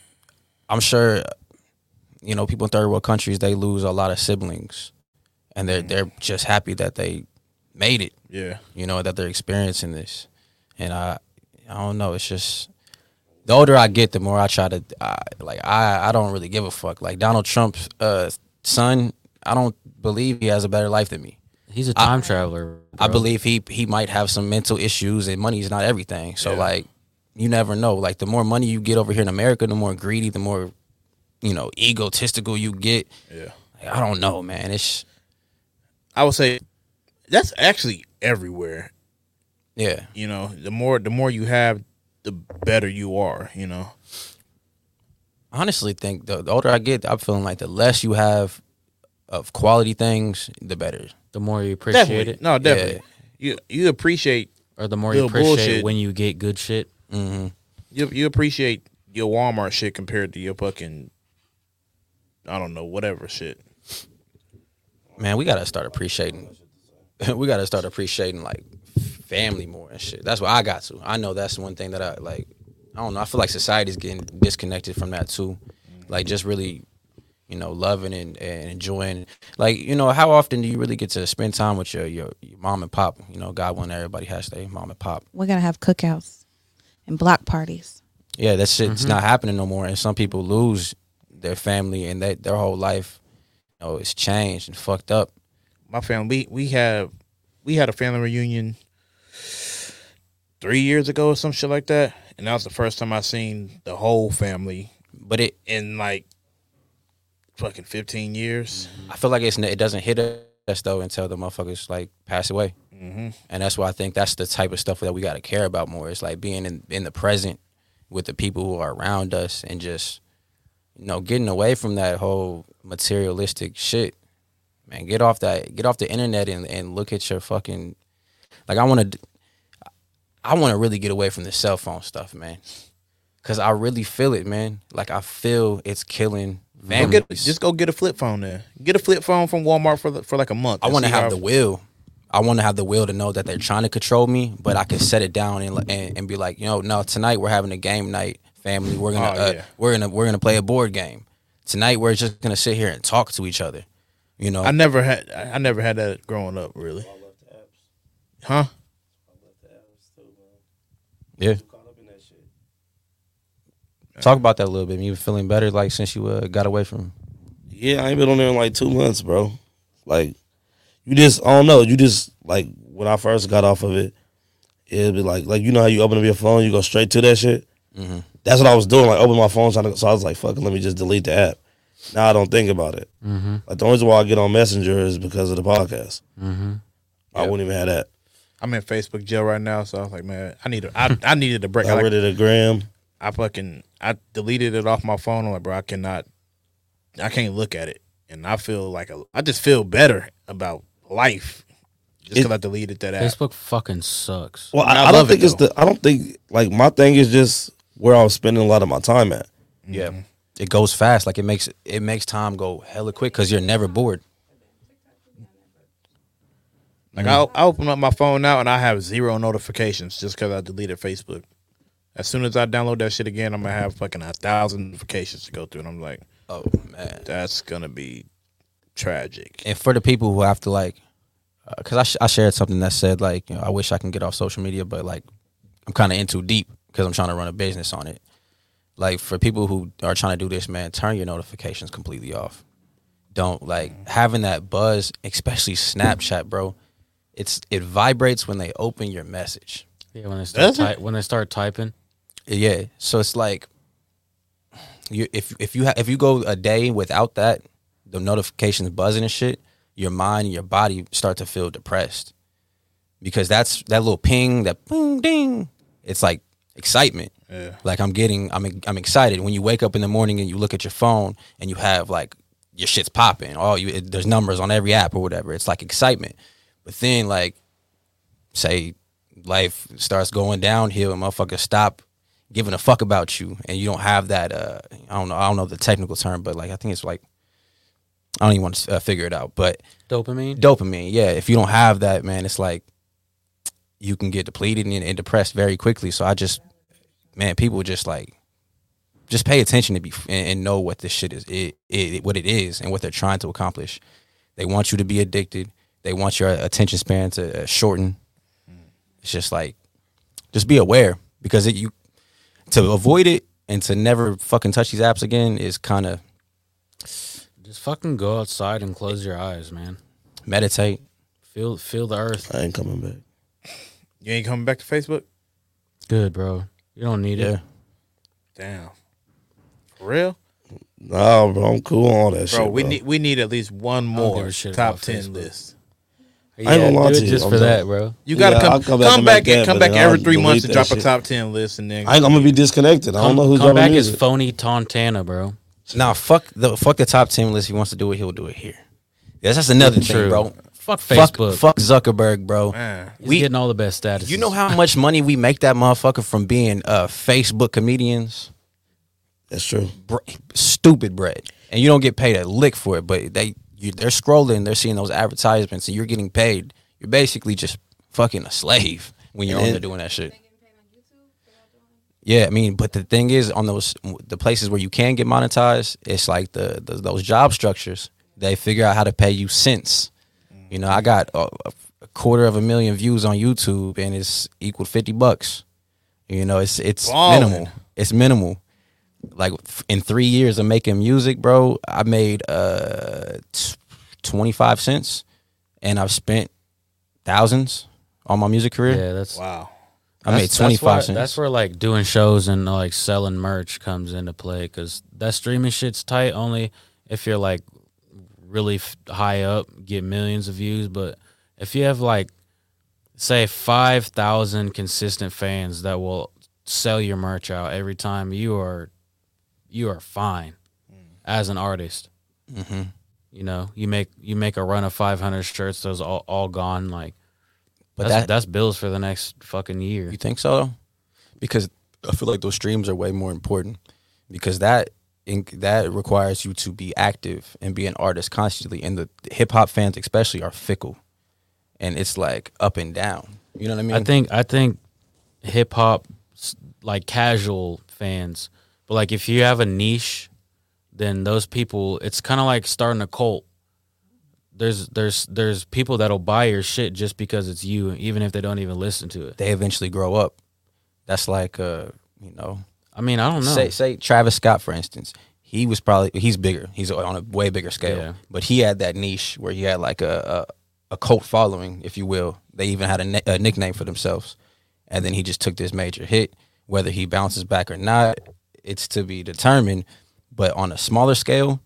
Speaker 2: I'm sure you know people in third world countries they lose a lot of siblings, and they're they're just happy that they made it.
Speaker 3: Yeah.
Speaker 2: you know that they're experiencing this, and I I don't know. It's just the older I get, the more I try to I, like I I don't really give a fuck. Like Donald Trump's uh, son, I don't believe he has a better life than me.
Speaker 1: He's a
Speaker 2: I-
Speaker 1: time traveler.
Speaker 2: I
Speaker 1: bro.
Speaker 2: believe he he might have some mental issues and money's not everything. So like you never know. Like the more money you get over here in America, the more greedy, the more you know, egotistical you get.
Speaker 3: Yeah.
Speaker 2: Like, I don't know, man. It's
Speaker 3: I would say that's actually everywhere.
Speaker 2: Yeah.
Speaker 3: You know, the more the more you have, the better you are, you know.
Speaker 2: I honestly think the, the older I get, I'm feeling like the less you have of quality things, the better.
Speaker 1: The more you
Speaker 3: Definitely. No, definitely. You you appreciate
Speaker 1: Or the more you
Speaker 3: little
Speaker 1: appreciate
Speaker 3: bullshit.
Speaker 1: when you get good shit.
Speaker 2: Mm-hmm.
Speaker 3: you you appreciate your Walmart shit compared to your fucking I don't know, whatever shit.
Speaker 2: Man, we gotta start appreciating. we gotta start appreciating like family more and shit. That's what I got to. I know that's one thing that I like. I don't know. I feel like society's getting disconnected from that too. Like just really, you know, loving and, and enjoying. Like you know, how often do you really get to spend time with your your, your mom and pop? You know, God willing, everybody has their mom and pop.
Speaker 5: We're gonna have cookouts and block parties.
Speaker 2: Yeah, that shit's
Speaker 5: Mhm.
Speaker 2: not happening no more. And some people lose their family and that their whole life, you know, is changed and fucked up.
Speaker 3: My family we, we have we had a family reunion three years ago or some shit like that. And that was the first time I seen the whole family.
Speaker 2: But it
Speaker 3: in like fucking fifteen years.
Speaker 2: I feel like it's it doesn't hit us though until the motherfuckers like pass away,
Speaker 3: Mhm.
Speaker 2: and that's why I think that's the type of stuff that we got to care about more. It's like being in in the present with the people who are around us and just you know getting away from that whole materialistic shit. Man, get off that get off the internet and and look at your fucking like I want to I want to really get away from the cell phone stuff, man. Cause I really feel it, man. Like I feel it's killing
Speaker 3: Go
Speaker 2: families.
Speaker 3: get, just go get a flip phone there. Get a flip phone from Walmart for the, for like a month.
Speaker 2: I
Speaker 3: and
Speaker 2: want to
Speaker 3: see how-
Speaker 2: have the will. I want to have the will to know that they're trying to control me, but I can set it down and and, and be like, you know, no, tonight we're having a game night, family. We're gonna
Speaker 12: Oh,
Speaker 2: uh,
Speaker 12: yeah.
Speaker 2: we're gonna we're gonna play a board game tonight. We're just gonna sit here and talk to each other. You know,
Speaker 3: I never had I I never had that growing up really. Huh?
Speaker 2: yeah. Talk about that a little bit. You feeling better like since you uh, got away from?
Speaker 15: Yeah, I ain't been on there in like two months, bro. Like, you just I don't know. You just like when I first got off of it, it'd be like like you know how you open up your phone, you go straight to that shit.
Speaker 2: Mhm.
Speaker 15: That's what I was doing. Like open my phone, trying to, so I was like, "Fuck, it, let me just delete the app." Now I don't think about it.
Speaker 1: Mhm.
Speaker 15: Like the only reason why I get on Messenger is because of the podcast.
Speaker 1: Mhm.
Speaker 15: I wouldn't even have that.
Speaker 3: I'm in Facebook jail right now, so I was like, man, I need a, I, I needed a break.
Speaker 15: Got
Speaker 3: I, like-
Speaker 15: rid of the gram.
Speaker 3: I fucking I deleted it off my phone. I'm like, bro, I cannot, I can't look at it, and I feel like a, I just feel better about life just because I deleted that app.
Speaker 1: Facebook fucking sucks.
Speaker 15: Well, I, I, don't think it's the. I don't think like my thing is just where I'm spending a lot of my time at.
Speaker 2: Yeah, it goes fast. Like it makes it makes time go hella quick because you're never bored.
Speaker 3: Like I, I open up my phone now and I have zero notifications just because I deleted Facebook. As soon as I download that shit again, I'm gonna
Speaker 1: Oh,
Speaker 3: have fucking a thousand notifications to go through, and I'm like,
Speaker 2: oh man,
Speaker 3: that's gonna be tragic.
Speaker 2: And for the people who have to like, because I, sh- I shared something that said like, you know, I wish I can get off social media, but like, I'm kind of in too deep because I'm trying to run a business on it. Like for people who are trying to do this, man, turn your notifications completely off. Don't like having that buzz, especially Snapchat, bro. It's it vibrates when they open your message.
Speaker 1: Yeah, when they start
Speaker 2: Does it?
Speaker 1: ty- when they start typing.
Speaker 2: Yeah, so it's like you if if you ha- if you go a day without that, the notifications buzzing and shit, your mind and your body start to feel depressed because that's that little ping, that boom ding. It's like excitement.
Speaker 3: Yeah.
Speaker 2: Like I'm getting, I'm I'm excited. When you wake up in the morning and you look at your phone and you have like your shit's popping. Oh, you it, there's numbers on every app or whatever. It's like excitement. But then like say life starts going downhill and motherfuckers stop giving a fuck about you and you don't have that uh I don't know I don't know the technical term but like I think it's like I don't even want to uh, figure it out but
Speaker 1: Dopamine?
Speaker 2: dopamine yeah if you don't have that man it's like you can get depleted and, and depressed very quickly so I just man people just like just pay attention to be and, and know what this shit is it, it what it is and what they're trying to accomplish they want you to be addicted they want your attention span to uh, shorten it's just like just be aware because it, you to avoid it and to never fucking touch these apps again is kind of
Speaker 1: Just fucking go outside and close your eyes, man.
Speaker 2: meditate
Speaker 1: Feel feel the earth.
Speaker 15: I ain't coming back.
Speaker 3: You ain't coming back to Facebook?
Speaker 1: Good, bro. You don't need it.
Speaker 3: Damn. For real?
Speaker 15: No, bro, I'm cool on all that shit.
Speaker 3: bro, we
Speaker 15: bro.
Speaker 3: need we need need at least one
Speaker 1: I don't give
Speaker 3: more
Speaker 1: a shit
Speaker 3: top
Speaker 1: about
Speaker 3: ten
Speaker 1: Facebook.
Speaker 3: list.
Speaker 1: Yeah, I ain't gonna lie do to it you. just I'm for done. that, bro.
Speaker 3: You gotta
Speaker 15: Yeah, I'll
Speaker 3: come,
Speaker 15: come
Speaker 3: come
Speaker 15: back
Speaker 3: back,
Speaker 15: and make
Speaker 3: and
Speaker 15: that,
Speaker 3: come
Speaker 15: but
Speaker 3: back
Speaker 15: then I'll
Speaker 3: every three months
Speaker 15: delete
Speaker 3: to
Speaker 15: that
Speaker 3: drop a
Speaker 15: shit.
Speaker 3: top ten list, and then
Speaker 15: I, I'm gonna be disconnected. I don't know who's
Speaker 1: Come
Speaker 15: dropping
Speaker 1: back
Speaker 15: music.
Speaker 1: is phony Tontana, bro.
Speaker 2: nah fuck the fuck the top 10 list if he wants to do it he'll do it here yes that's another
Speaker 1: True.
Speaker 2: thing bro
Speaker 1: Fuck Facebook.
Speaker 2: fuck, Zuckerberg bro
Speaker 1: He's getting all the best statuses.
Speaker 2: you know how much money we make that motherfucker from being uh Facebook comedians
Speaker 15: that's true
Speaker 2: Br- stupid bread and you don't get paid a lick for it but they you, they're scrolling they're seeing those advertisements and you're getting paid you're basically just fucking a slave when you're
Speaker 15: And
Speaker 2: on
Speaker 15: then-
Speaker 2: there doing that shit Yeah, I mean, but the thing is, on those the places where you can get monetized, it's like the, the those job structures. They figure out how to pay you cents. You know, I got a, a quarter of a million views on YouTube, and it's equal fifty bucks. You know, it's it's
Speaker 3: Ballin'.
Speaker 2: minimal. It's minimal. Like f- in three years of making music, bro, I made uh twenty five cents, and I've spent thousands on my music career.
Speaker 1: Yeah, that's
Speaker 3: wow.
Speaker 2: I made twenty five cents.
Speaker 1: That's where like doing shows and like selling merch comes into play because that streaming shit's tight only if you're like really f- high up, get millions of views. But if you have like say five thousand consistent fans that will sell your merch out every time, you are you are fine as an artist.
Speaker 2: Mm. Mm-hmm.
Speaker 1: You know, you make you make a run of five hundred shirts; those all all gone. Like,
Speaker 2: But
Speaker 1: but that's,
Speaker 2: that-
Speaker 1: that's bills for the next fucking year.
Speaker 2: You think so? Because I feel like those streams are way more important because that in, that requires you to be active and be an artist constantly. And the hip hop fans, especially, are fickle, and it's like up and down. You know what I mean?
Speaker 1: I think I think hip hop s- like casual fans, but like if you have a niche, then those people it's kind of like starting a cult. There's there's there's people that'll buy your shit just because it's you, even if they don't even listen to it.
Speaker 2: they eventually grow up. That's like uh, you know,
Speaker 1: I mean, I don't know.
Speaker 2: Say, say Travis Scott, for instance. He was probably he's bigger. He's on a way bigger scale.
Speaker 1: Yeah.
Speaker 2: But he had that niche where he had like a a, a cult following, if you will. They even had a, ni- a nickname for themselves. And then he just took this major hit. Whether he bounces back or not, it's to be determined. But on a smaller scale,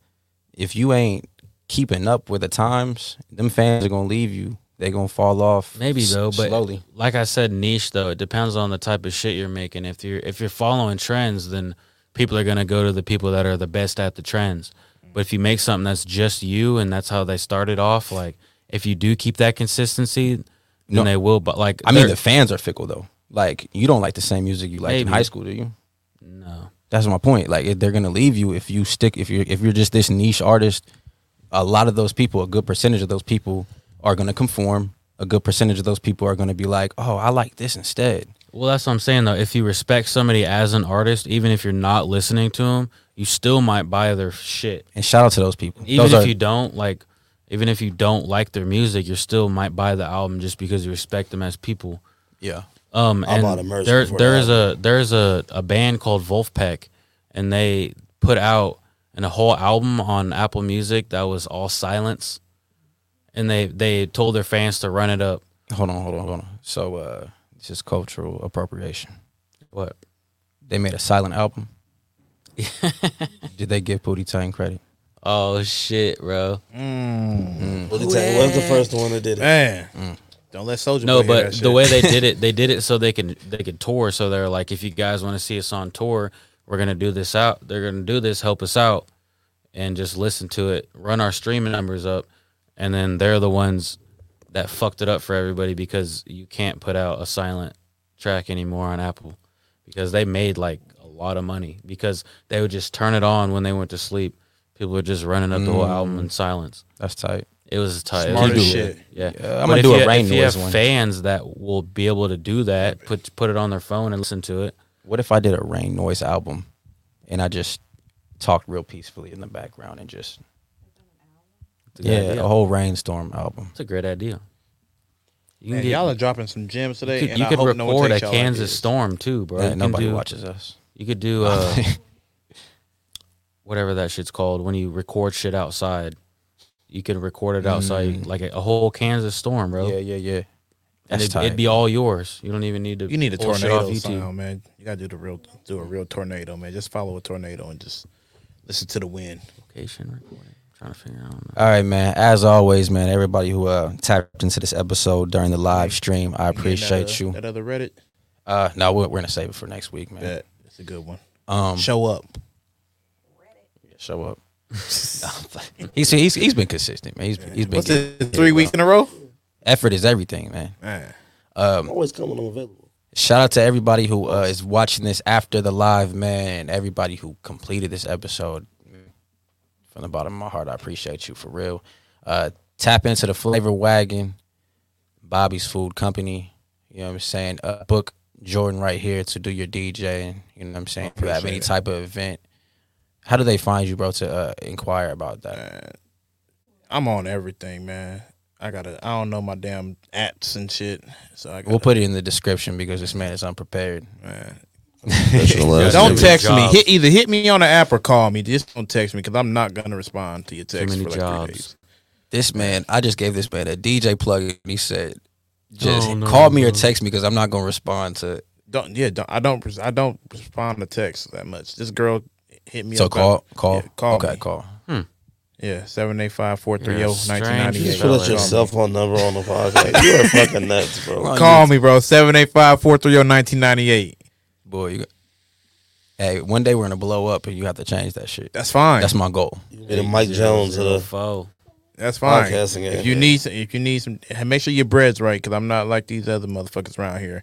Speaker 2: if you ain't keeping up with the times, them fans are gonna leave you. They're gonna fall off.
Speaker 1: Maybe
Speaker 2: s-
Speaker 1: though, but
Speaker 2: slowly.
Speaker 1: like I said, niche though. It depends on the type of shit you're making. If you're if you're following trends, then people are gonna go to the people that are the best at the trends. But if you make something that's just you and that's how they started off, like if you do keep that consistency, then
Speaker 2: No.
Speaker 1: they will. But like
Speaker 2: I mean,
Speaker 1: they're-
Speaker 2: the fans are fickle though. Like you don't like the same music you liked in
Speaker 1: Maybe.
Speaker 2: high school, do you?
Speaker 1: No.
Speaker 2: That's my point. Like if they're gonna leave you if you stick if you're if you're just this niche artist. A lot of those people, a good percentage of those people, are gonna conform. A good percentage of those people are gonna be like, "Oh, I like this instead."
Speaker 1: Well, that's what I'm saying though. If you respect somebody as an artist, even if you're not listening to them, you still might buy their shit.
Speaker 2: And shout out to those people.
Speaker 1: Even
Speaker 2: Those
Speaker 1: if
Speaker 2: are-
Speaker 1: you don't like, even if you don't like their music, you still might buy the album just because you respect them as people.
Speaker 2: Yeah.
Speaker 1: Um,
Speaker 2: I
Speaker 1: and
Speaker 2: bought a merch
Speaker 1: there,
Speaker 2: before
Speaker 1: there
Speaker 2: that.
Speaker 1: is a there's a, a band called Wolfpack, and they put out an, a whole album on Apple Music that was all silence, and they they told their fans to run it up.
Speaker 2: Hold on, hold on, hold on. So uh this is cultural appropriation.
Speaker 1: What?
Speaker 2: They made a silent album. Did they give Booty Tang credit?
Speaker 1: Oh shit, bro!
Speaker 15: Booty Tang was the first one that did it.
Speaker 3: Man.
Speaker 1: Mm.
Speaker 3: Don't let Soldier
Speaker 1: No, but the way they did it, they did it so they can they could tour. So they're like, if you guys want to see us on tour, we're gonna do this out. They're gonna do this, help us out, and just listen to it, run our streaming numbers up, and then they're the ones that fucked it up for everybody because you can't put out a silent track anymore on Apple because they made like a lot of money because they would just turn it on when they went to sleep. People were just running up the whole
Speaker 2: Mm.
Speaker 1: album in silence.
Speaker 2: That's tight.
Speaker 1: It was tight. It
Speaker 2: Smart
Speaker 1: was
Speaker 2: as
Speaker 1: good.
Speaker 2: shit.
Speaker 1: Yeah.
Speaker 2: Yeah, I'm gonna
Speaker 1: But if
Speaker 2: do a
Speaker 1: you-
Speaker 2: Rain
Speaker 1: if you
Speaker 2: Noise
Speaker 1: have
Speaker 2: one.
Speaker 1: fans that will be able to do that, put put it on their phone and listen to it.
Speaker 2: What if I did a rain noise album and I just talked real peacefully in the background and just
Speaker 1: It's a good
Speaker 2: Yeah,
Speaker 1: idea.
Speaker 2: a whole rainstorm album.
Speaker 1: It's a great idea. You
Speaker 3: Man,
Speaker 1: get-
Speaker 3: y'all are dropping some gems
Speaker 1: you
Speaker 3: today,
Speaker 1: could-
Speaker 3: and
Speaker 1: You
Speaker 3: I
Speaker 1: could
Speaker 3: hope no one
Speaker 1: record
Speaker 3: takes
Speaker 1: a
Speaker 3: y'all
Speaker 1: Kansas
Speaker 3: ideas.
Speaker 1: storm too, bro.
Speaker 2: Yeah,
Speaker 1: You can
Speaker 2: nobody
Speaker 1: do-
Speaker 2: watches us.
Speaker 1: You could do uh, whatever that shit's called when you record shit outside. You could record it outside, like a, a whole Kansas storm, bro.
Speaker 2: Mm. Yeah, yeah, yeah.
Speaker 1: And
Speaker 2: That's
Speaker 1: it,
Speaker 2: tight.
Speaker 1: it'd be all yours. You don't even need to.
Speaker 3: You need a
Speaker 1: pull shit
Speaker 3: tornado sound, man. You gotta do the real, do a real tornado, man. Just follow a tornado and just listen to the wind.
Speaker 1: Location recording. Trying to figure out.
Speaker 2: All right, man. As always, man, everybody who uh, tapped into this episode during the live stream, I appreciate
Speaker 3: that, uh,
Speaker 2: you.
Speaker 3: That other Reddit,
Speaker 2: Uh, no, we're, we're gonna save it for next week, man.
Speaker 3: that it's a good one.
Speaker 2: Um,
Speaker 3: Show up.
Speaker 2: show up. he's, he's he's been consistent, man. He's he's been
Speaker 3: What's it, three weeks in a row.
Speaker 2: Effort is everything, man.
Speaker 3: Man.
Speaker 2: Um,
Speaker 15: Always coming, I'm available.
Speaker 2: Shout out to everybody who uh, is watching this after the live, man. and Everybody who completed this episode. From the bottom of my heart, I appreciate you for real. Uh, tap into the Flavor Wagon, Bobby's Food Company. You know what I'm saying? Uh, book Jordan right here to do your DJ. You know what I'm saying? If you have
Speaker 3: Appreciate
Speaker 2: any
Speaker 3: it.
Speaker 2: type of event, how do they find you, bro, to uh, inquire about that?
Speaker 3: I'm on everything, man. I gotta. I don't know my damn apps and shit, so I gotta,
Speaker 2: We'll put it in the description because this man is unprepared.
Speaker 3: don't text me. Hit either hit me on the app or call me. Just don't text me because I'm not gonna respond to your text for like three days.
Speaker 2: This man, I just gave this man a DJ plug, and he said, "Just
Speaker 3: Oh, no,
Speaker 2: call me or
Speaker 3: bro.
Speaker 2: text me because I'm not gonna respond to."
Speaker 3: Don't yeah. Don't, I don't. I don't respond to texts that much. This girl hit me.
Speaker 2: So
Speaker 3: up
Speaker 2: call-
Speaker 3: yeah,
Speaker 2: call.
Speaker 3: call.
Speaker 2: Okay,
Speaker 3: me.
Speaker 2: call.
Speaker 1: Hmm.
Speaker 3: Yeah, seven eight five four three
Speaker 15: You're
Speaker 3: zero
Speaker 15: a
Speaker 3: nineteen
Speaker 15: strange
Speaker 3: ninety eight.
Speaker 15: fella. You put your cell phone number on the podcast. You are fucking nuts, bro.
Speaker 3: Call me, bro. 785-430-1998.
Speaker 2: Boy, you. Got, hey, one day we're gonna blow up, and you have to change that shit.
Speaker 3: That's fine.
Speaker 2: That's my goal.
Speaker 15: Get a Mike Jones of the
Speaker 3: That's fine.
Speaker 15: Podcasting
Speaker 3: If
Speaker 15: game.
Speaker 3: you need, some, if you need some, and make sure your bread's right because I'm not like these other motherfuckers around here.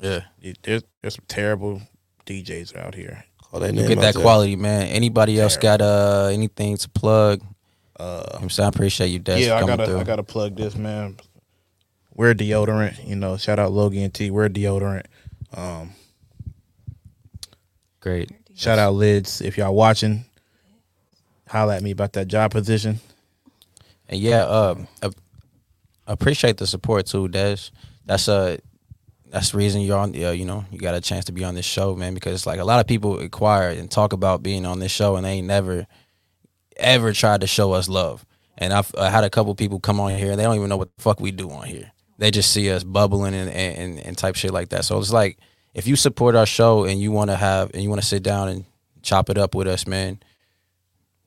Speaker 2: Yeah,
Speaker 3: there's there's some terrible DJs out here.
Speaker 15: Call that
Speaker 2: You get that quality, man. Anybody else got uh anything to plug?
Speaker 3: Uh,
Speaker 2: I'm saying I appreciate you, Des,
Speaker 3: yeah, I
Speaker 2: coming
Speaker 3: gotta
Speaker 2: through.
Speaker 3: I gotta plug this man. Wear deodorant, you know. Shout out Logie and T. Wear deodorant. Um,
Speaker 1: Great.
Speaker 3: Shout out Lids. If y'all watching, holla at me about that job position.
Speaker 2: And yeah, uh, ap- appreciate the support too, Des. That's uh that's the reason you're on. Uh, you know, you got a chance to be on this show, man. Because like a lot of people inquire and talk about being on this show, and they ain't never ever tried to show us love. And I've I had a couple people come on here, and they don't even know what the fuck we do on here. They just see us bubbling and and, and, and type shit like that. So it's like if you support our show and you want to have and you want to sit down and chop it up with us, man.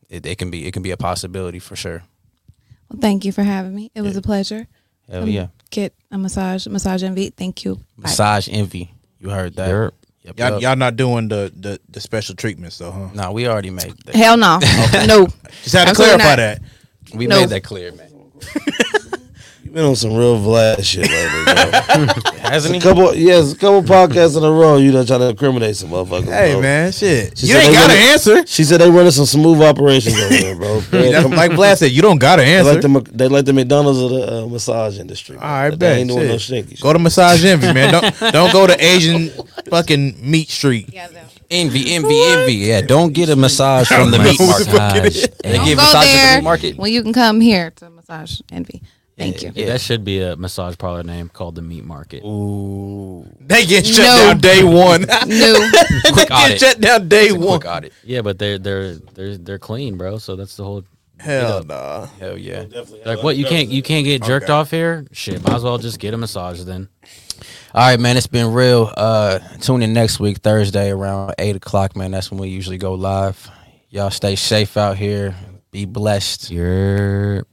Speaker 2: It, it can be it can be a possibility for sure.
Speaker 5: Well, thank you for having me. It was a pleasure.
Speaker 2: Hell
Speaker 5: Um,
Speaker 2: yeah.
Speaker 5: Get a massage, massage envy. Thank you. Bye.
Speaker 2: Massage envy. You heard that?
Speaker 1: Yep.
Speaker 3: Y'all, y'all not doing the, the the special treatments though, huh?
Speaker 2: No, we already made that.
Speaker 5: Hell no. No.
Speaker 3: Just had to
Speaker 5: Absolutely
Speaker 3: clarify
Speaker 5: not.
Speaker 3: that.
Speaker 2: We
Speaker 5: No.
Speaker 2: made that clear, man.
Speaker 15: You've been on some real Vlad shit lately, bro.
Speaker 2: Hasn't
Speaker 15: a couple, yes, a couple podcasts in a row. You done trying to incriminate some motherfuckers.
Speaker 3: Hey,
Speaker 15: bro.
Speaker 3: man, shit.
Speaker 15: She
Speaker 3: You
Speaker 15: said
Speaker 3: ain't
Speaker 15: they
Speaker 3: got
Speaker 15: running-
Speaker 3: an answer.
Speaker 15: She said they running some smooth operations over there, bro.
Speaker 3: That's what Mike Vlad said. You don't got an
Speaker 15: They
Speaker 3: answer.
Speaker 15: like the, Mc- they like the McDonald's of the uh, massage industry. bro.
Speaker 3: All right,
Speaker 15: they
Speaker 3: bet.
Speaker 15: ain't doing no
Speaker 3: shit.
Speaker 15: stinky shit.
Speaker 3: Go to Massage Envy, man. Don't don't go to Asian fucking meat street.
Speaker 2: Envy, envy, envy. Yeah, don't get a massage from the meat
Speaker 3: What the
Speaker 2: market.
Speaker 3: fuck it is?
Speaker 2: They
Speaker 5: Don't
Speaker 2: give
Speaker 5: go
Speaker 2: massages at the
Speaker 5: there
Speaker 2: meat market.
Speaker 5: when you can come here. To massage. Massage envy. Thank you.
Speaker 1: That should be a massage parlor name called the Meat Market. Ooh,
Speaker 12: They get shut down day one. They
Speaker 1: quick
Speaker 12: get
Speaker 1: audit.
Speaker 12: shut down day
Speaker 1: It's a
Speaker 12: one.
Speaker 1: Quick audit. Yeah, but they're they're they're they're clean, bro. So that's the whole.
Speaker 12: Hell
Speaker 1: nah. Hell yeah.
Speaker 12: definitely
Speaker 1: Like
Speaker 12: have
Speaker 1: what you
Speaker 12: that
Speaker 1: can't you can't get jerked
Speaker 12: Okay.
Speaker 1: off here. Shit, might as well just get a massage then.
Speaker 2: All right, man. It's been real. Uh, tune in next week, Thursday, around eight o'clock, man. That's when we usually go live. Y'all stay safe out here. Be blessed.
Speaker 1: You're